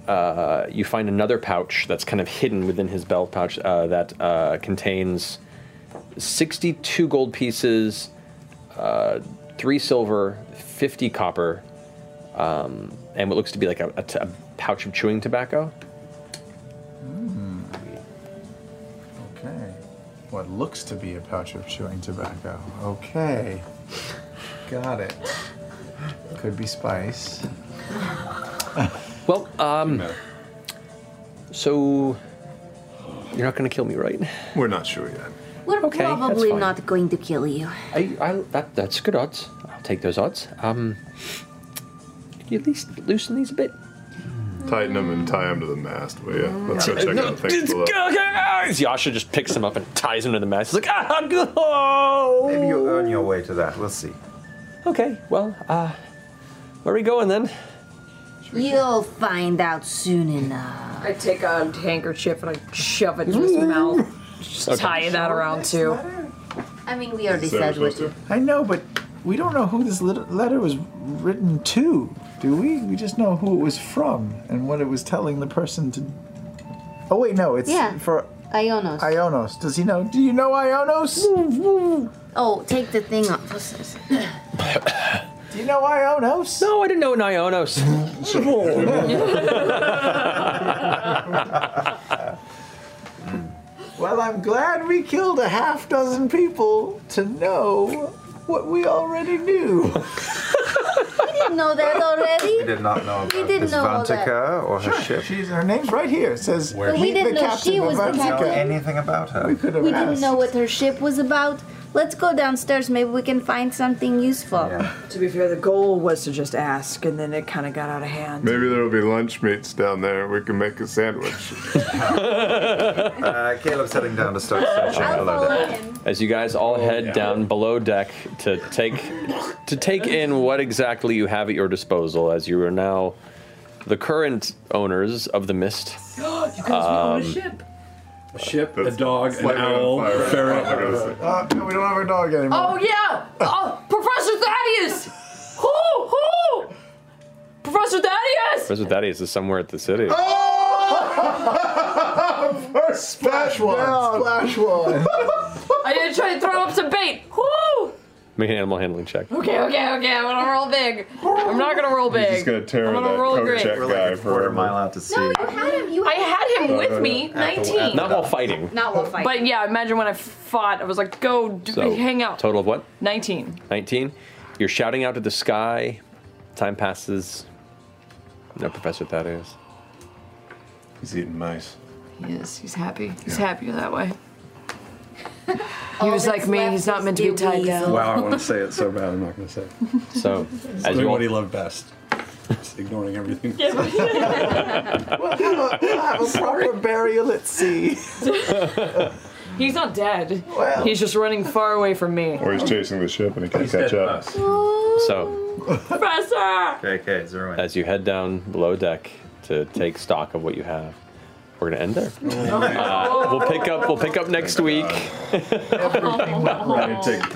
uh, you find another pouch that's kind of hidden within his belt pouch uh, that uh, contains 62 gold pieces, uh, three silver, 50 copper, um, and what looks to be like a, a t- a pouch of chewing tobacco. Hmm. Okay. What looks to be a pouch of chewing tobacco. Okay. Got it. Could be spice. Well, um, so you're not going to kill me, right? We're not sure yet. We're Okay, that's probably fine. not going to kill you. I, I, that, that's good odds. I'll take those odds. Um, can you at least loosen these a bit? Tighten them and tie them to the mast. But yeah, let's go check out things It's- below. guys! Yasha just picks him up and ties him to the mast. He's like, ah, go! Maybe you'll earn your way to that. We'll see. Okay, well, uh, where are we going then? You'll find out soon enough. I take a handkerchief and I shove it in his mouth. Just Okay. tie that around too. I mean, we already said what. I know, but we don't know who this lit- letter was written to, do we? We just know who it was from and what it was telling the person to. Oh wait, no, it's Yeah. for Ionos. Ionos. Does he know? Do you know Ionos? Oh, take the thing off. What's this? Do you know Ionos? No, I didn't know an Ionos. Well, I'm glad we killed a half dozen people to know what we already knew. You didn't know that already. We did not know We about didn't Miss know all Vantika or her ship. She's, her name's right here. It says Where- But we "Meet didn't the know captain she of was the Vantika." captain. Anything about her? We could have We asked. didn't know what her ship was about. Let's go downstairs. Maybe we can find something useful. To be fair, the goal was to just ask, and then it kind of got out of hand. Maybe there'll be lunch meats down there. We can make a sandwich. uh, Caleb's heading down to start searching below that. As you guys Oh, all head down below deck to take to take in what exactly you have at your disposal, as you are now the current owners of the mist. you guys own a Um, ship. A ship, a dog, an owl, a ferret. Uh, no, we don't have a dog anymore. Oh yeah! Oh, Professor Thaddeus! Who? Who? Professor Thaddeus! Professor Thaddeus is somewhere at the city. Oh. First splash one. Splash one. I need to try to throw up some bait. Who? Make an animal handling check. Okay, okay, okay. I'm gonna roll big. I'm not gonna roll big. I'm gonna roll great. guy for Uh, quarter mile out to sea. you had him. I had him with me. Nineteen. Not while fighting. Not while fighting. But yeah, imagine when I fought. I was like, go d- So, hang out. Total of what? Nineteen. 19. You're shouting out to the sky. Time passes. No, Professor Thaddeus. He's eating mice. He is. He's happy. He's happier that way. He was like me. He's not meant to be tied down. Wow, I want to say it so bad. I'm not going to say it. So, as It's doing you all- what he loved best, Just ignoring everything. Oh. We'll have a, we'll have a proper burial at sea. He's not dead. Well. He's just running far away from me. Or he's chasing the ship and he can't catch up. So, Professor! as you head down below deck to take stock of what you have, we're gonna end there. Oh, Uh, we'll pick up. We'll pick up next week. I think it was fun. Honestly, I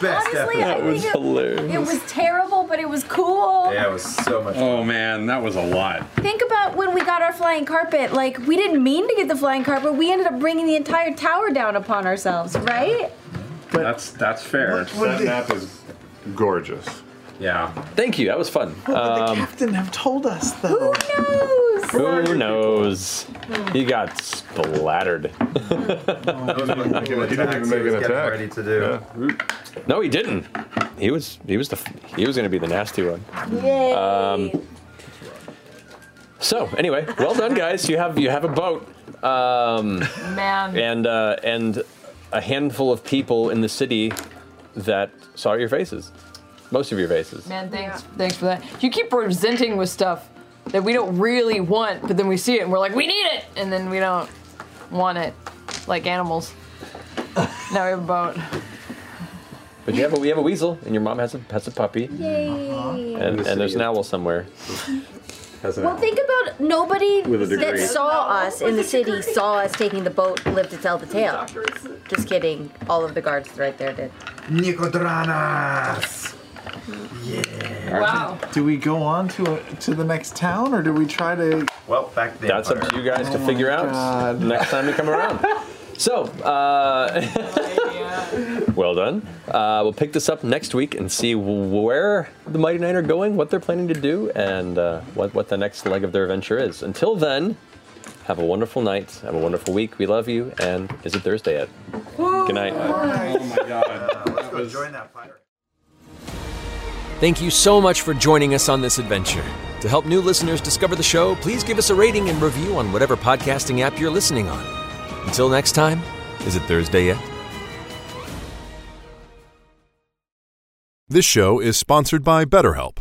That think was it, hilarious. it was terrible, but it was cool. it was so much. Oh man, that was a lot. Think about when we got our flying carpet. Like we didn't mean to get the flying carpet. We ended up bringing the entire tower down upon ourselves, right? that's that's fair. would That the- map is gorgeous. Yeah. Thank you. That was fun. Oh, Um, Captain have told us though. who knows? You got splattered. He didn't even make an attack. Ready to do. No, he didn't. He was. He was the. f- He was gonna be the nasty one. Yay. Um, so anyway, well done, guys. You have you have a boat, um, Man. and uh, and a handful of people in the city that saw your faces, most of your faces. Man, thanks, thanks for that. You keep presenting with stuff that we don't really want, but then we see it and we're like, we need it, and then we don't want it, like animals. now we have a boat. But you have a we have a weasel, and your mom has a has a puppy, Yay. and, and there's an owl somewhere. Well, think about nobody With a that degree. saw us in the city saw us taking the boat, lived to tell the tale. Just kidding. All of the guards right there did. Nicodranas. Yeah. Wow. Do we go on to to the next town, or do we try to? Well, back then. That's up to you guys to Oh figure my out God. next time you come around. So, uh, Well done. Uh, we'll pick this up next week and see where the Mighty Nine are going, what they're planning to do, and uh, what, what the next leg of their adventure is. Until then, have a wonderful night, have a wonderful week. We love you, and is it Thursday yet? Good night. Oh my god. Join that fire. Thank you so much for joining us on this adventure. To help new listeners discover the show, please give us a rating and review on whatever podcasting app you're listening on. Until next time, is it Thursday yet? This show is sponsored by BetterHelp.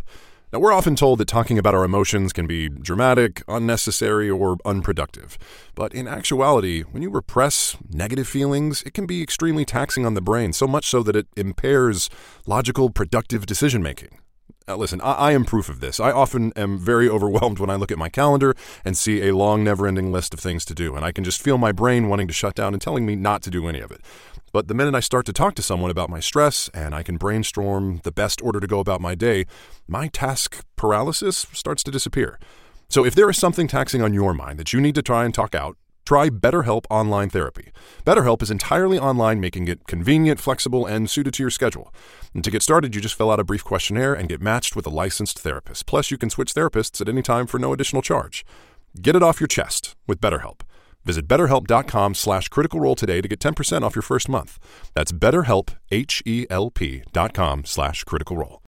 Now, we're often told that talking about our emotions can be dramatic, unnecessary, or unproductive. But in actuality, when you repress negative feelings, it can be extremely taxing on the brain, so much so that it impairs logical, productive decision making. Now, Uh, listen, I-, I am proof of this. I often am very overwhelmed when I look at my calendar and see a long, never ending list of things to do, and I can just feel my brain wanting to shut down and telling me not to do any of it. But the minute I start to talk to someone about my stress and I can brainstorm the best order to go about my day, my task paralysis starts to disappear. So if there is something taxing on your mind that you need to try and talk out, try BetterHelp Online Therapy. BetterHelp is entirely online, making it convenient, flexible, and suited to your schedule. And to get started, you just fill out a brief questionnaire and get matched with a licensed therapist. Plus, you can switch therapists at any time for no additional charge. Get it off your chest with BetterHelp. Visit betterhelp.com slash critical role today to get E 10% off your first month. That's betterhelp, H-E-L-P dot com slash critical role.